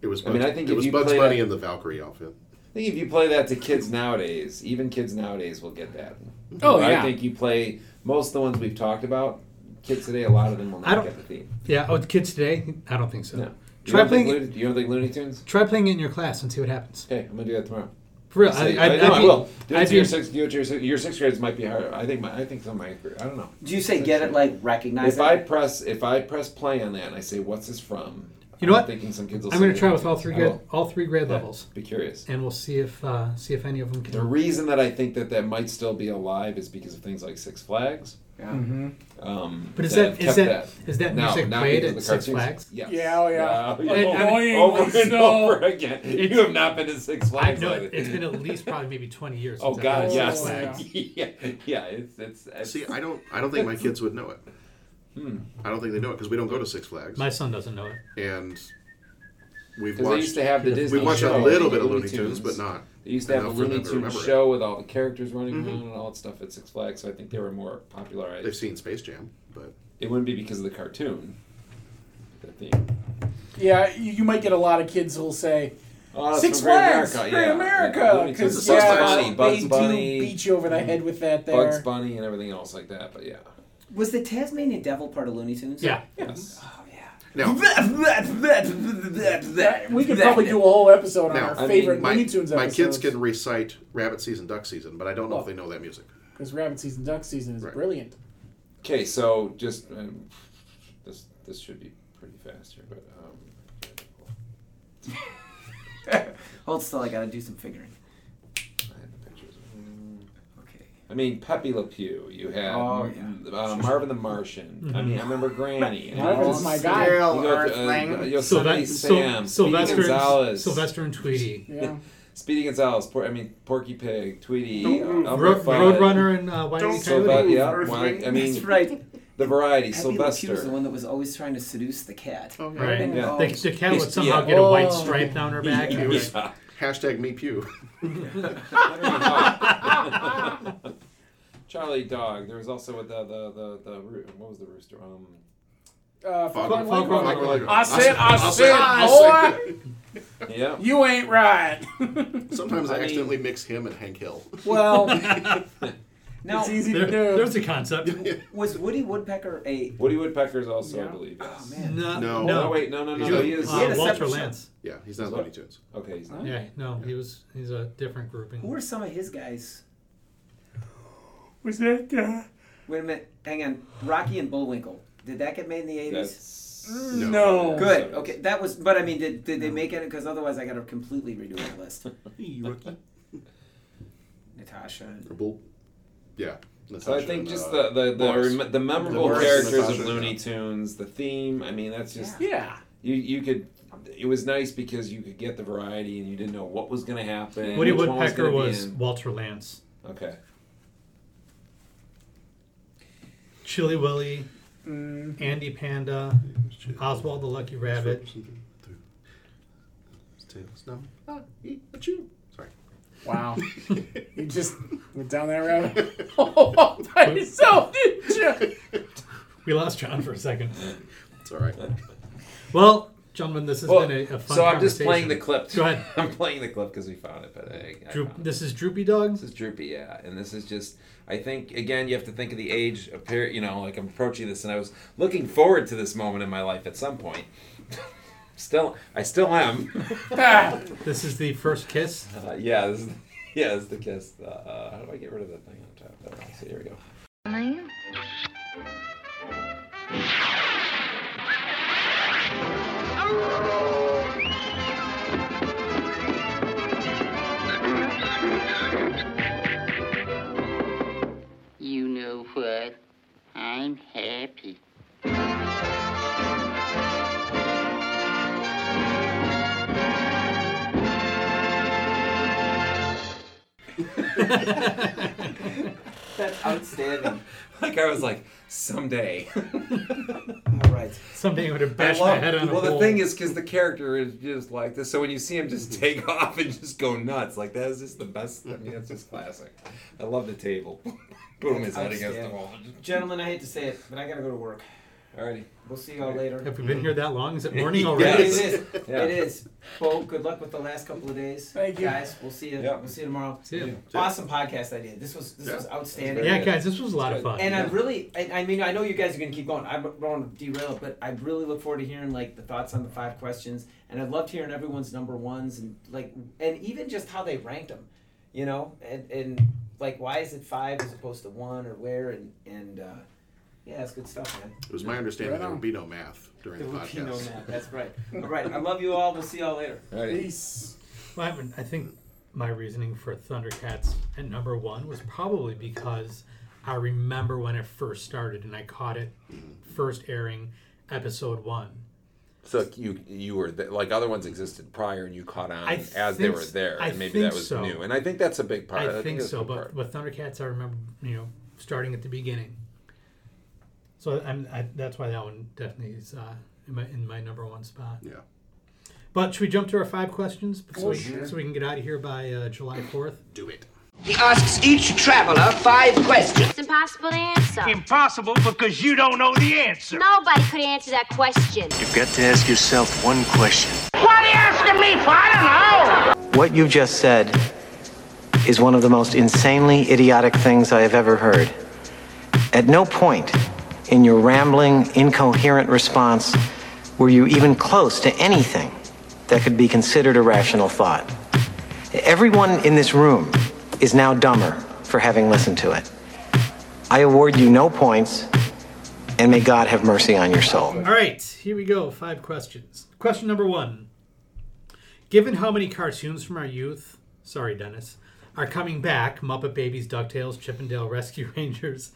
It was.
I
Bugs,
mean, I think
it
if
was
you
Bugs
play
Bunny
that-
in the Valkyrie outfit.
I think if you play that to kids nowadays, even kids nowadays will get that.
Oh,
I
yeah.
think you play most of the ones we've talked about. Kids today, a lot of them will not
I don't-
get the theme.
Yeah. Oh, the kids today? I don't think so.
No. You
Try
don't, think
playing.
Looney, you don't think Looney Tunes?
Try playing it in your class and see what happens.
Okay, I'm gonna do that tomorrow.
For real,
Say-
I- I-
no,
I'd
I
be-
will. Do it
I'd
to
be-
your sixth, do it to your sixth, your sixth graders might be higher. I think my, I think some might. I don't know.
Do you say get it like recognize
If I
it?
press, if I press play on that and I say, "What's this from?"
You know
I'm
what?
Thinking some kids will
I'm going
say
to try
it.
with all three
I
grade,
will.
all three grade
Yeah,
levels,
Be curious.
and we'll see if uh, see if any of them can.
The reason that I think that that might still be alive is because of things like Six Flags. Yeah.
Mhm.
Um,
But is
that have
that- is
kept
that-
that
is that
No,
music
not
played
because of
at
the
Six
cartoons.
Flags?
Yes.
Yeah, oh, yeah.
Yeah,
And-
yeah.
and-
over and
so-
over again.
It's-
you have not been to Six
I
Flags.
know
lately.
it, has been at least probably maybe 20 years.
Oh
since I've
God,
been to
yes,
Six Flags.
yeah, yeah. It's, it's, it's
See, I don't. I don't think my kids would know it.
Hmm.
I don't think they know it because we don't go to Six Flags.
My son doesn't know it.
and we've
'Cause
watched.
they used to have the Disney.
we watched
show
a little
with
bit of
the
Looney Tunes, but not.
They used to have a
enough for
Looney
them to
Tunes
remember it.
show with all the characters running
Mhm.
around and all that stuff at Six Flags. So I think they were more popularized.
They've seen Space Jam, but
It wouldn't be because of the cartoon. The theme.
Yeah, you, you might get a lot of kids who'll say,
Oh, that's
Six
from Great
Flags,
America,
Great
yeah. Yeah,
America.
Looney Tunes.
Because,
Bugs
yeah,
Bunny, Bugs
they
Bunny.
do beat you over the head with that there.
Bugs Bunny and everything else like that. But yeah,
Was the Tasmanian Devil part of Looney Tunes? Oh,
Yeah.
yes.
now
we could probably do a whole episode
Uh,
on
Now,
our
I mean,
favorite
my,
Looney Tunes
my kids
episodes.
can recite Rabbit Season, Duck Season, but I don't know if
Oh.
they know that music.
Because Rabbit Season, Duck Season is brilliant.
Okay, so just um, this this should be pretty fast here, but um,
Hold still, I gotta do some figuring.
I had the pictures.
Okay.
I mean, Pepe Le Pew. You had
Oh,
uh, Marvin the Martian.
Mm-hmm.
I mean, I remember Granny. and
Marvin's
all
my
this-
guy.
You got, uh, Yosemite Sam. Speedy
Sylvester, and,
Gonzalez.
Sylvester and Tweety.
Yeah.
Speedy Gonzalez. Por- I mean, Porky Pig, Tweety, uh,
Ro-
Elmer
Ro-
Fudd,
Roadrunner and, uh, Wile E.
Sylve-
Coyote.
yeah,
Earthling.
Wile- I mean,
That's right.
The variety,
Pepe Le Pew was the
Sylvester.
one that was always trying to seduce the cat. Oh,
Right.
Yeah.
The, the cat
Yeah.
would somehow get a white
Oh.
stripe down her back. and
It
be
was
like,
hashtag Me Pew.
Charlie Dog. There was also with the the the, the roo- what was the rooster? Um,
Uh,
Foghorn
Foghorn Leghorn.
Leghorn. Foghorn Leghorn.
I said, I
I
said,
said-
I
yeah.
said, you ain't right.
Sometimes I,
I mean-
accidentally mix him and Hank Hill.
well,
Now,
it's easy to
there-
do.
there's a concept.
Oh,
was Woody Woodpecker a.
Woody Woodpecker's also, I believe.
Oh,
Yes.
man.
No,
No.
no,
Oh, wait, no, no, no,
He's
no.
a-
He is.
Uh,
he had a
Walter
separate show.
Lance.
Yeah, he's not
He's what?
Looney Tunes.
Okay, he's not.
Yeah, no, he was. He's a different grouping.
Who were some of his guys?
Was that guy?
Wait a minute. Hang on. Rocky and Bullwinkle. Did that get made in the 80s?
That's
Mm.
No.
Good. Okay. That was. But I mean, did, did they make it? Because otherwise, I gotta completely redo my list. Natasha. and-
Or Bull. Yeah.
So I
Natasha
think
and,
just
uh,
the the the,
Boris.
rem- the memorable
Boris and
characters of
Natasha.
Looney Tunes, the theme. I mean, that's just
Yeah.
you you could. It was nice because you could get the variety and you didn't know what was going to happen.
Woody
which one
Woodpecker
gonna be
was
in.
Walter Lance.
okay.
Chili Willy, Andy Panda, Oswald the Lucky Rabbit.
Sorry.
Wow. you just went down that road all by yourself, didn't you?
We lost John for a second.
It's all right.
Well, gentlemen, this has
Well,
been a, a fun
so I'm just playing the
conversation.
clip.
Go ahead.
I'm playing the clip because we found it, but I, I
Droop,
found it.
this is Droopy Dog.
This is droopy, yeah. And this is just, I think, again, you have to think of the age of period. You know, like I'm approaching this, and I was looking forward to this moment in my life at some point. still, I still am.
This is the first kiss.
Uh, yeah, this is, yeah, this is the kiss. Uh, uh, how do I get rid of that thing on top? Uh, so here we go.
You know what? I'm happy.
That's outstanding.
Like I was like, someday.
All right.
Someday I would have
I
bashed my
love-
head on a
Well, the
pole.
thing is, because the character is just like this, so when you see him just take off and just go nuts, like that is just the best. I mean, that's just classic. I love the table. Boom, his head against the
Outstanding.
wall.
Gentlemen, I hate to say it, but I gotta go to work.
Alrighty.
We'll see y'all later.
Have we been here that long? Is it morning
Yeah,
already?
it is.
Yeah.
It is. Bo, good luck with the last couple of days. Thank
you.
Guys, we'll see you.
Yeah.
We'll see you tomorrow.
See ya.
Awesome podcast idea. This was this
Yeah.
was outstanding.
Yeah, guys, this was a lot of fun.
And I
Yeah.
really, I, I mean, I know you guys are gonna keep going. I don't want to derail it, but I really look forward to hearing like the thoughts on the five questions. And I loved hearing everyone's number ones and like, and even just how they ranked them. You know, and and like, why is it five as opposed to one or where? And and uh, yeah, that's good stuff, man.
It was my understanding
Right
there
on.
would be no math during
There
the
would be no
podcast.
math. That's right. All right. I love you all. We'll see y'all later.
Peace. Well, I, haven't- I think my reasoning for Thundercats at number one was probably because I remember when it first started and I caught it first airing episode one.
So you you were th- like other ones existed prior, and you caught on
I
as they
think
were
s-
there,
I
and maybe
think
that was
so.
new. And I think that's a big part.
I think
that's a
so,
big
but
part.
with Thundercats, I remember you know starting at the beginning. So I'm, I, that's why that one definitely is uh, in my in my number one spot.
Yeah.
But should we jump to our five questions so,
Oh,
we,
sure.
so we can get out of here by uh, July fourth?
Do it.
He asks each traveler five questions.
It's impossible to answer.
Impossible because you don't know the answer.
Nobody could answer that question.
You've got to ask yourself one question.
What are you asking me for? I don't know.
What you've just said is one of the most insanely idiotic things I have ever heard. At no point in your rambling, incoherent response were you even close to anything that could be considered a rational thought. Everyone in this room is now dumber for having listened to it. I award you no points, and may God have mercy on your soul.
All right, here we go. Five questions. Question number one. Given how many cartoons from our youth, sorry, Dennis, are coming back Muppet Babies, DuckTales, Chippendale Rescue Rangers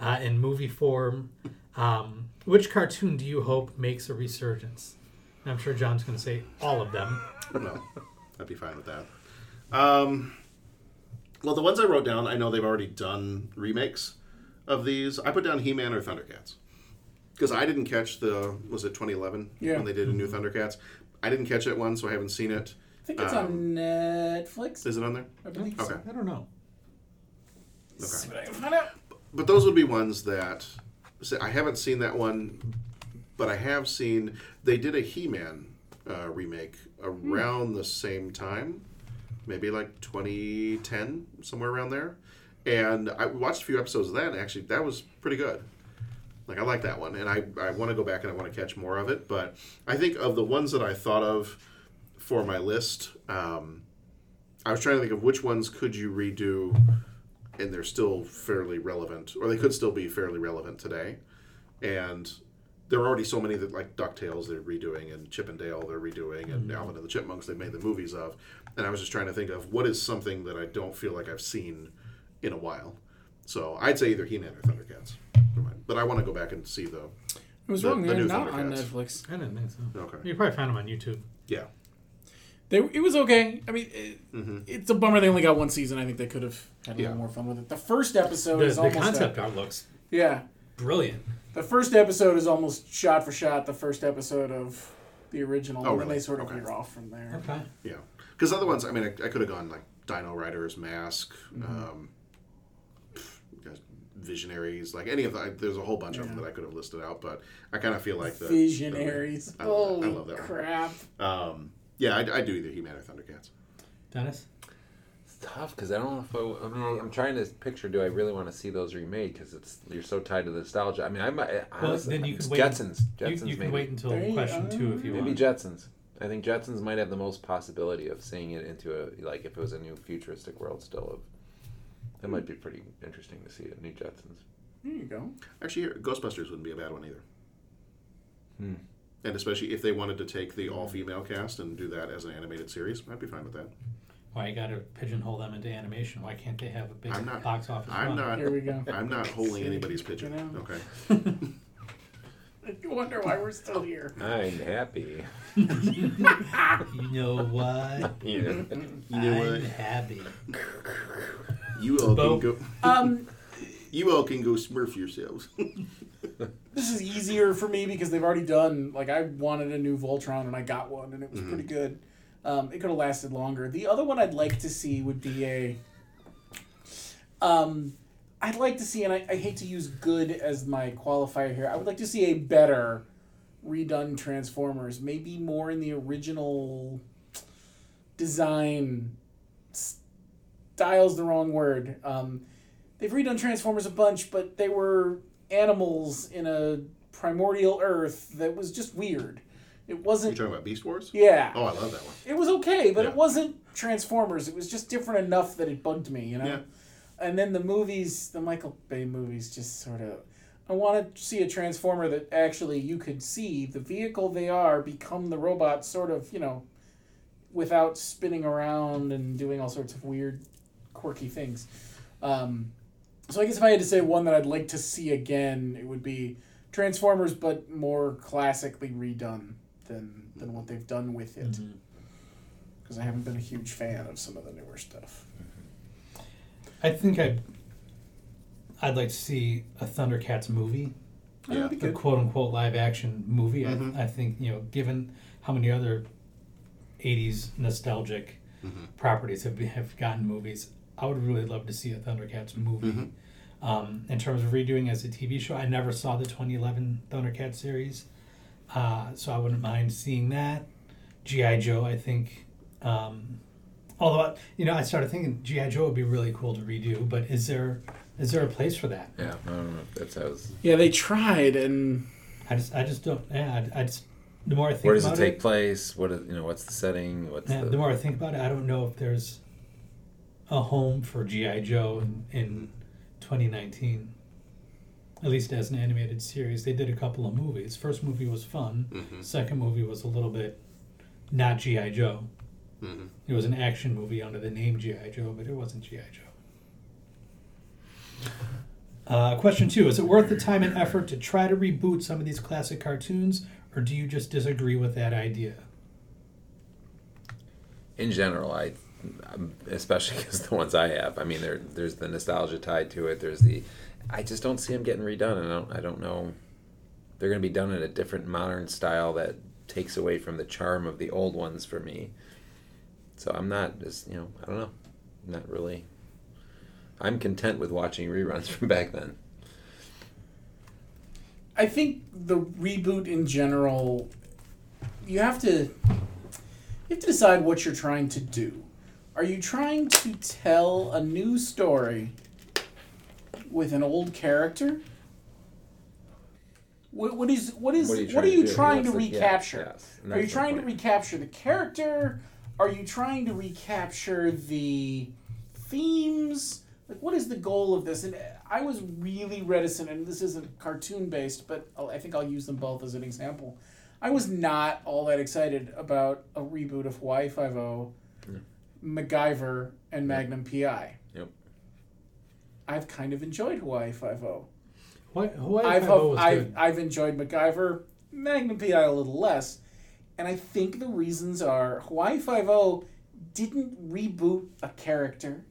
uh, in movie form, um, which cartoon do you hope makes a resurgence? And I'm sure John's going to say all of them.
no, I'd be fine with that. Um, well, the ones I wrote down, I know they've already done remakes of these. I put down He Man or Thundercats because I didn't catch the was it 2011
Yeah. Mm-hmm.
when they did a new Thundercats. I didn't catch it one, so I haven't seen it.
I think it's
Um,
on Netflix.
Is it on there?
I believe so.
Okay.
I don't know.
Okay.
I can find out.
But those would be ones that say, I haven't seen that one, but I have seen they did a He-Man uh, remake around the same time, maybe like 2010, somewhere around there. And I watched a few episodes of that, and actually that was pretty good. Like I like that one, and I, I want to go back and I want to catch more of it. But I think of the ones that I thought of for my list, um, I was trying to think of which ones could you redo and they're still fairly relevant, or they could still be fairly relevant today. And there are already so many that, like DuckTales, they're redoing, and Chip and Dale, they're redoing, and
Mhm.
Alvin and the Chipmunks, they've made the movies of. And I was just trying to think of what is something that I don't feel like I've seen in a while. So I'd say either He Man or Thundercats. Never mind. But I want to go back and see the.
I was
the,
wrong.
the
They're
new
not on
Thundercats.
Netflix.
I didn't think so.
Okay.
You probably found them on YouTube.
Yeah.
They, it was okay. I mean, it,
Mhm.
it's a bummer they only got one season. I think they could have had a
Yeah.
little more fun with it. The first episode
The-
is
the
almost
concept
a-
art looks
yeah
brilliant.
The first episode is almost shot for shot the first episode of the original,
Oh,
and then
really?
they sort of
Okay.
veer off from there.
Okay.
Yeah, because other ones, I mean, I, I could have gone like Dino Riders, Mask,
Mhm.
um, guys, Visionaries, like any of the. I, there's a whole bunch of them that I could have listed out, but I kind of feel like the
Visionaries.
I love that- I
Holy
love that one.
crap.
um, yeah, I, I do either He Man or Thundercats.
Dennis?
It's tough because I don't know if I, I mean, I'm trying to picture. Do I really want to see those remade? Because it's you're so tied to the nostalgia. I mean, I might.
Well,
honestly,
then you could
it's
wait.
Jetsons.
you-
Jetsons.
you
maybe.
can wait until question two if you
maybe
want.
Jetsons. I think Jetsons might have the most possibility of seeing it into a like if it was a new futuristic world still. Of it might be pretty interesting to see a new Jetsons.
There you go.
Actually, here, Ghostbusters wouldn't be a bad one either.
Hmm.
And especially if they wanted to take the all-female cast and do that as an animated series, I'd be fine with that.
Why you got to pigeonhole them into animation? Why can't they have a big
I'm not-
box office?
I'm
run?
not. I'm not holding
See,
anybody's pigeon.
you know.
Okay.
You wonder why we're still here.
I'm happy.
You know what?
You know-
know what?
I'm happy.
You all
Bo?
can go.
Um,
You all can go smurf yourselves.
this is easier for me because they've already done. Like I wanted a new Voltron and I got one and it was
Mhm.
pretty good. Um, it could have lasted longer. The other one I'd like to see would be a. Um, I'd like to see, and I, I hate to use "good" as my qualifier here. I would like to see a better, redone Transformers, maybe more in the original design. Style's the wrong word. Um, they've redone Transformers a bunch, but they were animals in a primordial Earth that was just weird. It
You're
wasn't.
talking about Beast Wars?
Yeah.
Oh, I love that one.
It was okay, but
Yeah.
it wasn't Transformers. It was just different enough that it bugged me, you know.
Yeah.
And then the movies, the Michael Bay movies, just sort of. I want to see a Transformer that actually you could see the vehicle they are become the robot, sort of, you know, without spinning around and doing all sorts of weird, quirky things. Um, so I guess if I had to say one that I'd like to see again, it would be Transformers, but more classically redone than than what they've done with it. Because I haven't been a huge fan of some of the newer stuff.
I think I. I'd like to see a Thundercats movie.
Yeah. That'd be
a
good.
quote unquote live action movie.
Mhm.
I, I think you know, given how many other '80s nostalgic properties have have gotten movies, I would really love to see a Thundercats movie. Um, in terms of redoing as a TV show, I never saw the 2011 Thundercats series, uh, so I wouldn't mind seeing that. GI Joe, I think. Um, although you know, I started thinking GI Joe would be really cool to redo, but is there is there a place for that?
Yeah, I don't know if that's how. It's,
Yeah, they tried, and
I just, I just don't. Yeah, I, I just. The more I think
where does
about
it take place? What is, you know? What's the setting? What's
yeah,
the,
the more I think about it, I don't know if there's a home for GI Joe in, in 2019. At least as an animated series, they did a couple of movies. First movie was fun.
Mm-hmm.
Second movie was a little bit not GI Joe.
Mm-hmm.
It was an action movie under the name GI Joe, but it wasn't GI Joe. Uh, question two: Is it worth the time and effort to try to reboot some of these classic cartoons, or do you just disagree with that idea?
in general, I, um, especially because the ones I have, I mean, there, there's the nostalgia tied to it. There's the, I just don't see them getting redone, and I don't, I don't know. They're going to be done in a different modern style that takes away from the charm of the old ones for me. So I'm not just, you know, I don't know, not really. I'm content with watching reruns from back then.
I think the reboot in general, you have to you have to decide what you're trying to do. Are you trying to tell a new story with an old character? What, what is what is
What are you
what are
trying to
you
do?
trying to
What's the- yeah,
recapture?
yes.
Are you
That's my
trying to
point.
recapture the character? Are you trying to recapture the themes? Like, what is the goal of this? And uh, I was really reticent, and this isn't cartoon based, but I'll- I think I'll use them both as an example. I was not all that excited about a reboot of Hawaii Five O, MacGyver, and Magnum PI.
Hmm. Yep.
I've kind of enjoyed Hawaii Five O.
What, Hawaii
I've,
Five-O was
I've,
good.
I've enjoyed MacGyver, Magnum PI a little less. And I think the reasons are Hawaii Five O didn't reboot a character.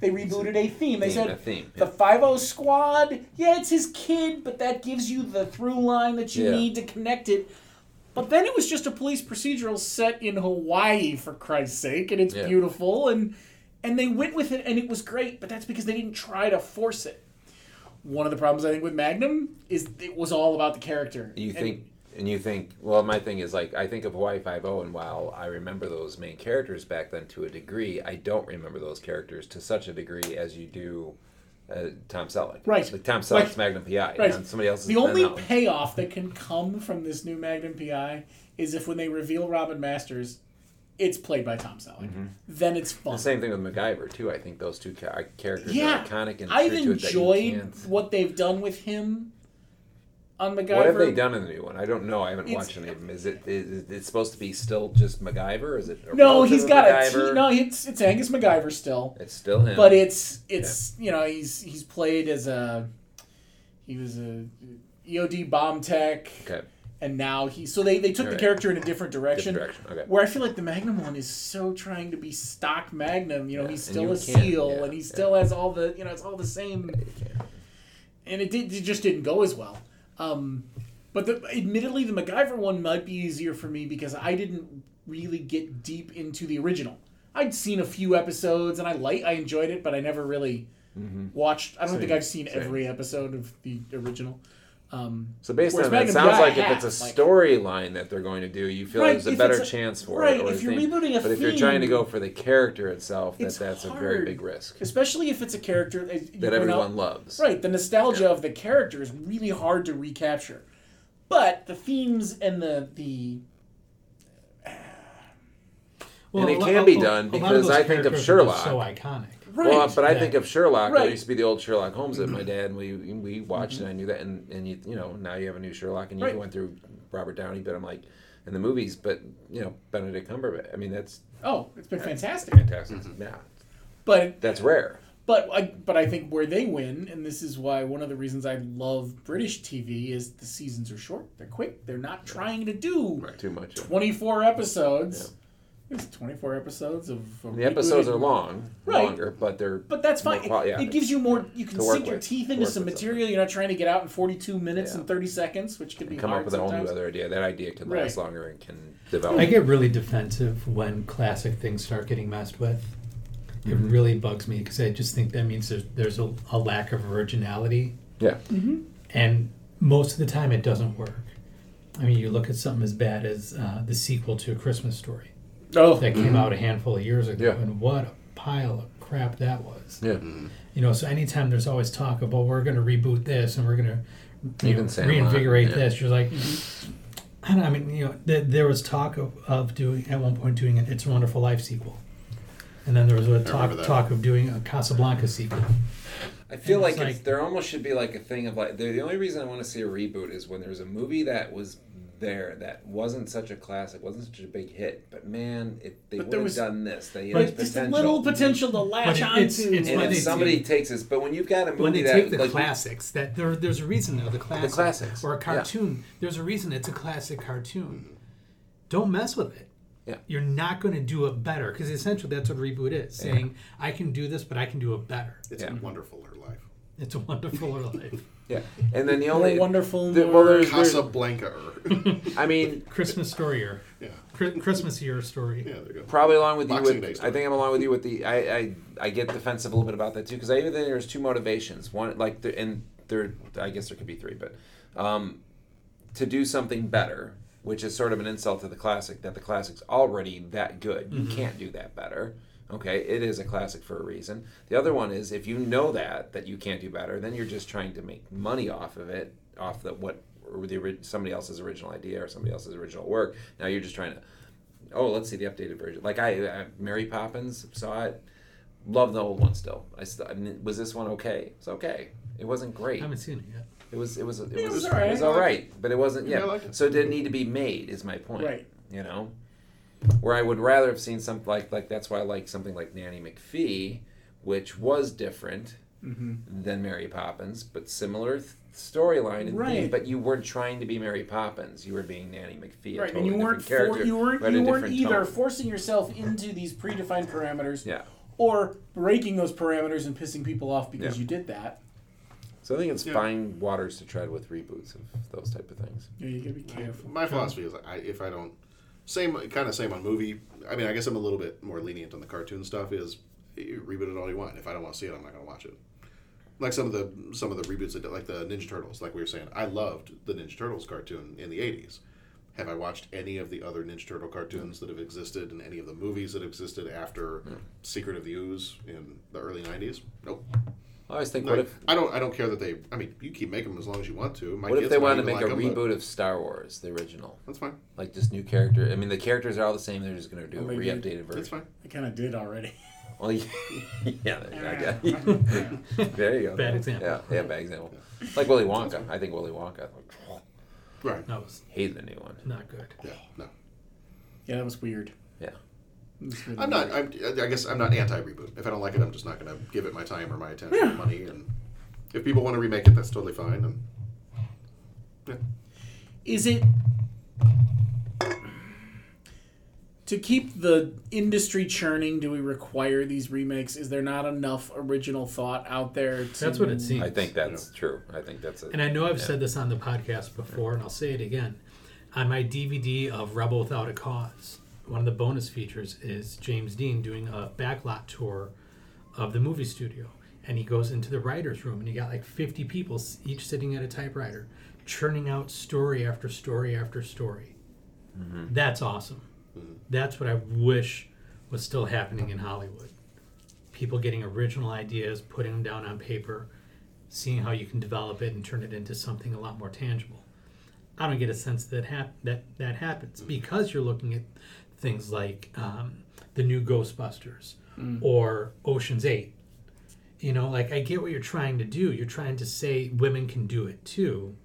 They rebooted a theme. They
Theme,
said
a theme,
the Five O Squad. Yeah, it's his kid, but that gives you the through line that you
Yeah.
need to connect it. But then it was just a police procedural set in Hawaii, for Christ's sake, and it's
Yeah.
beautiful and and they went with it and it was great. But that's because they didn't try to force it. One of the problems I think with Magnum is it was all about the character.
You
And-
think, and you think. Well, my thing is like I think of Hawaii Five O, and while I remember those main characters back then to a degree, I don't remember those characters to such a degree as you do. Uh, Tom Selleck,
Right.
Like Tom Selleck's
Right.
Magnum PI,
Right.
and somebody else's.
The
Ben
only
Allen.
payoff that can come from this new Magnum PI is if when they reveal Robin Masters, it's played by Tom Selleck. Then it's fun.
Mm-hmm. The same thing with MacGyver too. I think those two ca- uh, characters
yeah,
are iconic and
I've
true to it that you
enjoyed
can't-
what they've done with him on MacGyver.
What have they done in the new one? I don't know. I haven't
It's-
watched any of them. Is it is it supposed to be still just MacGyver? Is it a
No,
relative
he's
of
got a
MacGyver?
T. No, it's it's Angus MacGyver still.
It's still him.
But it's it's you know he's he's played as a he was a EOD bomb tech.
Okay.
And now he so they they took the
Alright.
character in a different direction.
Different direction, okay.
Where I feel like the Magnum one is so trying to be stock Magnum. You know he's
and
still
you
a
can't,
SEAL
yeah,
and he still has all the you know it's all the same. And it did it just didn't go as well. Um, but the, admittedly, the MacGyver one might be easier for me because I didn't really get deep into the original. I'd seen a few episodes and I like I enjoyed it, but I never really watched. I don't think
Mm-hmm. Same,
I've seen
same.
every episode of the original. Um,
So based
whereas
on that, it
Magnum
sounds
PI
like
had,
if it's a storyline that they're going to do, you feel
Right,
there's a
if
better
it's a-
chance for
right,
it. or
if you're
thing.
rebooting a
But if you're trying to
theme,
go for the character itself, that
it's
that's a very
hard,
big risk.
especially if it's a character that, you
That
know,
everyone loves.
Right, the nostalgia of the character is really hard to recapture, but the themes and the the
and
a
it
lo-
can
a-
be done
a- a lot of
because
those
I think of
characters are
Sherlock.
So iconic.
Well, but I
That-
think of Sherlock.
Right.
There used to be the old Sherlock Holmes that my dad and we we watched, and I knew that. And and you you know now you have a new Sherlock, and you
Right.
went through Robert Downey, but I'm like in the movies, but you know Benedict Cumberbatch. I mean that's
oh, it's been
that's
fantastic.
fantastic. Yeah,
But
that's rare.
But I, but I think where they win, and this is why one of the reasons I love British TV is the seasons are short, they're quick, they're not trying to do
Too much.
24 episodes. It's 24 episodes of a
The episodes
rebooted-
are long,
Right.
longer, but they're
But that's
more
fine. It-
quali-
it,
yeah,
gives you more. You can
to work
sink your
with,
teeth
to
into
work
some
with something.
material you're not trying to get out in 42 minutes and 30 seconds, which could be
come
hard
up with a whole new
sometimes.
other idea. That idea can
Right.
last longer and can develop.
I get really defensive when classic things start getting messed with. It
Mm-hmm.
really bugs me because I just think that means there's, there's a, a lack of originality.
Yeah.
Mm-hmm. And most of the time it doesn't work. I mean, you look at something as bad as uh, the sequel to A Christmas Story.
Oh.
That came out a handful of years ago.
Mm-hmm. Yeah.
And what a pile of crap that was.
Yeah.
You know, so anytime there's always talk about we're going to reboot this and we're going to
Even Sandlot,
reinvigorate
yeah.
this, you're like, I don't know. I mean, you know, th- there was talk of, of doing at one point doing an It's a Wonderful Life sequel, and then there was a talk
that.
talk of doing a Casablanca sequel.
I feel
And
like,
it's
it's, there almost should be like a thing of like the the only reason I want to see a reboot is when there's a movie that was there that wasn't such a classic, wasn't such a big hit, but man, if they
But
would
there
have
was-
done this, they
But
had
just a
potential.
little potential to latch
it-
on
it's-
to.
it's
and
when
if
they
somebody
do-
takes this, but when you've got a movie
When they
that
take the
like,
classics, that there, there's a reason they're the classics,
classics,
or a
yeah.
cartoon. There's a reason it's a classic cartoon. Don't mess with it.
Yeah.
You're not going to do it better because essentially that's what reboot is
Yeah.
saying. I can do this, but I can do it better.
It's a wonderful her life.
It's a wonderful life.
yeah, and then the
More
only
wonderful,
the, well,
more-
there's, there's
Casablanca.
I mean,
Christmas story or
yeah.
Christmas year story.
Yeah, there you go.
probably along with
Boxing
you
Day
with,
story.
I think I'm along with you with the I, I I get defensive a little bit about that too because I even think there's two motivations one like the, and there I guess there could be three but um, to do something better which is sort of an insult to the classic that the classic's already that good
Mhm.
you can't do that better okay it is a classic for a reason the other one is if you know that that you can't do better then you're just trying to make money off of it off the what or the ori- somebody else's original idea or somebody else's original work now you're just trying to oh let's see the updated version like i, I mary poppins saw it love the old one still i st- I mean, was this one okay it's okay it wasn't great
haven't seen it yet
it was it was it, was,
It was
was
alright.
it was all right but it wasn't
Yeah, I
yeah
liked it.
so it didn't need to be made is my point
Right.
you know where i would rather have seen something like like that's why i like something like nanny mcphee which was different
Mhm.
than mary poppins but similar th- storyline and theme
Right.
but you weren't trying to be mary poppins you were being nanny mcphee a
Right, and
totally
you weren't
different character
for, you weren't
but a
you weren't
different
either
tone.
forcing yourself into these predefined parameters,
Yeah.
or breaking those parameters and pissing people off because
Yeah.
you did that.
So I think it's
Yeah.
fine waters to tread with reboots of those type of things.
Yeah, you gotta be careful.
My philosophy is I, if I don't same kind of same on movie. I mean, I guess I'm a little bit more lenient on the cartoon stuff. Is you reboot it all you want. If I don't want to see it, I'm not going to watch it. Like some of the some of the reboots, that did- like the Ninja Turtles, like we were saying, I loved the Ninja Turtles cartoon in the '80s. Have I watched any of the other Ninja Turtle cartoons that have existed and any of the movies that existed after
Hmm.
Secret of the Ooze in the early '90s? Nope.
I always think,
Like,
what if-
I don't? I don't care that they. I mean, you keep making them as long as you want to. My
what if
kids
they
might
wanted to
even
make
like
a
'em, but-
reboot of Star Wars, the original?
That's fine.
Like just new character. I mean, the characters are all the same. They're just going to do
Or
a
maybe-
re-updated version.
That's
fine.
I kind of did already.
Well, yeah, yeah there, I got there you go.
Bad example.
Yeah, yeah, bad example. Like Willy Wonka. I think Willy Wonka. Like,
right.
That was
Hate the new one.
not good.
Yeah. No.
Yeah, that was weird.
Yeah.
It was really
I'm not.
weird.
I'm, I guess I'm not anti-reboot. If I don't like it, I'm just not going to give it my time or my attention or money. And if people want to remake it, that's totally fine. And
Is it to keep the industry churning? Do we require these remakes? Is there not enough original thought out there? To,
That's what it seems.
I think that's true. I think that's it.
And I know I've
Yeah.
said this on the podcast before, and I'll say it again. On my DVD of Rebel Without a Cause, one of the bonus features is James Dean doing a backlot tour of the movie studio. And he goes into the writer's room, and you got like 50 people, s- each sitting at a typewriter, churning out story after story after story.
Mm-hmm.
That's awesome. That's what I wish was still happening in Hollywood. People getting original ideas, putting them down on paper, seeing how you can develop it and turn it into something a lot more tangible. I don't get a sense that hap- that that happens because you're looking at things like um, the new Ghostbusters
Mm.
or Ocean's Eight. You know, like I get what you're trying to do. You're trying to say women can do it too,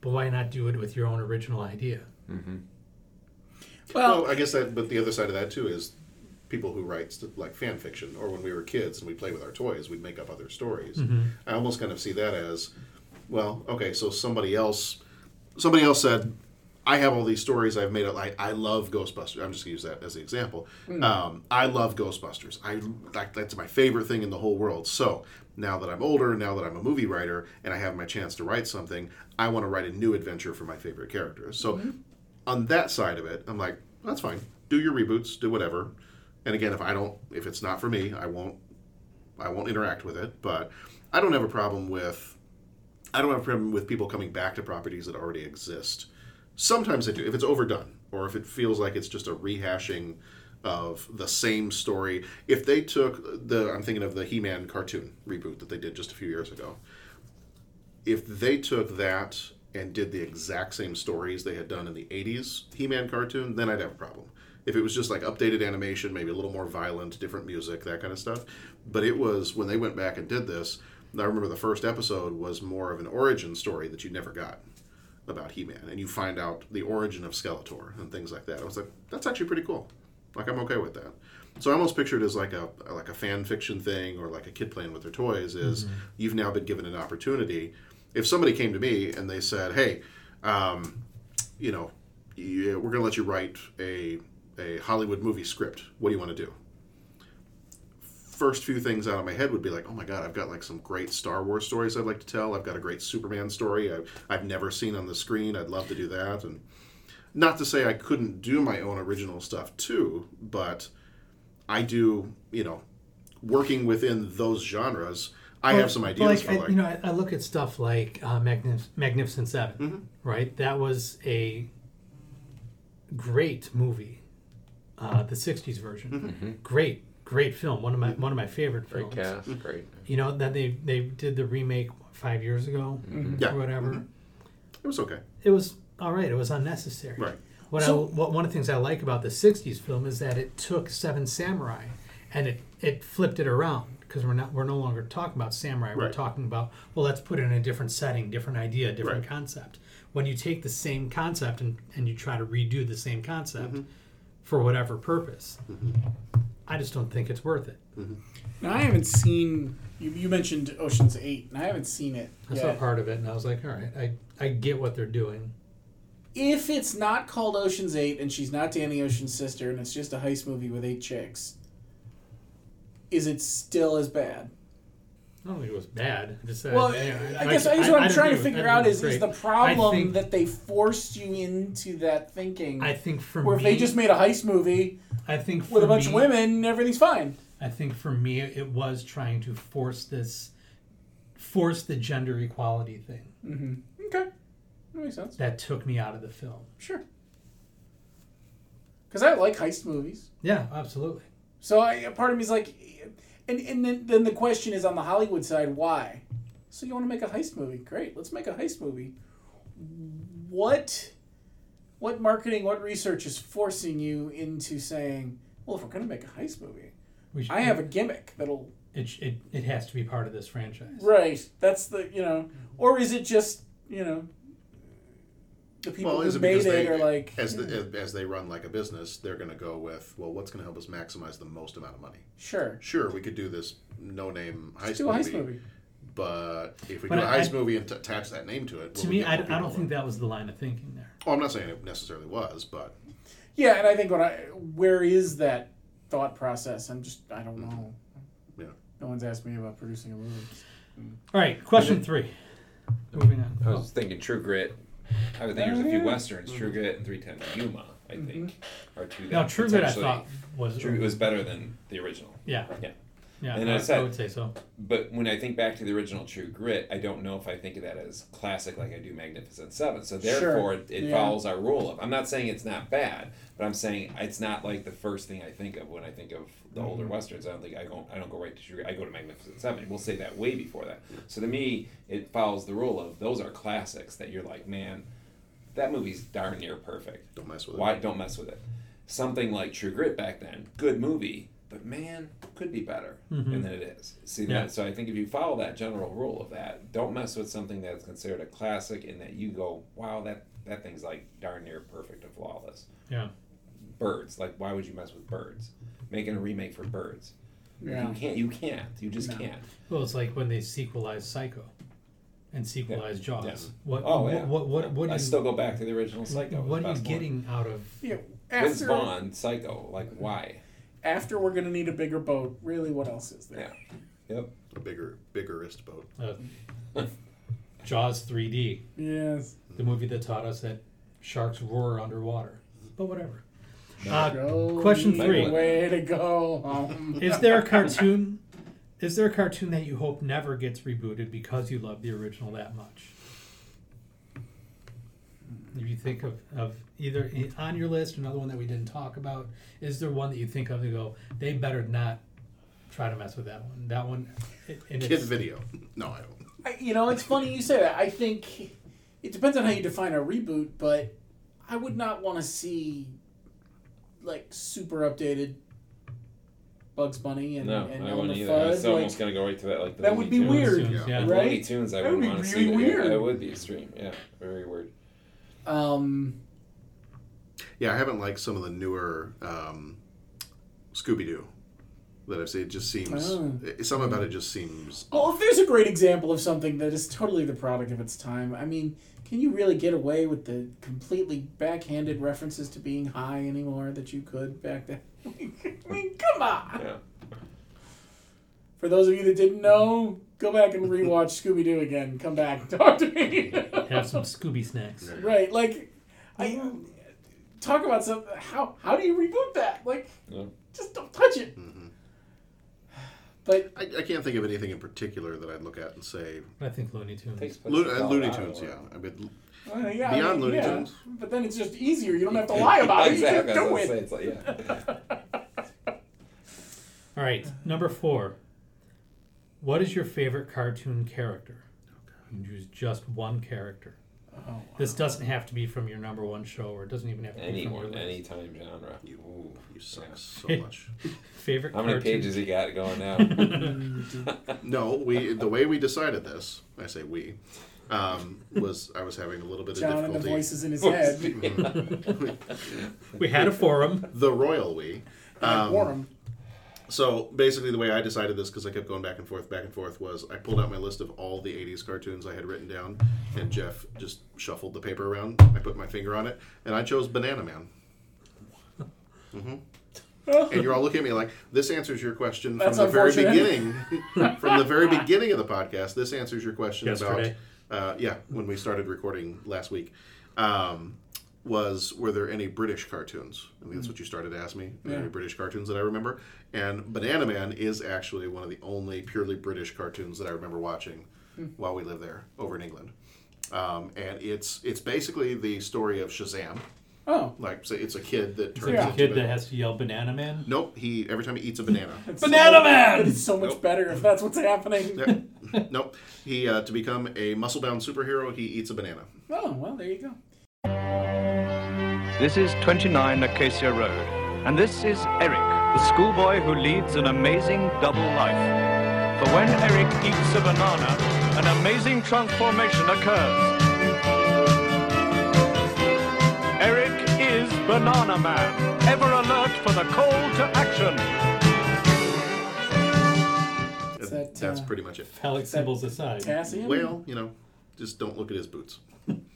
but why not do it with your own original idea?
mm-hmm.
well,
I guess that. But the other side of that too is people who write st- like fan fiction, or when we were kids and we play with our toys, we'd make up other stories.
Mhm.
I almost kind of see that as, well, okay, so somebody else, somebody else said, I have all these stories I've made up. I, I love Ghostbusters. I'm just gonna use that as the example.
Mm.
Um, I love Ghostbusters. I like that's my favorite thing in the whole world. So now that I'm older, now that I'm a movie writer, and I have my chance to write something, I want to write a new adventure for my favorite characters. So on that side of it, I'm like, that's fine. Do your reboots, do whatever. And again, if I don't, if it's not for me, I won't, I won't interact with it. But I don't have a problem with, I don't have a problem with people coming back to properties that already exist. Sometimes I do, if it's overdone or if it feels like it's just a rehashing of the same story. If they took the, I'm thinking of the He-Man cartoon reboot that they did just a few years ago if they took that and did the exact same stories they had done in the 80s He-Man cartoon, then I'd have a problem. If it was just like updated animation, maybe a little more violent, different music, that kind of stuff. But it was when they went back and did this, I remember the first episode was more of an origin story that you never got about He-Man and you find out the origin of Skeletor and things like that. I was like, that's actually pretty cool. Like I'm okay with that. So I almost picture it as like a like a fan fiction thing or like a kid playing with their toys is you've now been given an opportunity. If somebody came to me and they said, "Hey, um, you know, you, we're going to let you write a a Hollywood movie script. What do you want to do?" First few things out of my head would be like, "Oh my god, I've got like some great Star Wars stories I'd like to tell. I've got a great Superman story I've, I've never seen on the screen. I'd love to do that." And not to say I couldn't do my own original stuff too, but I do, you know, working within those genres, I
Well,
have some
Oh, but like,
ideas for
I-
like,
you know, I, I look at stuff like uh, Magnif- Magnificent 7
Mm-hmm.
right? That was a great movie, uh, the '60s version.
Mm-hmm.
Mhm.
Great, great film. One of my one of my favorite
Great
films.
cast. Great.
You know that they they did the remake what, five years ago
Mhm.
Yeah. Mm-hmm.
or whatever.
It was okay.
It was all right. It was unnecessary.
Right.
What
So-
I, what one of the things I like about the '60s film is that it took Seven Samurai, and it it flipped it around because we're not we're no longer talking about samurai. We're
Right.
talking about well, let's put it in a different setting, different idea, different concept. When you take the same concept and and you try to redo the same concept for whatever purpose, I just don't think it's worth it.
Now, I haven't seen. You, you mentioned Ocean's Eight, and I haven't seen it.
I saw
yet.
part of it and I was like, all right, I I get what they're doing.
If it's not called Ocean's Eight and she's not Danny Ocean's sister, and it's just a heist movie with eight chicks, is it still as bad?
I don't think it was bad. I just said,
Well,
yeah,
I guess I guess what
I
I'm trying
don't agree
to
with-
figure
I
out
don't
is,
agree.
is the
I
problem
think-
that they forced you into that thinking.
I think for
where if they
me-
just made a heist movie
I think
with
for
a bunch of
me-
women, everything's fine.
I think for me, it was trying to force this, force the gender equality thing
Mm-hmm. Okay, that makes sense.
that took me out of the film.
Sure. Because I like heist movies.
Yeah, absolutely.
So I, a part of me is like, and, and then, then the question is on the Hollywood side, why? So you want to make a heist movie? Great, let's make a heist movie. What, what marketing, what research is forcing you into saying, well, if we're going to make a heist movie,
We should-
I have a gimmick that'll
It, sh- it it has to be part of this franchise.
right. That's the you know, or is it just you know, the people
well,
who
is it
made
because
it
they,
are like "Hmm."
as,
yeah.
the, as they run like a business, they're going to go with, well, what's going to help us maximize the most amount of money?
Sure.
Sure, we could do this no-name heist,
Let's do a heist movie.
but if we
But
do a
I-
heist
I-
movie and t- attach that name to it,
To
will we
me,
get
I, I
more people
don't
in?
think that was the line of thinking there.
Oh, I'm not saying it necessarily was, but
Yeah, and I think when I where is that thought process? I'm just I don't know.
Yeah.
No one's asked me about producing a movie.
All right, question three. Moving on.
I was thinking True Grit. I would think there's a
Oh,
few
yeah.
westerns,
Mm-hmm.
True Grit and 310 Yuma. I think are two that
No, True Grit I
potentially-
thought was-
True, it was better than the original.
Yeah.
yeah,
Yeah,
And
I-
I,
I
said,
would say so.
But when I think back to the original True Grit, I don't know if I think of that as classic like I do Magnificent Seven. So
Sure.
therefore, it, it
Yeah.
follows our rule of. I'm not saying it's not bad, but I'm saying it's not like the first thing I think of when I think of the older
Mhm.
westerns. I don't think I go. I don't go right to True. Grit. I go to Magnificent Seven. We'll say that way before that. So to me, it follows the rule of those are classics that you're like, man, that movie's darn near perfect.
Don't mess with it.
Why don't mess with it? Something like True Grit back then, good movie, but man, could be better,
Mhm.
and then it is. See
Yeah.
that? So I think if you follow that general rule of that, don't mess with something that's considered a classic, and that you go, wow, that that thing's like darn near perfect and flawless.
Yeah.
Birds, like why would you mess with birds? Making a remake for birds,
Yeah.
you can't. You can't. You just
No.
can't.
Well, it's like when they sequelized Psycho, and sequelized Jaws.
Yes.
What?
Oh,
what,
yeah.
What? What? what
I
are you-
still go back to the original Psycho.
What
the
are you
best one.
getting out of?
Yeah,
Vince
after
Vaughn, Psycho. Like why?
after we're gonna need a bigger boat. Really, what else is there?
Yep.
A bigger, biggerist boat.
Uh, Jaws 3D.
Yes.
The movie that taught us that sharks roar underwater. But whatever.
No.
Uh,
Go
question
me,
three.
Way to go. home.
Is there a cartoon? Is there a cartoon that you hope never gets rebooted because you love the original that much? If you think of, of either i- on your list, another one that we didn't talk about, is there one that you think of to go, they better not try to mess with that one? That one. It, and
Kid
it's-
video. No, I don't.
I, you know, it's funny you say that. I think it depends on how you define a reboot, but I would not want to see like super updated Bugs Bunny and,
No,
and
I
Elmer
wouldn't either. I was
Fudd, like-
almost gonna go right to that. Like the
that would
Looney
be
Tunes.
weird,
Yeah.
Yeah.
The
right?
Looney Tunes, I
That would
wouldn't
be
want to see.
really
that. Yeah,
weird.
That would be extreme. Yeah, very weird.
Um,
Yeah, I haven't liked some of the newer um, Scooby Doo that I've seen. It just seems
Oh.
eh, some about it just seems.
well, if there's a great example of something that is totally the product of its time, I mean, can you really get away with the completely backhanded references to being high anymore that you could back then? I mean, come on.
Yeah.
For those of you that didn't know, go back and rewatch Scooby Doo again. Come back, talk to me.
Have some Scooby snacks.
right, like, I talk about something. How how do you reboot that? Like,
Yeah.
just don't touch it. But
I, I can't think of anything in particular that I'd look at and say.
I think Looney Tunes.
Takes place
Lo-
in
uh, Looney
Colorado,
Tunes,
or-
yeah. I mean,
Well, Uh, yeah, I
beyond
mean,
Looney
yeah.
Tunes.
But then it's just easier. You don't have to lie about it. You just
Exactly, I
do
was
it.
gonna say, it's like,
All right, number four. What is your favorite cartoon character? You can choose just one character.
wow.
This doesn't have to be from your number one show, or it doesn't even have to be from your
Anyone,
list.
any time genre. You, Ooh,
you suck so
favorite.
How many
cartoon-
pages you got going now?
no, we the way we decided this, I say we, um, was I was having a little bit
John
of
and the
difficulty.
voices in his head.
Mhm.
We had a forum.
The royal we.
Had a
Um,
forum.
So basically, the way I decided this, because I kept going back and forth, back and forth, was I pulled out my list of all the '80s cartoons I had written down, and Jeff just shuffled the paper around. I put my finger on it, and I chose Banana Man. hmm and you're all looking at me like this answers your question
That's
from the very beginning.
unfortunate.
from the very beginning of the podcast, this answers your question
Yesterday.
about uh, yeah when we started recording last week. Um, was were there any British cartoons? I mean, that's what you started to ask me. Were there
Yeah.
Any British cartoons that I remember? And Banana Man is actually one of the only purely British cartoons that I remember watching
Hmm.
while we lived there over in England. Um, and it's it's basically the story of Shazam.
Oh.
like so it's a kid that
It's
turns
like a
into
kid
Ban-
that has to yell "Banana Man."
Nope, he every time he eats a banana.
It's so, It's so much better if that's what's happening.
nope, he uh, to become a muscle-bound superhero, he eats a banana.
Oh well, there you go.
This is 29 Acacia Road, and this is Eric, the schoolboy who leads an amazing double life. For when Eric eats a banana, an amazing transformation occurs. Eric is Banana Man, ever alert for the call to action.
that,
That's
uh,
pretty much it.
phallic symbols aside. Cassian?
Well, you know, just don't look at his boots.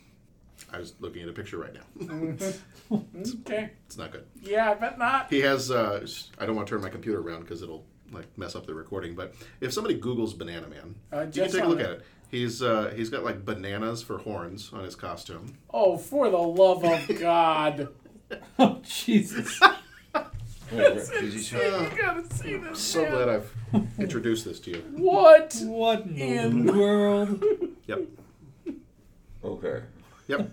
I was looking at a picture right now.
okay.
it's not good.
Yeah, I bet not.
He has. Uh, s- I don't want to turn my computer around because it'll like mess up the recording. But if somebody Google's Banana Man,
I
you can
Uh, just
take a
saw
look
that.
at it. He's uh, he's got like bananas for horns on his costume.
Oh, for the love of God.
oh, Jesus.
That's insane. You gotta see
I'm
this.
Ah, so
man.
glad I've introduced this to you.
What?
What
in
world?
Yep.
Okay.
Yep.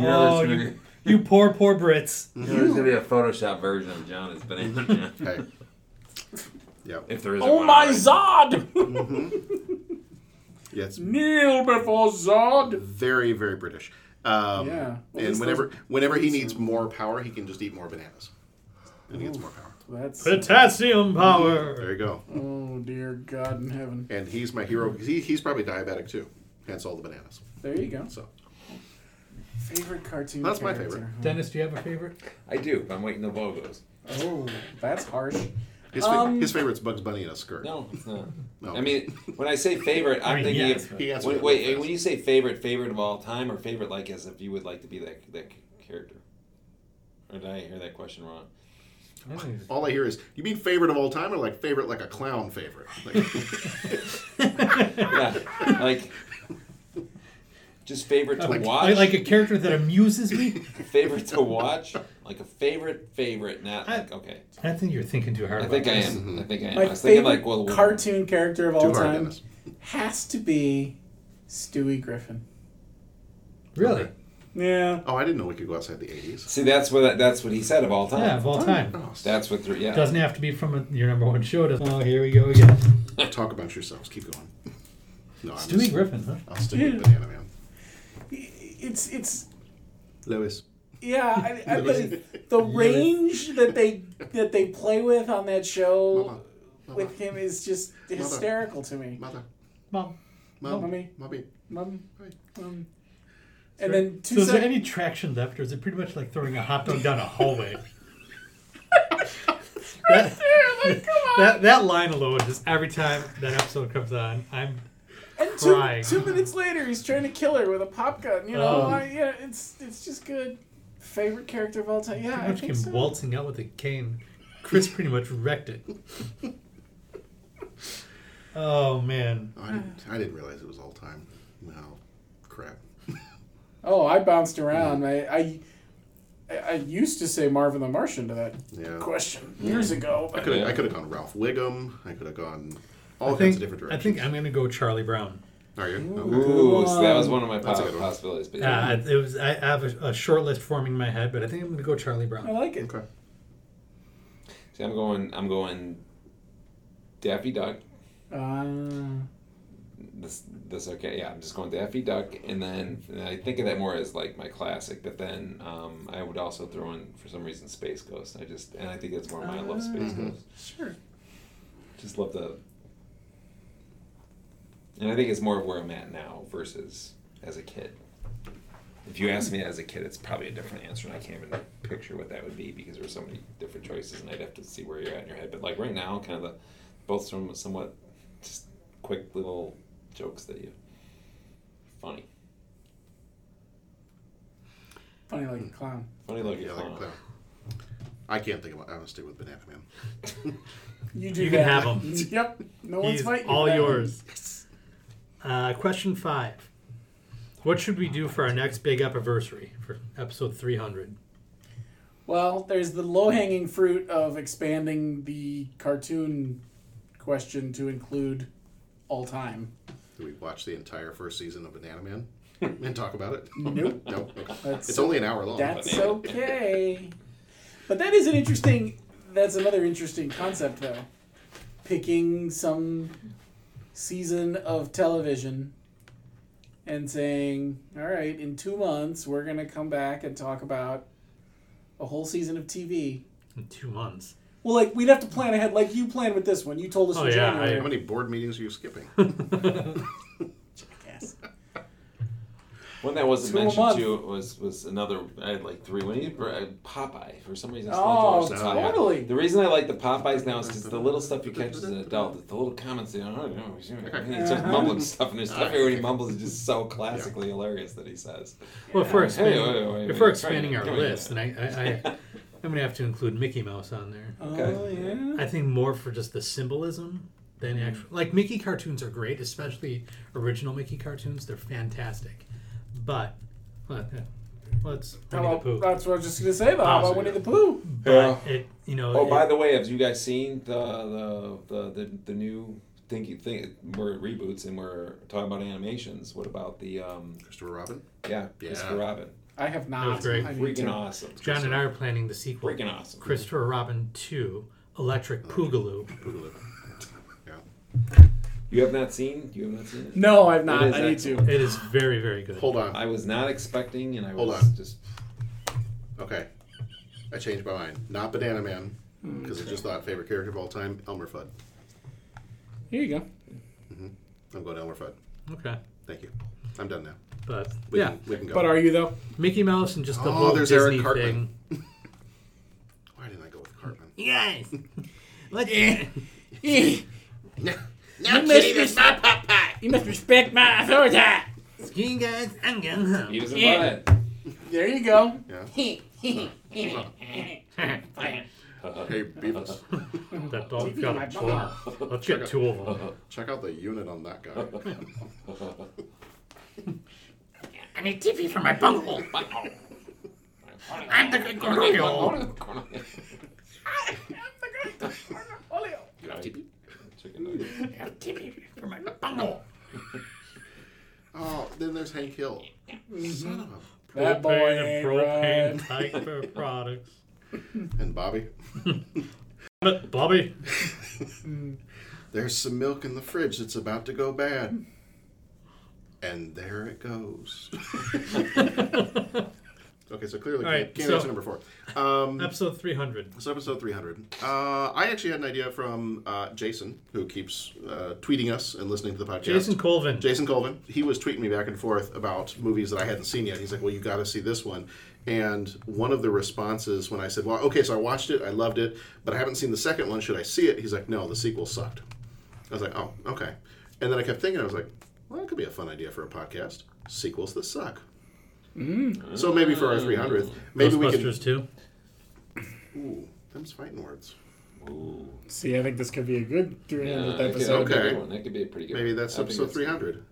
Oh, you, you poor, poor Brits.
You know, there's gonna be a Photoshop version of John as Banana Man.
hey. Yeah.
If there is.
Oh my Zod!
Yeah, it's
Kneel before Zod.
very very British. Um,
Yeah. Well, at
and
least
whenever
those-
whenever he needs more power, he can just eat more bananas. And he gets
Oof.
more power.
That's
Potassium power.
There you go.
Oh dear God in heaven.
And he's my hero. 'cause He, he's probably diabetic too. Hence all the bananas.
There you go.
So
Favorite cartoon.
That's my
character.
favorite.
Dennis, do you have a favorite?
I do. but I'm waiting till Bo goes.
Oh, that's harsh.
his, fa-
Um,
his favorite's Bugs Bunny in a skirt.
No, it's not.
No.
I mean, when I say favorite, I'm
I mean,
thinking.
yeah,
of,
he answered
when,
it
wait,
real fast.
when you say favorite, favorite of all time, or favorite like as if you would like to be that that character, or did I hear that question wrong?
All I hear is, you mean favorite of all time or like favorite like a clown favorite?
yeah, like just favorite to
Like,
watch,
like a character that amuses me?
favorite to watch, like a favorite favorite. Not like okay.
I think you're thinking too hard
I
about
think I
this.
am. I think I am.
My
I was thinking like
favorite
well,
cartoon character of
Too
all
hard,
time
Dennis.
has to be Stewie Griffin.
Really?
Yeah.
Oh, I didn't know we could go outside the 80s.
See, that's what that's what he said of all time.
Yeah, of all time.
That's what. threw- Yeah.
Doesn't have to be from a, your number one show. Doesn't, oh, here we go again.
Talk about yourselves. Keep going. No, I'm
Stewie Griffin, huh?
I'll stick with Banana Man.
It's it's
Lewis.
yeah. I, I, the, the range that they that they play with on that show with him is just hysterical to me.
Mother.
Mom.
Mom. Mommy.
Mommy.
Mom. Um, and then two
so is there
sec-
any traction left, or is it pretty much like throwing a hot dog down a hallway? that, that that line alone, just every time that episode comes on, I'm
and two,
crying.
two minutes later, he's trying to kill her with a pop gun. You know,
Um.
I, yeah, it's it's just good. Favorite character of all time. Yeah,
pretty
I
much
think
came
so.
waltzing out with a cane. Chris pretty much wrecked it. oh man,
I didn't, I didn't realize it was all time. No, crap.
Oh, I bounced around. I, I I I used to say Marvin the Martian to that
Yeah.
question years ago.
I could have I could have gone Ralph Wiggum. I could have gone all
I
kinds
think,
of different
I
directions.
think I'm gonna go Charlie Brown.
Are you?
Ooh, so that was one of my
That's a
pos-
good one.
possibilities. But
Uh,
yeah.
it was I have a, a short list forming in my head, but I think I'm gonna go Charlie Brown.
I like it.
Okay.
See, I'm going. I'm going. Daffy Duck.
Uh,
This. This. Okay. Yeah. I'm just going Daffy Duck, and then and I think of that more as like my classic. But then um, I would also throw in for some reason Space Ghost. I just and I think that's more my I love Space
Ah.
Ghost.
sure.
Just love the. And I think it's more of where I'm at now versus as a kid. If you ask me as a kid, it's probably a different answer, and I can't even picture what that would be because there were so many different choices, and I'd have to see where you're at in your head. But like right now, kind of the both some somewhat just quick little jokes that you funny,
Funny like a clown.
Hmm.
funny looking.
Yeah, like a clown. uh, I can't think of. I'm gonna stick with Banana Man.
You
You can have him.
Yep. No one's
He's
fighting.
all
for that one.
yours. Uh, question five. What should we do for our next big anniversary for episode 300?
Well, there's the low hanging fruit of expanding the cartoon question to include all time.
Do we watch the entire first season of Banana Man and talk about it?
Nope.
nope. Okay.
That's-
It's only an hour long.
That's
but-
okay. But that is an interesting. That's another interesting concept, though. Picking some season of television and saying, "All right, in two months, we're gonna come back and talk about a whole season of TV."
In two months.
Well, like we'd have to plan ahead, like you planned with this one. You told us in January.
How many board meetings are you skipping?
One that wasn't
Two a
mentioned
month.
to you was was another. I had like three. When you uh, Popeye, for some reason, I still
Oh,
like to watch Popeye.
totally.
The reason I like the Popeyes now is because the little stuff you catch as an adult, it's the little comments. You know, oh, no, he's just
Uh-huh.
mumbling stuff, and his stuff already mumbles is just so classically hilarious that he says.
Well, if we're
Hey,
expanding,
wait, wait, wait,
if we're
wait,
expanding
come
our
here, come here.
list, then I, I, I I'm gonna have to include Mickey Mouse on there.
Oh, yeah.
I think more for just the symbolism than
Mm-hmm.
actual. Like Mickey cartoons are great, especially original Mickey cartoons. They're fantastic, but let, let's
How
Winnie the
about-
Pooh.
that's what I was just gonna say. About how about
Bowser.
Winnie the Pooh?
But it, you know,
Oh,
it-
by the way, have you guys seen the the the the, the new thinking thing? We're at reboots and we're talking about animations. What about the um,
Christopher Robin?
Yeah,
Yeah.
Christopher Robin.
I have
That
not.
was great.
I need
Freaking
to.
awesome.
John and I are planning the sequel.
Freaking awesome.
Christopher Robin 2, Electric Boogaloo.
Boogaloo. Yeah.
You have not seen? You have not seen it?
No, I've not.
It is
I need
excellent.
It is very, very good.
Hold on.
I was not expecting, and I
Hold
was
on.
just
Okay. I changed my mind. Not Banana Man,
Hmm.
because I just thought favorite character of all time, Elmer Fudd.
Here you go.
I'm going Elmer Fudd.
Okay.
Thank you. I'm done now.
But
We
yeah,
can, we can go.
But are you though?
Mickey Mouse and just the
Oh,
whole
there's Eric
Disney
Cartman.
thing.
Why didn't I go with Cartman?
Yes. Let's
No,
You must respect- You must respect my authority.
Skiing guys, I'm going home.
he was in
Yeah.
butt.
There you go.
Yeah. Hey,
hey,
Beavis.
That dog
TV
got
my
a tongue. Let's get two of them.
Check out the unit on that guy.
I need TV for my bunghole. I'm the good Cornelio.
Get off TV.
TV for my bunghole.
Oh, then there's Hank Hill. Son of a-
That boy ain't
propane
right.
type of products.
And Bobby.
Bobby.
There's some milk in the fridge that's about to go bad. And there it goes. okay, so clearly
All right,
can't
so- Uh,
answer number four. Um,
Episode 300.
So episode 300. Uh, I actually had an idea from uh, Jason, who keeps uh, tweeting us and listening to the podcast.
Jason Colvin.
Jason Colvin. He was tweeting me back and forth about movies that I hadn't seen yet. He's like, "Well, you got to see this one." And one of the responses when I said, "Well, okay, so I watched it, I loved it, but I haven't seen the second one. Should I see it?" He's like, "No, the sequel sucked." I was like, "Oh, okay." And then I kept thinking, I was like, "Well, that could be a fun idea for a podcast: sequels that suck."
Mm-hmm.
So maybe for our 300th, maybe we can.
Ghostbusters 2.
Ooh, them's fighting words.
Ooh.
See, I think this could be a good
Yeah,
300th
that could-
episode.
that could be
Okay.
a good one. That could be a pretty good.
Maybe that's
I think
episode
it's-
300.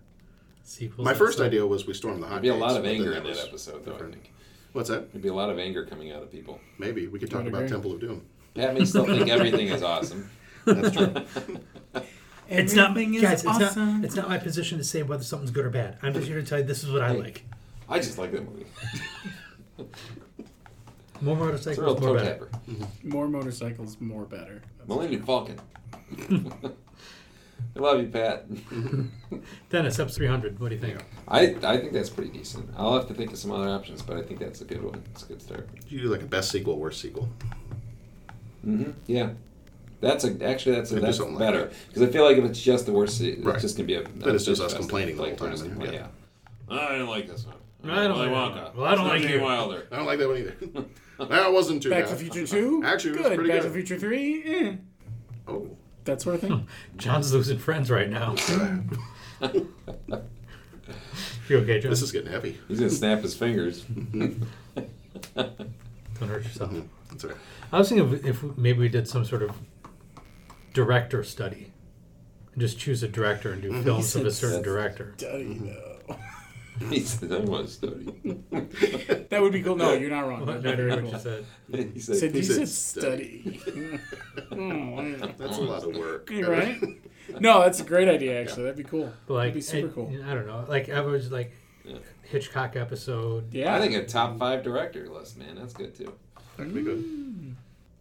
Sequels
My
that
first
suck.
idea was we storm the
There'd
hot.
be a lot
gates,
of
but
anger
then
in
was
that episode, though. I
different.
think
What's that?
there'd be a lot of anger coming out of people.
Maybe we could talk
I'd
about
agree.
Temple of Doom.
Pat may still think everything is awesome.
That's true.
It's not,
Everything is
guys, it's,
awesome.
not, it's not my position to say whether something's good or bad. I'm just here to tell you this is what I like.
I just like that movie.
More
It's a real
motorcycles, more
toe
better.
tapper.
More motorcycles, more better.
Millennium Falcon. I love you, Pat.
Dennis, episode 300. What do you think?
I, I think that's pretty decent. I'll have to think of some other options, but I think that's a good one. It's a good start.
You do like a best sequel, worst sequel.
Mm-hmm. Yeah, that's a actually that's a,
Maybe
that's
something like
better because I feel like if it's just the worst, it's
Right.
just gonna be a.
Then it's just us
fest.
complaining the
Like,
whole
we're just
time,
complaining,
yeah.
Yeah. I didn't like this one.
I don't
Willy
like that
Wonka.
one. Well, I don't
It's
like
Gene
you.
Wilder.
I don't like that one either. that wasn't too
Back
bad.
to the Future 2?
Actually, it was
good.
pretty
Back
good.
to the Future 3? Eh.
Oh,
That sort of thing.
John's losing friends right now. you okay, John?
this is getting heavy.
He's gonna snap his fingers.
Don't hurt yourself.
Mm-hmm.
That's right.
I was thinking of if maybe we did some sort of director study, and just choose a director and do
Mm-hmm.
Mhm.
films
He
of a
said
certain
study,
director.
He said, I want to study.
That would be cool. No, you're not wrong.
Well,
That'd
I
be
don't
very
know what
cool.
you said.
He said-
said,
he
you
said
said study. Mm, yeah.
That's a lot of work.
You're right. No, that's a great idea. Actually, that'd be cool.
Like,
that'd be super
I,
cool.
I don't know. Like I was like Hitchcock episode.
I think a top five director list, man. That's good too.
That could be good.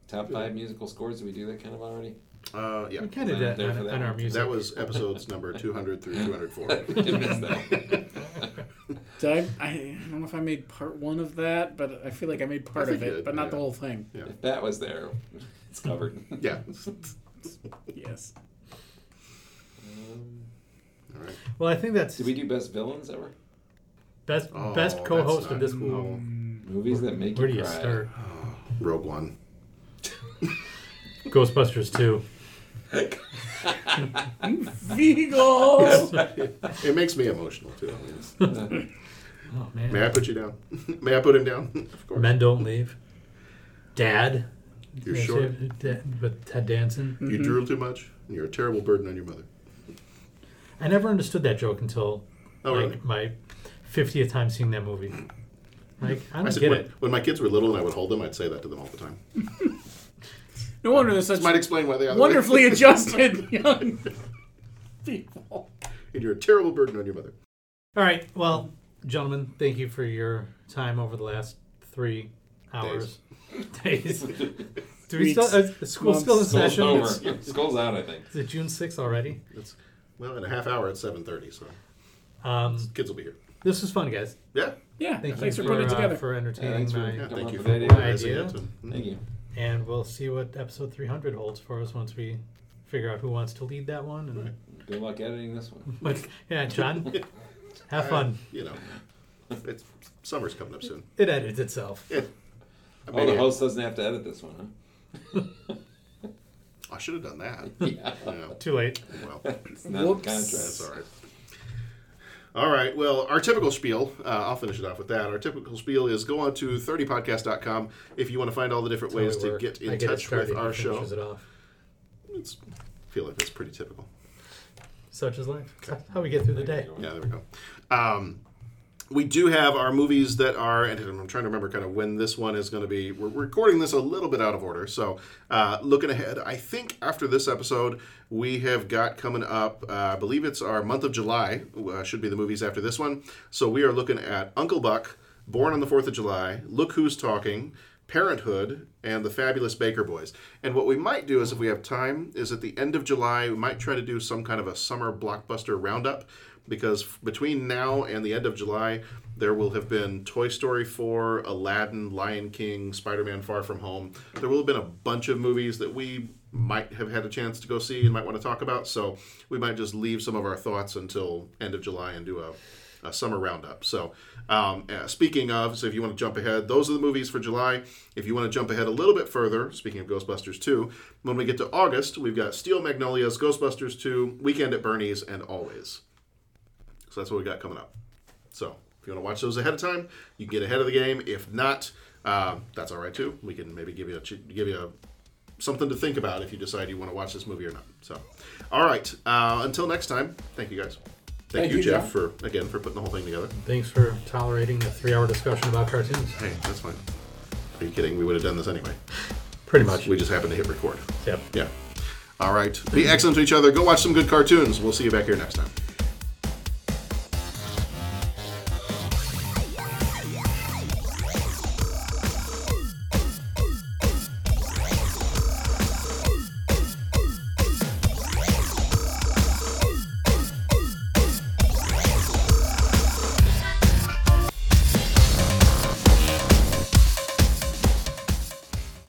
Top five musical scores. Did we do that kind of already?
Uh, yeah.
We kinda did
There
on-
for that
on our
one.
music.
That was episodes number 200 through 204.
I missed that.
Did I, I, I don't know if I made part one of that, but I feel like I made part
think
of
you
it,
did,
but not
yeah.
the whole thing.
Yeah.
If that was there, it's covered.
Yeah.
Yes.
Um,
All right.
Well, I think that's
did we do best villains ever?
best
Oh,
best
that's
co-host
not
of this
cool.
movie.
Movies that make
Where do
you
you
cry.
start?
Rogue One.
Ghostbusters two.
Vegals.
It makes me emotional, too. I mean, it's-
Oh man.
May I put you down? May I put him down? Of course.
Men don't leave. Dad.
You're
Yeah,
short.
Da- With Ted Danson.
Mm-hmm.
You drool too much, and you're a terrible burden on your mother.
I never understood that joke until
Oh,
like
really?
my fiftieth time seeing that movie. Like I
I
don't
said,
get
when,
it.
when my kids were little and I would hold them, I'd say that to them all the time.
No wonder there's
This
such
might explain why they are the way-
wonderfully adjusted young people.
and you're a terrible burden on your mother.
All right. Well, gentlemen, thank you for your time over the last three hours. Days. Do we
Weeks,
still? Is is school still in
months.
School's
session? It's-
over. School's out, I think.
Is it June sixth already?
It's well, in a half hour, it's seven thirty, so
Um,
kids will be here.
this was fun, guys.
Yeah,
Yeah.
Thank
thanks
you
for putting it
uh,
together.
for
Yeah,
entertaining
thanks for
my.
yeah.
coming
Thank
up
you
with
for
that idea.
organizing
idea.
it. and-
Thank you.
and we'll see what episode 300 holds for us once we figure out who wants to lead that one. And
Good luck editing this one.
but yeah, John, have fun.
you know, it's summer's coming up soon.
It edits itself.
I,
Oh, the host doesn't have to edit this one, huh?
I should have done that.
Yeah.
You know,
Too late.
well,
It's not in the
Whoops.
contract.
that's all right. All right. Well, our typical spiel, uh, I'll finish it off with that. Our typical spiel is go on to 30podcast.com if you want to find all the different ways
Totally
to
work.
get in
I it
touch
started
with
and
our
it
show.
finishes It off.
It's, I feel like that's pretty typical.
Such is life. That's how we get through the day.
Yeah, there we go. Um, we do have our movies that are, and I'm trying to remember kind of when this one is going to be. We're recording this a little bit out of order, so uh, looking ahead, I think after this episode, we have got coming up. Uh, I believe it's our month of July uh, should be the movies after this one. So we are looking at Uncle Buck, Born on the Fourth of July, Look Who's Talking. Parenthood and the Fabulous Baker Boys. And what we might do is, if we have time, is at the end of July, we might try to do some kind of a summer blockbuster roundup because f- between now and the end of July, there will have been Toy Story 4, Aladdin, Lion King, Spider Man Far From Home. There will have been a bunch of movies that we might have had a chance to go see and might want to talk about. So we might just leave some of our thoughts until end of July and do a, a summer roundup. So um, uh, speaking of, so if you want to jump ahead, those are the movies for July. If you want to jump ahead a little bit further, speaking of Ghostbusters 2, when we get to August, we've got Steel Magnolias, Ghostbusters 2, Weekend at Bernie's, and Always. So that's what we got coming up. So if you want to watch those ahead of time, you can get ahead of the game. If not, uh, that's all right too. We can maybe give you a ch- give you a, something to think about if you decide you want to watch this movie or not. So, all right. Uh, until next time, thank you guys. Thank,
Thank
you,
you,
Jeff,
Jeff.
for again for putting the whole thing together.
Thanks for tolerating a three-hour discussion about cartoons.
Hey, that's fine. Are you kidding? We would have done this anyway.
Pretty much.
We just happened to hit record.
Yep.
Yeah. All right. Be excellent to each other. Go watch some good cartoons. We'll see you back here next time.